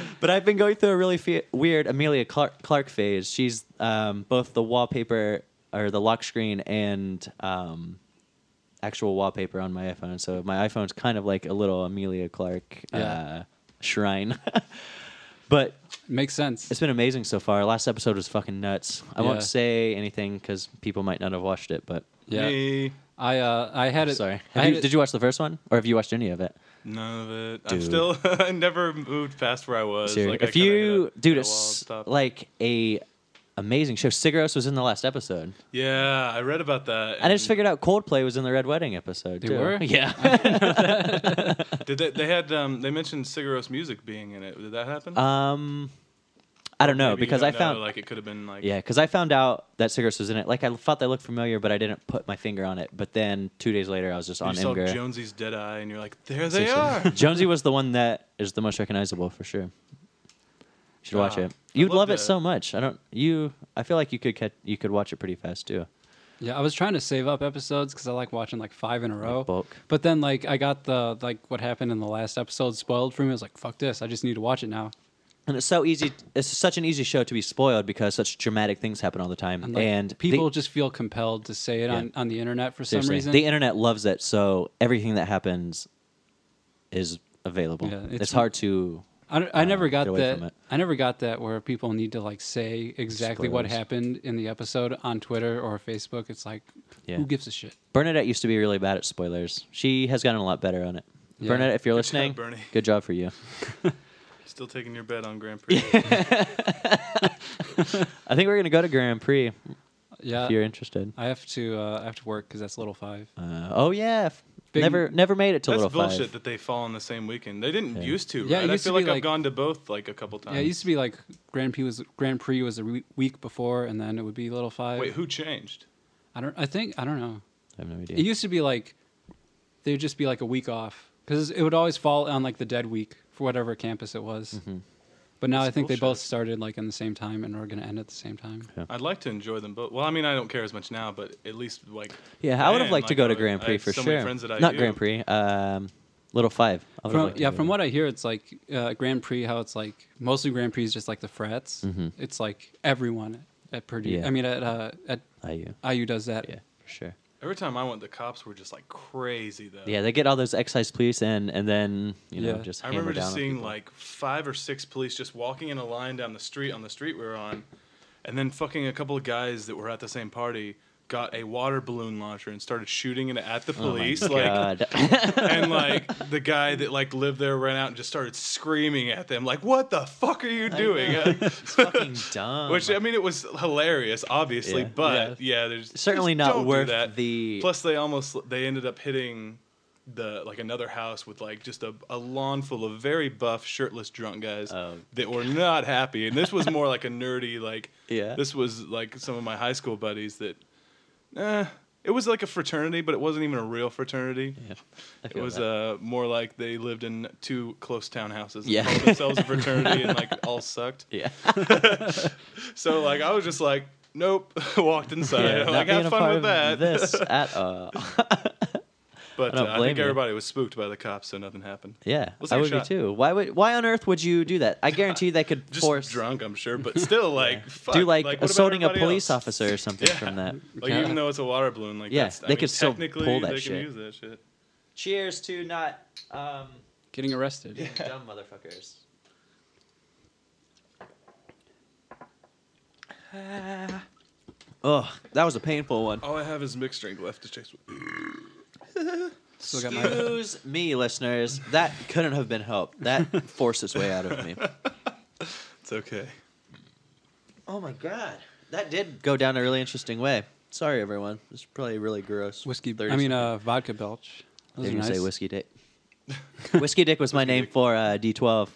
Speaker 2: but I've been going through a really fe- weird Amelia Clark-, Clark phase. She's um, both the wallpaper or the lock screen and. Um, actual wallpaper on my iPhone. So my iPhone's kind of like a little Amelia Clark uh,
Speaker 3: Yeah.
Speaker 2: shrine. but
Speaker 3: Makes sense.
Speaker 2: it's been amazing so far. Last episode was fucking nuts. I
Speaker 3: Yeah.
Speaker 2: won't say anything because people might not have watched it, but
Speaker 3: yeah.
Speaker 1: Me.
Speaker 3: I uh, I had it.
Speaker 2: Sorry.
Speaker 3: I
Speaker 2: Have
Speaker 3: had
Speaker 2: you,
Speaker 3: it-
Speaker 2: did you watch the first one, or have you watched any of it?
Speaker 1: None of it. I'm
Speaker 2: Dude.
Speaker 1: still. I never moved past where I was.
Speaker 2: Dude,
Speaker 1: Like, I
Speaker 2: if
Speaker 1: kinda hit
Speaker 2: you,
Speaker 1: a-
Speaker 2: dude,
Speaker 1: a wall and
Speaker 2: it's
Speaker 1: stopped.
Speaker 2: like a amazing show. Sigaros was in the last episode.
Speaker 1: Yeah, I read about that.
Speaker 2: I just
Speaker 1: and
Speaker 2: figured out Coldplay was in the Red Wedding episode.
Speaker 3: Mm. They
Speaker 2: too.
Speaker 3: were?
Speaker 2: Yeah.
Speaker 1: Did they, they had um, they mentioned Sigaros music being in it? Did that happen?
Speaker 2: um, I don't know
Speaker 1: Maybe you
Speaker 2: because
Speaker 1: don't
Speaker 2: I
Speaker 1: know,
Speaker 2: found
Speaker 1: like it could have been like
Speaker 2: yeah because I found out that Sigaros was in it. Like I thought they looked familiar, but I didn't put my finger on it. But then two days later, I was just
Speaker 1: You
Speaker 2: on
Speaker 1: saw
Speaker 2: Imgur.
Speaker 1: Jonesy's dead eye, and you're like, there they
Speaker 2: Seriously.
Speaker 1: are.
Speaker 2: Jonesy was the one that is the most recognizable for sure. You should watch
Speaker 1: Ah,
Speaker 2: it. You'd
Speaker 1: love
Speaker 2: love it
Speaker 1: to-
Speaker 2: so much. I don't. You. I feel like you could catch, you could watch it pretty fast too.
Speaker 3: Yeah, I was trying to save up episodes because I like watching like five in a row.
Speaker 2: bulk.
Speaker 3: But then like I got the like what happened in the last episode spoiled for me. I was like, fuck this, I just need to watch it now.
Speaker 2: And it's so easy. It's such an easy show to be spoiled because such dramatic things happen all the time.
Speaker 3: And,
Speaker 2: And,
Speaker 3: like,
Speaker 2: the-
Speaker 3: people just feel compelled to say it
Speaker 2: Yeah.
Speaker 3: on, on the internet for some
Speaker 2: seriously,
Speaker 3: reason.
Speaker 2: the internet loves it, so everything that happens is available.
Speaker 3: Yeah,
Speaker 2: it's,
Speaker 3: it's-
Speaker 2: hard to.
Speaker 3: I, don't- I never
Speaker 2: uh, get
Speaker 3: got
Speaker 2: away from
Speaker 3: that.
Speaker 2: it.
Speaker 3: I never got that where people need to like say exactly what
Speaker 2: Spoilers.
Speaker 3: happened in the episode on Twitter or Facebook. It's like,
Speaker 2: Yeah.
Speaker 3: who gives a shit?
Speaker 2: Bernadette used to be really bad at spoilers. She has gotten a lot better on it.
Speaker 3: Yeah.
Speaker 2: Bernadette, if you're
Speaker 1: Good job,
Speaker 2: listening,
Speaker 1: Bernie.
Speaker 2: good job for you.
Speaker 1: Still taking your bet on Grand Prix.
Speaker 2: I think we're gonna go to Grand Prix
Speaker 3: Yeah,
Speaker 2: if you're interested.
Speaker 3: I have to. Uh, I have to work because that's little five.
Speaker 2: Uh, oh yeah, F-
Speaker 3: Big-
Speaker 2: never never made it to
Speaker 1: That's
Speaker 2: Little
Speaker 1: bullshit
Speaker 2: Five.
Speaker 1: that they fall on the same weekend. They didn't
Speaker 2: Yeah.
Speaker 1: used to,
Speaker 3: Yeah, it
Speaker 1: right? I
Speaker 3: used to
Speaker 1: feel
Speaker 3: be
Speaker 1: like, I've
Speaker 3: like-
Speaker 1: gone to both like a couple times.
Speaker 3: Yeah, it used to be like Grand Prix was Grand Prix was a re- week before, and then it would be little five.
Speaker 1: Wait, who changed?
Speaker 3: I don't. I think I don't know.
Speaker 2: I have no
Speaker 3: It
Speaker 2: idea.
Speaker 3: used to be like they'd just be like a week off because it would always fall on like the dead week for whatever campus it was.
Speaker 2: Mm-hmm.
Speaker 3: But now I
Speaker 1: That's
Speaker 3: think they both
Speaker 1: bullshit.
Speaker 3: started like in the same time and are going to end at the same time.
Speaker 1: I'd like to enjoy them both. Well, I mean, I don't care as much now, but at least like
Speaker 2: yeah, I would have
Speaker 1: man,
Speaker 2: liked to
Speaker 1: like,
Speaker 2: go
Speaker 1: I
Speaker 2: to
Speaker 1: would-
Speaker 2: Grand
Speaker 1: I
Speaker 2: Prix
Speaker 1: have
Speaker 2: for
Speaker 1: so many
Speaker 2: sure.
Speaker 1: friends that I
Speaker 2: Not
Speaker 1: do.
Speaker 2: Grand Prix. Um, Little Five. I would've
Speaker 3: From,
Speaker 2: liked to
Speaker 3: yeah,
Speaker 2: go
Speaker 3: from
Speaker 2: to
Speaker 3: what I hear, it's like uh, Grand Prix. How it's like mostly Grand Prix is just like the frats. It's like everyone at Purdue.
Speaker 2: Mm-hmm. Yeah.
Speaker 3: I mean, at uh, at
Speaker 2: IU.
Speaker 3: IU does that.
Speaker 2: Yeah, for sure.
Speaker 1: every time I went, the cops were just like crazy though.
Speaker 2: Yeah, they get all those excise police in, and then you know
Speaker 3: Yeah.
Speaker 2: just
Speaker 1: I
Speaker 2: hammer
Speaker 1: remember
Speaker 2: down
Speaker 1: just
Speaker 2: on
Speaker 1: seeing
Speaker 2: people.
Speaker 1: like five or six police just walking in a line down the street on the street we were on, and then fucking a couple of guys that were at the same party got a water balloon launcher and started shooting it at the
Speaker 2: Oh my
Speaker 1: police. like,
Speaker 2: God.
Speaker 1: and like the guy that like lived there ran out and just started screaming at them like, "What the fuck are you doing?"
Speaker 2: it's fucking dumb.
Speaker 1: Which I mean, it was hilarious, obviously,
Speaker 2: Yeah.
Speaker 1: but yeah, there's
Speaker 2: certainly
Speaker 1: just
Speaker 2: not
Speaker 1: don't do
Speaker 2: worth
Speaker 1: that.
Speaker 2: the.
Speaker 1: Plus, they almost they ended up hitting the like another house with like just a, a lawn full of very buff, shirtless drunk guys
Speaker 2: Oh.
Speaker 1: that were not happy. And this was more like a nerdy like
Speaker 2: Yeah.
Speaker 1: This was like some of my high school buddies that, eh, it was like a fraternity, but it wasn't even a real fraternity.
Speaker 2: Yeah, I
Speaker 1: It
Speaker 2: feel
Speaker 1: was
Speaker 2: that.
Speaker 1: uh, more like they lived in two close townhouses.
Speaker 2: Yeah.
Speaker 1: Yeah. Called themselves a fraternity and like all sucked.
Speaker 2: yeah.
Speaker 1: So like I was just like, nope, walked inside.
Speaker 2: Yeah, not
Speaker 1: like
Speaker 2: being
Speaker 1: have
Speaker 2: a
Speaker 1: fun
Speaker 2: part
Speaker 1: with that.
Speaker 2: of This at all.
Speaker 1: But
Speaker 2: I
Speaker 1: I,
Speaker 2: don't
Speaker 1: uh, I
Speaker 2: blame
Speaker 1: think
Speaker 2: you.
Speaker 1: everybody was spooked by the cops, so nothing happened.
Speaker 2: Yeah,
Speaker 1: Let's
Speaker 2: I
Speaker 1: take a
Speaker 2: would be
Speaker 1: shot.
Speaker 2: too. Why would? Why on earth would you do that? I guarantee they could
Speaker 1: Just
Speaker 2: force
Speaker 1: drunk, I'm sure, but still, like, fuck,
Speaker 2: do like,
Speaker 1: what about
Speaker 2: assaulting a
Speaker 1: everybody
Speaker 2: police
Speaker 1: else?
Speaker 2: officer or something
Speaker 1: Yeah.
Speaker 2: from that.
Speaker 1: Like, even though it's a water balloon, like,
Speaker 2: Yeah,
Speaker 1: that's,
Speaker 2: they
Speaker 1: I mean,
Speaker 2: could still
Speaker 1: technically,
Speaker 2: pull that
Speaker 1: they
Speaker 2: shit.
Speaker 1: can use that shit.
Speaker 2: Cheers to not um,
Speaker 3: Getting arrested.
Speaker 2: dumb motherfuckers. Oh, that was a painful one.
Speaker 1: All I have is mixed drink left to chase with.
Speaker 3: Still got my
Speaker 2: Excuse me, listeners. That couldn't have been helped. That forced its way out of me.
Speaker 1: It's okay.
Speaker 2: Oh my god, that did go down a really interesting way. Sorry, everyone. It's probably really gross.
Speaker 3: whiskey.
Speaker 2: Thirty
Speaker 3: I mean,
Speaker 2: seconds.
Speaker 3: uh, vodka belch.
Speaker 2: They're
Speaker 3: Those are
Speaker 2: gonna
Speaker 3: nice.
Speaker 2: say whiskey dick. whiskey dick was my name for uh, D12.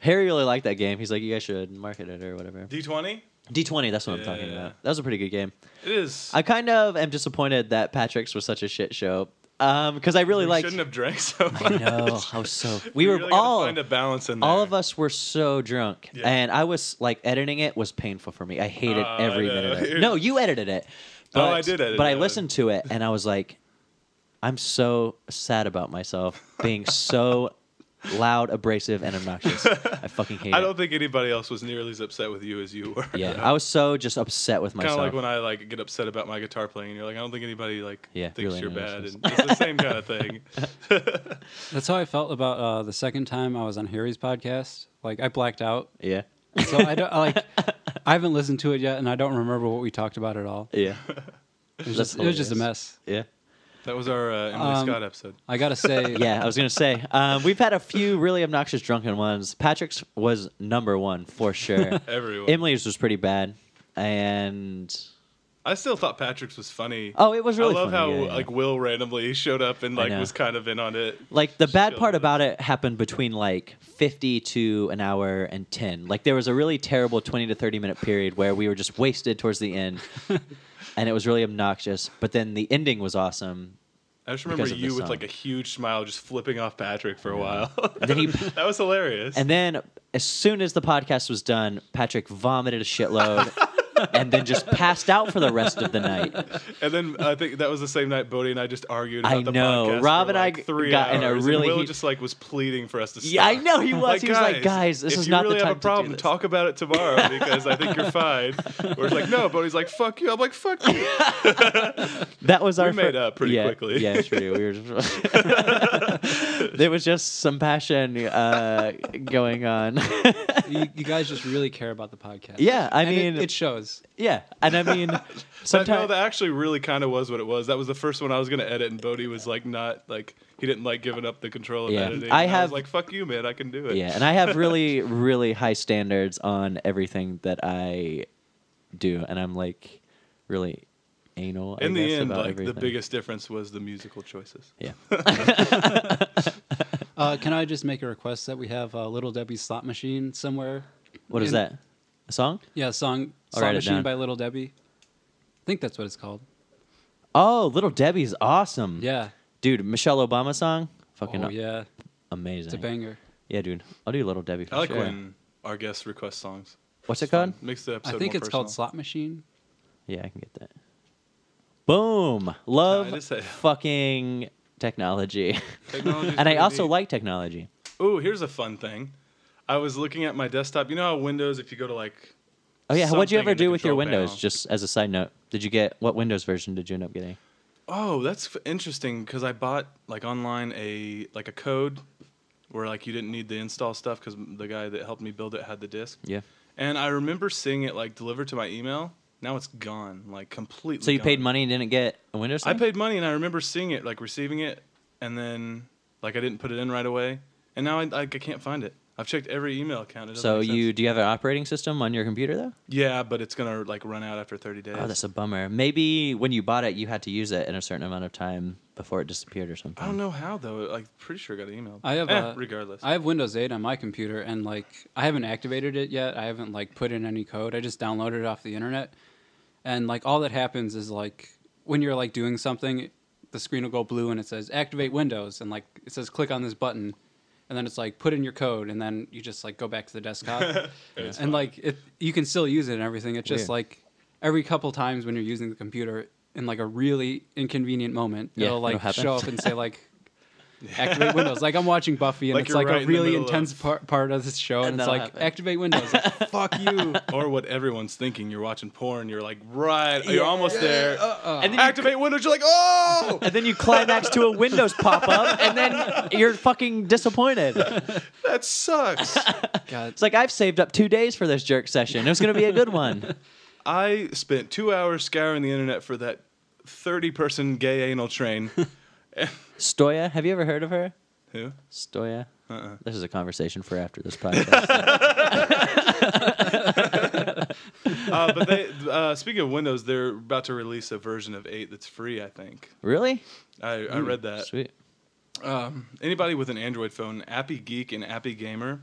Speaker 2: Harry really liked that game. He's like, you guys should market it or whatever.
Speaker 1: D20?
Speaker 2: D20, that's what I'm talking
Speaker 1: Yeah.
Speaker 2: about. That was a pretty good game.
Speaker 1: It is.
Speaker 2: I kind of am disappointed that Patrick's was such a shit show. Um, because I really
Speaker 1: we
Speaker 2: liked.
Speaker 1: shouldn't have drank so much.
Speaker 2: I know. I was so. We were
Speaker 1: really gotta
Speaker 2: all.
Speaker 1: find a balance in there.
Speaker 2: All of us were so drunk,
Speaker 1: Yeah.
Speaker 2: and I was like editing it was painful for me. I hated
Speaker 1: Oh,
Speaker 2: every
Speaker 1: I know. Oh,
Speaker 2: minute of it. No, you edited it. But,
Speaker 1: I did edit
Speaker 2: But I
Speaker 1: it.
Speaker 2: listened to it, and I was like, I'm so sad about myself being so loud, abrasive, and obnoxious. I fucking hate
Speaker 1: I
Speaker 2: it.
Speaker 1: don't think anybody else was nearly as upset with you as you were.
Speaker 2: yeah, I was so just upset with
Speaker 1: Kind
Speaker 2: myself.
Speaker 1: of like when I like get upset about my guitar playing, and you're like, I don't think anybody like
Speaker 2: Yeah,
Speaker 1: thinks
Speaker 2: really
Speaker 1: you're bad,
Speaker 2: notices.
Speaker 1: and it's the same kind of thing.
Speaker 3: That's how I felt about uh, the second time I was on Harry's podcast. Like I blacked out,
Speaker 2: yeah,
Speaker 3: so I don't I, like. I haven't listened to it yet, and I don't remember what we talked about at all.
Speaker 2: yeah.
Speaker 3: It was,
Speaker 2: That's
Speaker 3: just, it was just a
Speaker 2: hilarious.
Speaker 3: mess.
Speaker 2: Yeah.
Speaker 1: That was our uh, Emily
Speaker 3: Um,
Speaker 1: Scott episode.
Speaker 3: I gotta say,
Speaker 2: Yeah, I was gonna say um, we've had a few really obnoxious drunken ones. Patrick's was number one for sure.
Speaker 1: Everyone.
Speaker 2: Emily's was pretty bad, and
Speaker 1: I still thought Patrick's was funny.
Speaker 2: oh, it was really.
Speaker 1: I love how
Speaker 2: funny, yeah, yeah.
Speaker 1: like Will randomly showed up and
Speaker 2: I
Speaker 1: like
Speaker 2: know.
Speaker 1: was kind of in on it.
Speaker 2: Like, the bad
Speaker 1: Chill
Speaker 2: part
Speaker 1: with it.
Speaker 2: about it happened between like fifty to an hour and ten. Like there was a really terrible twenty to thirty minute period where we were just wasted towards the end, and it was really obnoxious. But then the ending was awesome.
Speaker 1: I just remember
Speaker 2: Because of the
Speaker 1: you with
Speaker 2: song.
Speaker 1: like a huge smile, just flipping off Patrick for a while.
Speaker 2: then he-
Speaker 1: that was hilarious.
Speaker 2: And then as soon as the podcast was done, Patrick vomited a shitload. And then just passed out for the rest of the night.
Speaker 1: And then I think that was the same night Bodie and I just argued
Speaker 2: I
Speaker 1: about the
Speaker 2: know.
Speaker 1: podcast.
Speaker 2: Rob
Speaker 1: for
Speaker 2: and I
Speaker 1: like
Speaker 2: g-
Speaker 1: three
Speaker 2: got in a
Speaker 1: hours,
Speaker 2: really
Speaker 1: and Will
Speaker 2: heat-
Speaker 1: just like was pleading for us to. Stop.
Speaker 2: Yeah, I know he was.
Speaker 1: Like,
Speaker 2: he was like, "Guys, this
Speaker 1: if
Speaker 2: is
Speaker 1: you
Speaker 2: not
Speaker 1: really
Speaker 2: the time
Speaker 1: have a
Speaker 2: to do
Speaker 1: problem.
Speaker 2: this."
Speaker 1: Talk about it tomorrow because I think you're fine." We're just like, "No," Bodie's like, "Fuck you." I'm like, "Fuck you."
Speaker 2: That was our.
Speaker 1: made up pretty
Speaker 2: yeah,
Speaker 1: quickly.
Speaker 2: Yeah, true. We were just- there was just some passion uh, going on.
Speaker 3: you, you guys just really care about the podcast.
Speaker 2: Yeah, I
Speaker 3: And it-
Speaker 2: mean-
Speaker 3: it, shows.
Speaker 2: yeah, and I mean,
Speaker 1: That, no,
Speaker 2: sometimes
Speaker 1: that actually really kind of was what it was. That was the first one I was going to edit, and Bodie was like, "Not like he didn't like giving up the control of
Speaker 2: Yeah.
Speaker 1: editing."
Speaker 2: I
Speaker 1: And
Speaker 2: have-
Speaker 1: was like, "Fuck you, man. I can do it."
Speaker 2: yeah, and I have really, really high standards on everything that I do, and I'm like really anal. I
Speaker 1: In the
Speaker 2: guess,
Speaker 1: end,
Speaker 2: about
Speaker 1: like
Speaker 2: everything.
Speaker 1: the biggest difference was the musical choices.
Speaker 2: Yeah.
Speaker 3: Uh, can I just make a request that we have uh, Little Debbie's slot machine somewhere?
Speaker 2: What is
Speaker 3: In-
Speaker 2: that? A song?
Speaker 3: Yeah, song
Speaker 2: I'll
Speaker 3: slot
Speaker 2: write it
Speaker 3: machine
Speaker 2: down.
Speaker 3: by Little Debbie. I think that's what it's called.
Speaker 2: Oh, Little Debbie's awesome.
Speaker 3: Yeah.
Speaker 2: dude, Michelle Obama song, fucking
Speaker 3: Oh yeah,
Speaker 2: amazing.
Speaker 3: it's a banger.
Speaker 2: Yeah, dude. I'll do Little Debbie for
Speaker 1: I like
Speaker 2: sure.
Speaker 1: when our guests request songs.
Speaker 2: What's it called?
Speaker 1: Makes the episode.
Speaker 3: I think
Speaker 1: more
Speaker 3: it's called
Speaker 1: personal.
Speaker 3: slot machine.
Speaker 2: Yeah, I can get that. Boom.
Speaker 1: I
Speaker 2: Love
Speaker 1: just said-
Speaker 2: fucking technology.
Speaker 1: Technology's
Speaker 2: and I
Speaker 1: pretty
Speaker 2: also
Speaker 1: neat.
Speaker 2: like technology.
Speaker 1: Ooh, here's a fun thing. I was looking at my desktop. You know how Windows, if you go to like,
Speaker 2: Oh yeah, what'd
Speaker 1: Something
Speaker 2: you ever
Speaker 1: in the
Speaker 2: do with your
Speaker 1: control
Speaker 2: Windows?
Speaker 1: panel.
Speaker 2: Just as a side note, did you get what Windows version did you end up getting?
Speaker 1: oh, that's f- interesting because I bought like online a like a code where like you didn't need the install stuff because the guy that helped me build it had the disk.
Speaker 2: Yeah.
Speaker 1: And I remember seeing it like delivered to my email. Now it's gone, like completely.
Speaker 2: So you paid
Speaker 1: gone.
Speaker 2: money and didn't get a Windows?
Speaker 1: I
Speaker 2: thing?
Speaker 1: paid money, and I remember seeing it, like receiving it, and then like I didn't put it in right away, and now I like I can't find it. I've checked every email account. It doesn't
Speaker 2: So
Speaker 1: make sense.
Speaker 2: you do you have an operating system on your computer though?
Speaker 1: Yeah, but it's gonna like run out after thirty days.
Speaker 2: Oh, that's a bummer. Maybe when you bought it, you had to use it in a certain amount of time before it disappeared or something.
Speaker 1: I don't know how though. Like, pretty sure I got emailed.
Speaker 3: I have
Speaker 1: Eh,
Speaker 3: uh,
Speaker 1: regardless.
Speaker 3: I have Windows 8 on my computer, and like I haven't activated it yet. I haven't like put in any code. I just downloaded it off the internet, and like all that happens is like when you're like doing something, the screen will go blue and it says activate Windows, and like it says click on this button, and then it's like put in your code, and then you just like go back to the desktop, and like it you can still use it and everything. It's just
Speaker 2: Weird.
Speaker 3: like every couple times when you're using the computer in like a really inconvenient moment,
Speaker 2: Yeah,
Speaker 3: it'll like
Speaker 2: it'll happen.
Speaker 3: show up and say like activate Windows. Like I'm watching Buffy, and
Speaker 1: Like
Speaker 3: it's
Speaker 1: you're
Speaker 3: like
Speaker 1: right
Speaker 3: a
Speaker 1: in the
Speaker 3: really
Speaker 1: middle of-
Speaker 3: intense part, part of this show, and,
Speaker 2: And
Speaker 3: it's
Speaker 2: that'll
Speaker 3: like
Speaker 2: happen.
Speaker 3: activate Windows. Like, fuck you.
Speaker 1: or what everyone's thinking. You're watching porn. You're like, right, you're almost there.
Speaker 2: uh-uh. And then you
Speaker 1: Activate Windows. You're like, oh,
Speaker 2: and then you climax to a Windows pop up, and then you're fucking disappointed. It's
Speaker 1: that sucks.
Speaker 3: God.
Speaker 2: like I've saved up two days for this jerk session. It was gonna be a good one.
Speaker 1: I spent two hours scouring the internet for that thirty-person gay anal train.
Speaker 2: Stoya, have you ever heard of her?
Speaker 1: Who?
Speaker 2: Stoya.
Speaker 1: Uh-uh.
Speaker 2: This is a conversation for after this podcast.
Speaker 1: Uh, but they, uh, speaking of Windows, they're about to release a version of eight that's free. I think.
Speaker 2: really?
Speaker 1: I, I read that.
Speaker 2: Sweet.
Speaker 1: um, anybody with an Android phone, Appy Geek and Appy Gamer,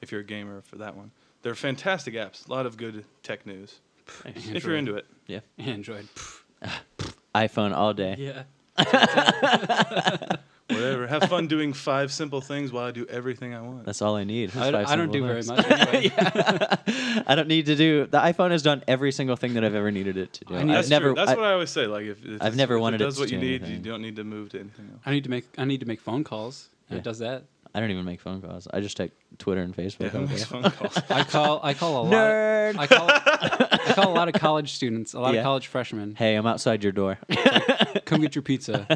Speaker 1: if you're a gamer for that one, they're fantastic apps. A lot of good tech news if you're into it.
Speaker 2: Yeah.
Speaker 3: Android. Pff,
Speaker 2: iPhone all day.
Speaker 3: Yeah.
Speaker 1: Whatever. Have fun doing five simple things while I do everything I want.
Speaker 2: That's all I need.
Speaker 3: I, don't-
Speaker 2: Five
Speaker 3: I
Speaker 2: simple
Speaker 3: don't do very
Speaker 2: things.
Speaker 3: much. Anyway.
Speaker 2: I don't need to do. The iPhone has done every single thing that I've ever needed it to do.
Speaker 3: I need-
Speaker 2: I've
Speaker 1: That's
Speaker 2: never.
Speaker 1: true. That's
Speaker 2: I-
Speaker 1: what I always say. Like if, if
Speaker 2: I've never
Speaker 1: if it
Speaker 2: wanted it
Speaker 1: does
Speaker 2: to
Speaker 1: what you
Speaker 2: do
Speaker 1: need,
Speaker 2: anything.
Speaker 1: you don't need to move to anything else.
Speaker 3: I need to make I need to make phone calls. and
Speaker 2: Yeah.
Speaker 3: It does that.
Speaker 2: I don't even make phone calls. I just take Twitter and
Speaker 1: Yeah,
Speaker 2: Facebook.
Speaker 1: who makes phone calls?
Speaker 3: I call I call a lot.
Speaker 2: Nerd.
Speaker 3: I call I call a lot of college students, a lot
Speaker 2: Yeah.
Speaker 3: of college freshmen.
Speaker 2: hey, I'm outside your door.
Speaker 3: Come get your pizza.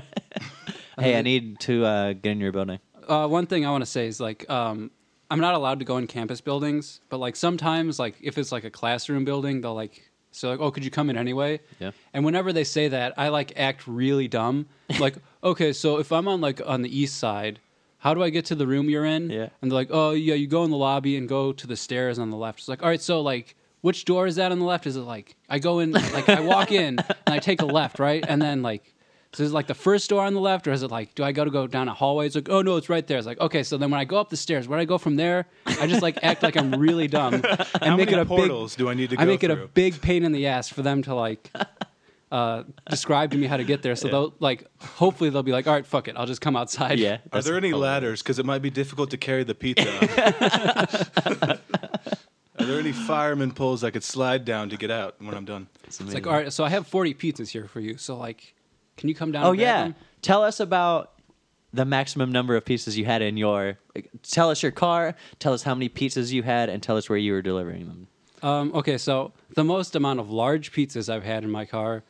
Speaker 2: hey, I need to uh, get in your building.
Speaker 3: uh, one thing I want to say is like um, I'm not allowed to go in campus buildings, but like sometimes like if it's like a classroom building, they'll like So like, oh, could you come in anyway?
Speaker 2: Yeah.
Speaker 3: And whenever they say that, I like act really dumb. Like, okay, so if I'm on like on the east side, how do I get to the room you're in?
Speaker 2: Yeah.
Speaker 3: And they're like, oh yeah, you go in the lobby and go to the stairs on the left. It's like, all right, so like. Which door is that on the left? Is it like I go in, like I walk in and I take a left, right? And then like so is it like the first door on the left, or is it like, do I got to go down a hallway? It's like, oh no, it's right there. It's like, okay, so then when I go up the stairs, where do I go from there? I just like act like I'm really dumb and
Speaker 1: How
Speaker 3: make
Speaker 1: many
Speaker 3: it a
Speaker 1: portals do I need to
Speaker 3: big. I
Speaker 1: go
Speaker 3: make it a
Speaker 1: through?
Speaker 3: big pain in the ass for them to like uh, describe to me how to get there. So they'll like, hopefully they'll be like, all right, fuck it, I'll just come outside.
Speaker 2: Yeah.
Speaker 1: Are there any ladders? Because it might be difficult to carry the pizza. up. Are there any fireman poles I could slide down to get out when I'm done?
Speaker 3: It's like, all right, so I have 40 pizzas here for you. So like, can you come down?
Speaker 2: Oh
Speaker 3: and grab
Speaker 2: yeah.
Speaker 3: them?
Speaker 2: Tell us about the maximum number of pieces you had in your. Tell us your car. Tell us how many pizzas you had, and tell us where you were delivering them.
Speaker 3: Um, okay, so the most amount of large pizzas I've had in my car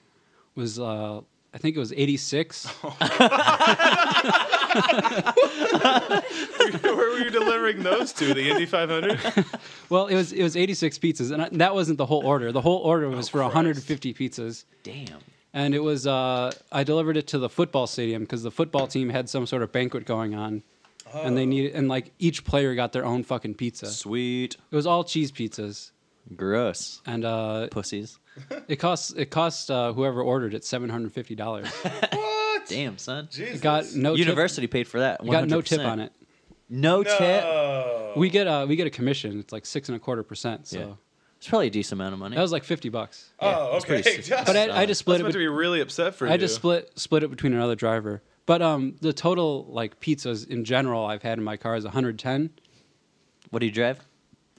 Speaker 3: was, uh, I think it was 86.
Speaker 2: Oh.
Speaker 1: Where were you delivering those to? The Indy 500?
Speaker 3: Well, it was it was 86 pizzas, and I, that wasn't the whole order. The whole order
Speaker 2: Oh,
Speaker 3: was for 150 pizzas,
Speaker 2: Damn.
Speaker 3: and it was uh, I delivered it to the football stadium because the football team had some sort of banquet going on, and
Speaker 2: Oh.
Speaker 3: they needed and like each player got their own fucking pizza.
Speaker 2: Sweet.
Speaker 3: It was all cheese pizzas,
Speaker 2: Gross.
Speaker 3: and uh,
Speaker 2: Pussies.
Speaker 3: it cost it cost uh, whoever ordered it 750 dollars.
Speaker 1: What?
Speaker 2: Damn son.
Speaker 1: Jesus.
Speaker 3: Got no
Speaker 2: University paid for that.
Speaker 3: Tip, got no tip on it.
Speaker 2: No, tip.
Speaker 1: No.
Speaker 3: We get uh, we get a commission. It's like six and a quarter percent. So
Speaker 2: Yeah. It's probably a decent amount of money.
Speaker 3: that was like 50 bucks.
Speaker 1: Oh,
Speaker 2: it's
Speaker 1: okay.
Speaker 2: pretty sick.
Speaker 1: Just-
Speaker 3: But I, I just
Speaker 1: I was
Speaker 3: split it.
Speaker 1: meant to be really upset for
Speaker 3: I
Speaker 1: you.
Speaker 3: just split split it between another driver. But um, the total like pizzas in general I've had in my car is 110.
Speaker 2: what do you drive?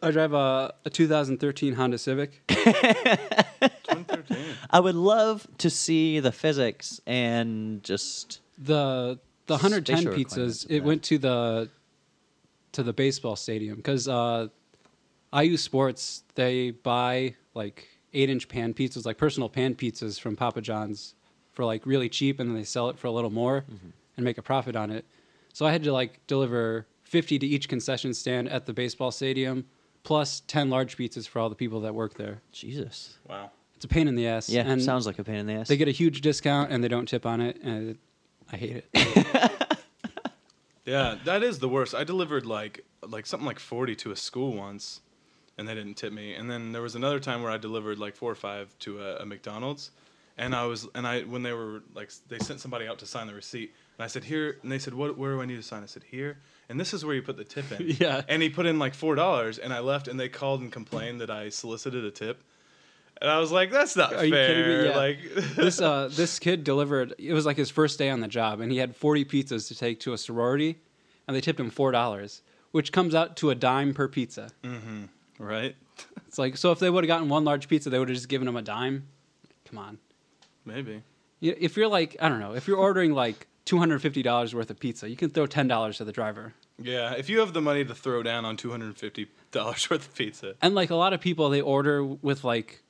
Speaker 3: I drive a, a 2013 Honda Civic.
Speaker 1: 113.
Speaker 2: I would love to see the physics and just
Speaker 3: The the 110
Speaker 2: Spatial requirements
Speaker 3: pizzas
Speaker 2: of
Speaker 3: it
Speaker 2: that.
Speaker 3: went to the to the baseball stadium because uh, IU Sports they buy like eight inch pan pizzas like personal pan pizzas from Papa John's for like really cheap and then they sell it for a little more
Speaker 2: Mm-hmm.
Speaker 3: and make a profit on it. So I had to like deliver 50 to each concession stand at the baseball stadium plus 10 large pizzas for all the people that work there.
Speaker 2: Jesus.
Speaker 1: Wow.
Speaker 3: It's a pain in the ass.
Speaker 2: Yeah,
Speaker 3: and
Speaker 2: sounds like a pain in the ass.
Speaker 3: they get a huge discount and they don't tip on it and it, I hate it.
Speaker 1: Yeah, that is the worst. I delivered like like something like forty to a school once, and they didn't tip me. And then there was another time where I delivered like four or five to a, a McDonald's, and I was and I when they were like s- they sent somebody out to sign the receipt, and I said here, and they said what where do I need to sign? I said here, and this is where you put the tip in.
Speaker 3: Yeah.
Speaker 1: And he put in like four dollars, and I left, and they called and complained that I solicited a tip, and I was like, that's not
Speaker 3: Are
Speaker 1: fair.
Speaker 3: you kidding me? Yeah.
Speaker 1: Like
Speaker 3: this uh, this kid delivered. It was like his first day on the job, and he had forty pizzas to take to a sorority, and they tipped him four dollars, which comes out to a dime per pizza.
Speaker 1: right.
Speaker 3: It's like so if they would have gotten one large pizza, they would have just given him a dime. Come on,
Speaker 1: Maybe.
Speaker 3: Y- if you're like I don't know, if you're ordering like two hundred fifty dollars worth of pizza, you can throw ten dollars to the driver.
Speaker 1: Yeah, if you have the money to throw down on two hundred and fifty dollars worth of pizza,
Speaker 3: And like a lot of people, they order with like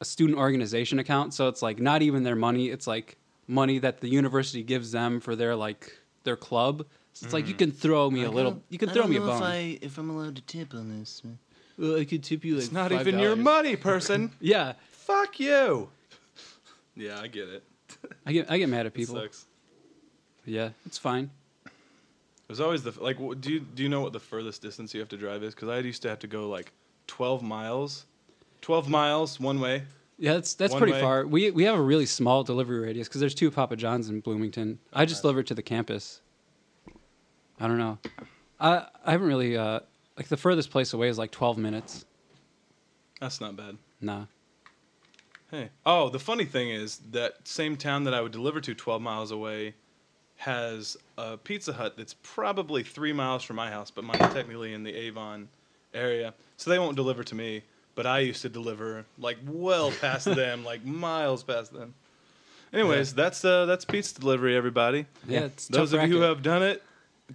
Speaker 3: a student organization account, so it's like not even their money. It's like money that the university gives them for their like their club. So it's like you can throw me a little, you can throw me a bone.
Speaker 5: I, if I'm allowed to tip on this.
Speaker 3: Well, I could tip you like
Speaker 1: It's not even your money, person.
Speaker 3: Yeah,
Speaker 1: Fuck you. Yeah, I get it.
Speaker 3: I get I get mad at
Speaker 1: It
Speaker 3: people.
Speaker 1: sucks.
Speaker 3: Yeah, it's fine.
Speaker 1: There's always the f- like. wh- Do you do you know what the furthest distance you have to drive is? Because I used to have to go like 12 miles, 12 miles one way.
Speaker 3: Yeah, that's that's
Speaker 1: One
Speaker 3: pretty
Speaker 1: way.
Speaker 3: far. We we have a really small delivery radius because there's two Papa Johns in Bloomington. I just deliver to the campus. I don't know. I I haven't really uh like the furthest place away is like 12 minutes.
Speaker 1: That's not bad.
Speaker 3: Nah.
Speaker 1: Hey. Oh, the funny thing is that same town that I would deliver to 12 miles away has a Pizza Hut that's probably three miles from my house, but mine's technically in the Avon area. So they won't deliver to me, but I used to deliver like well past them, like miles past them. Anyways, that's uh, that's pizza delivery, everybody.
Speaker 3: Yeah, it's
Speaker 1: Those
Speaker 3: tough
Speaker 1: of you who
Speaker 3: racket.
Speaker 1: have done it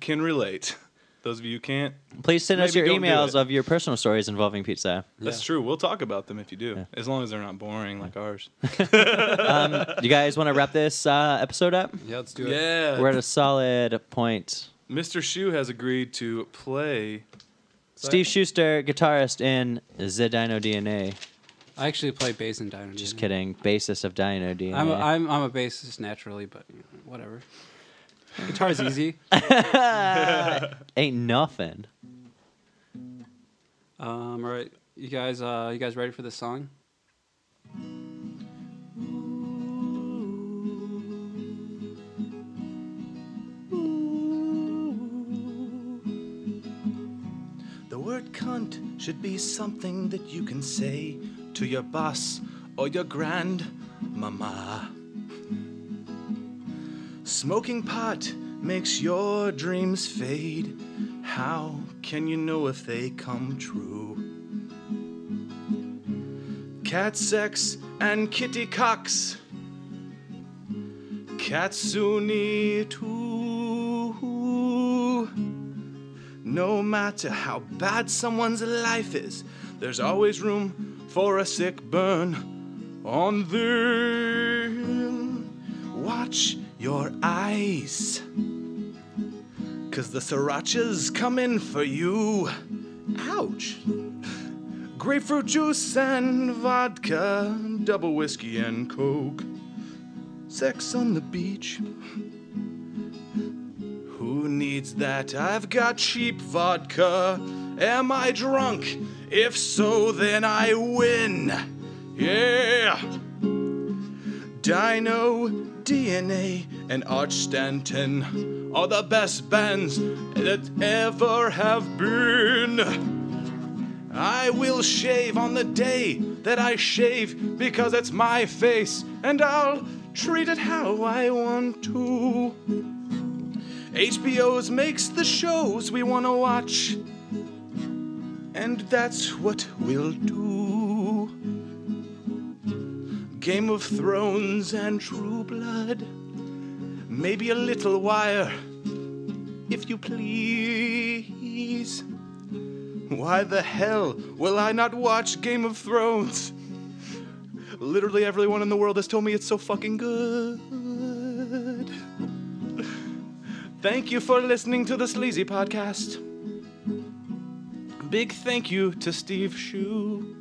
Speaker 1: can relate. Those of you who can't,
Speaker 2: Please send us
Speaker 1: Maybe
Speaker 2: your
Speaker 1: don't do it.
Speaker 2: emails of your personal stories involving pizza.
Speaker 1: that's
Speaker 3: Yeah.
Speaker 1: true. We'll talk about them if you do, as long as they're not boring like ours.
Speaker 2: Um, you guys want to wrap this uh, episode up?
Speaker 3: Yeah, let's do
Speaker 1: yeah.
Speaker 2: We're at a solid point.
Speaker 1: Mr. Shu has agreed to play
Speaker 2: Steve Schuster, guitarist in The Dino DNA.
Speaker 3: I actually play bass and dino.
Speaker 2: Just
Speaker 3: DNA.
Speaker 2: kidding. Basis of Dino DNA.
Speaker 3: I'm a, I'm I'm a bassist naturally, but you know, whatever. Guitar's easy.
Speaker 2: Ain't nothing.
Speaker 3: Um, all right, you guys, uh, you guys ready for this song?
Speaker 1: The word cunt should be something that you can say to your boss or your grandmama. Smoking pot makes your dreams fade. How can you know if they come true? Cat sex and kitty cocks. Katsuni too. No matter how bad someone's life is, there's always room for a sick burn on them. Watch your eyes, 'cause the srirachas come in for you. Ouch! Grapefruit juice and vodka, double whiskey and coke. Sex on the beach. Who needs that? I've got cheap vodka. Am I drunk? If so, then I win. Yeah! Dino, DNA, and Arch Stanton are the best bands that ever have been. I will shave on the day that I shave because it's my face, and I'll treat it how I want to. HBO's makes the shows we want to watch. And that's what we'll do. Game of Thrones and True Blood. Maybe a little wire, if you please. Why the hell will I not watch Game of Thrones? Literally everyone in the world has told me it's so fucking good. Thank you for listening to the Sleazy Podcast. Big thank you to Steve Shu.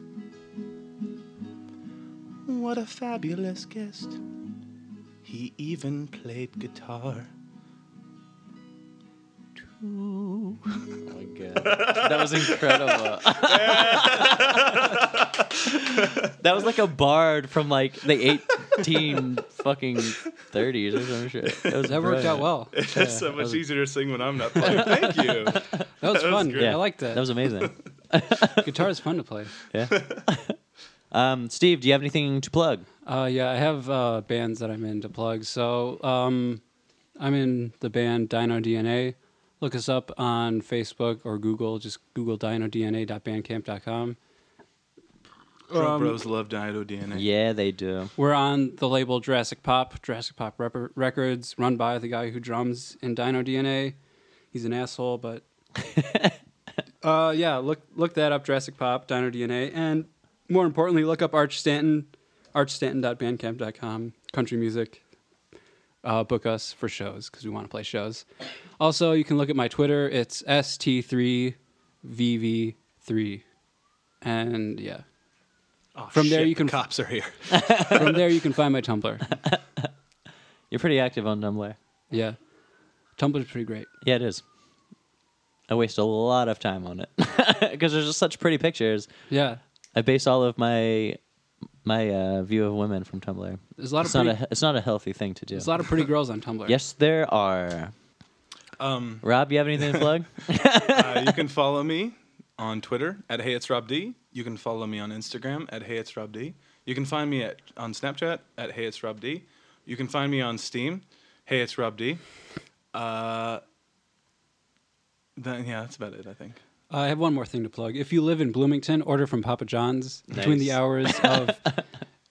Speaker 1: What a fabulous guest. He even played guitar.
Speaker 2: Oh my god. That was incredible. that was like a bard from like the 18 fucking 30s or some shit. That, was
Speaker 3: That worked out
Speaker 2: brilliant.
Speaker 3: well.
Speaker 6: It's so much
Speaker 2: was-
Speaker 1: Uh,
Speaker 6: easier to sing when I'm not playing. Thank you.
Speaker 3: That was fun.
Speaker 6: great.
Speaker 3: I like that.
Speaker 2: That was amazing.
Speaker 3: Guitar is fun to play.
Speaker 2: Yeah. um, Steve, do you have anything to plug?
Speaker 3: Uh, yeah, I have uh, bands that I'm in to plug. So um, I'm in the band Dino DNA. Look us up on Facebook or Google. Just Google dinodna.bandcamp.com.
Speaker 6: Drunk
Speaker 3: Um,
Speaker 6: bros love Dido DNA.
Speaker 2: Yeah, they do.
Speaker 3: We're on the label Jurassic Pop, Jurassic Pop Rep- Records, run by the guy who drums in Dino DNA. He's an asshole, but uh, yeah, look look that up, Jurassic Pop, Dino DNA, and more importantly, look up Arch Stanton, archstanton.bandcamp.com, country music. Uh, book us for shows because we want to play shows. Also, you can look at my Twitter. It's st3vv3, and yeah,
Speaker 6: Oh,
Speaker 3: From there
Speaker 6: shit,
Speaker 3: you can-
Speaker 6: the cops are here.
Speaker 3: from there you can find my Tumblr.
Speaker 2: You're pretty active on Tumblr.
Speaker 3: Yeah. Tumblr's pretty great.
Speaker 2: Yeah, it is. I waste a lot of time on it because there's just such pretty pictures.
Speaker 3: Yeah.
Speaker 2: I base all of my my uh, view of women from Tumblr.
Speaker 3: There's a lot of
Speaker 2: It's not
Speaker 3: pretty-
Speaker 2: a it's not a healthy thing to do.
Speaker 3: There's a lot of pretty girls on Tumblr.
Speaker 2: Yes, there are.
Speaker 6: Um,
Speaker 2: Rob, you have anything to plug?
Speaker 6: uh, you can follow me on Twitter at Hey It's Rob D. You can follow me on Instagram at Hey It's Rob D. You can find me at on Snapchat at Hey It's Rob D. You can find me on Steam, Hey It's Rob D. Uh, then yeah, that's about it. I think.
Speaker 3: I have one more thing to plug. If you live in Bloomington, order from Papa John's between
Speaker 2: Nice.
Speaker 3: the hours of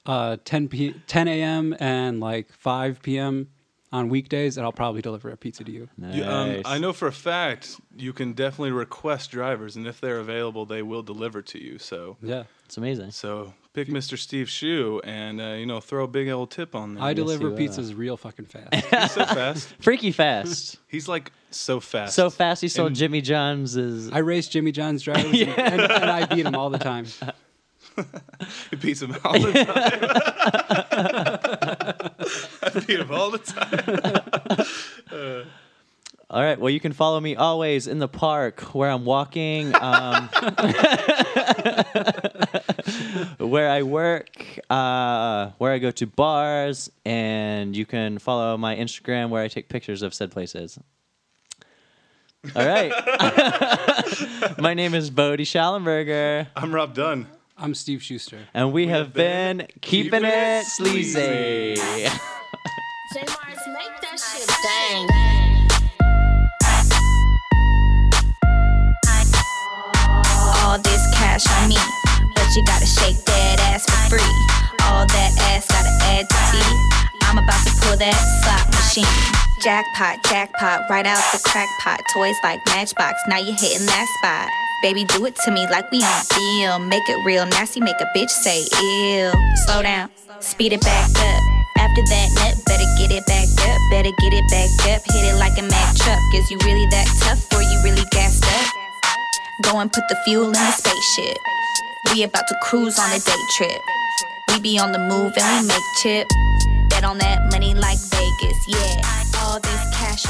Speaker 3: uh, 10 p- 10 a.m. and like 5 p.m. on weekdays, and I'll probably deliver a pizza to you.
Speaker 6: You- um,
Speaker 2: Nice.
Speaker 6: I know for a fact you can definitely request drivers, and if they're available, they will deliver to you. So,
Speaker 3: Yeah.
Speaker 2: It's amazing.
Speaker 6: so pick Mr. Steve Shoe and uh, you know throw a big old tip on there.
Speaker 3: I
Speaker 6: He's
Speaker 3: deliver
Speaker 2: you, uh,
Speaker 3: pizzas real fucking fast.
Speaker 6: so fast.
Speaker 2: Freaky fast.
Speaker 6: He's like so fast.
Speaker 2: so fast he stole
Speaker 6: And-
Speaker 2: Jimmy John's. Is,
Speaker 3: I race Jimmy John's drivers and, and, and I beat them all the time.
Speaker 1: He beats him all the time. I beat him all the time.
Speaker 2: All right. Well, you can follow me always in the park where I'm walking, um, where I work, uh, where I go to bars, and you can follow my Instagram where I take pictures of said places. All right. my name is Bodie Schallenberger,
Speaker 1: I'm Rob Dunn.
Speaker 3: I'm Steve Schuster.
Speaker 2: and we, have been, keeping
Speaker 1: keeping
Speaker 2: it
Speaker 1: it
Speaker 2: sleazy.
Speaker 7: J Mars, make that shit bang.
Speaker 8: all this cash on me. But you gotta shake that ass for free. All that ass gotta add to me. I'm about to pull that slot machine. Jackpot, jackpot, right out the crackpot. Toys like Matchbox, now you're hitting that spot. Baby, do it to me like we on film. Make it real nasty, make a bitch say ew. Slow down, speed it back up. After that nut, better get it back up. Better get it back up. Hit it like a Mack truck. Is you really that tough or you really gassed up? Go and put the fuel in the spaceship. We about to cruise on a day trip. We be on the move and we make chip. Bet on that money like Vegas, yeah. All this cash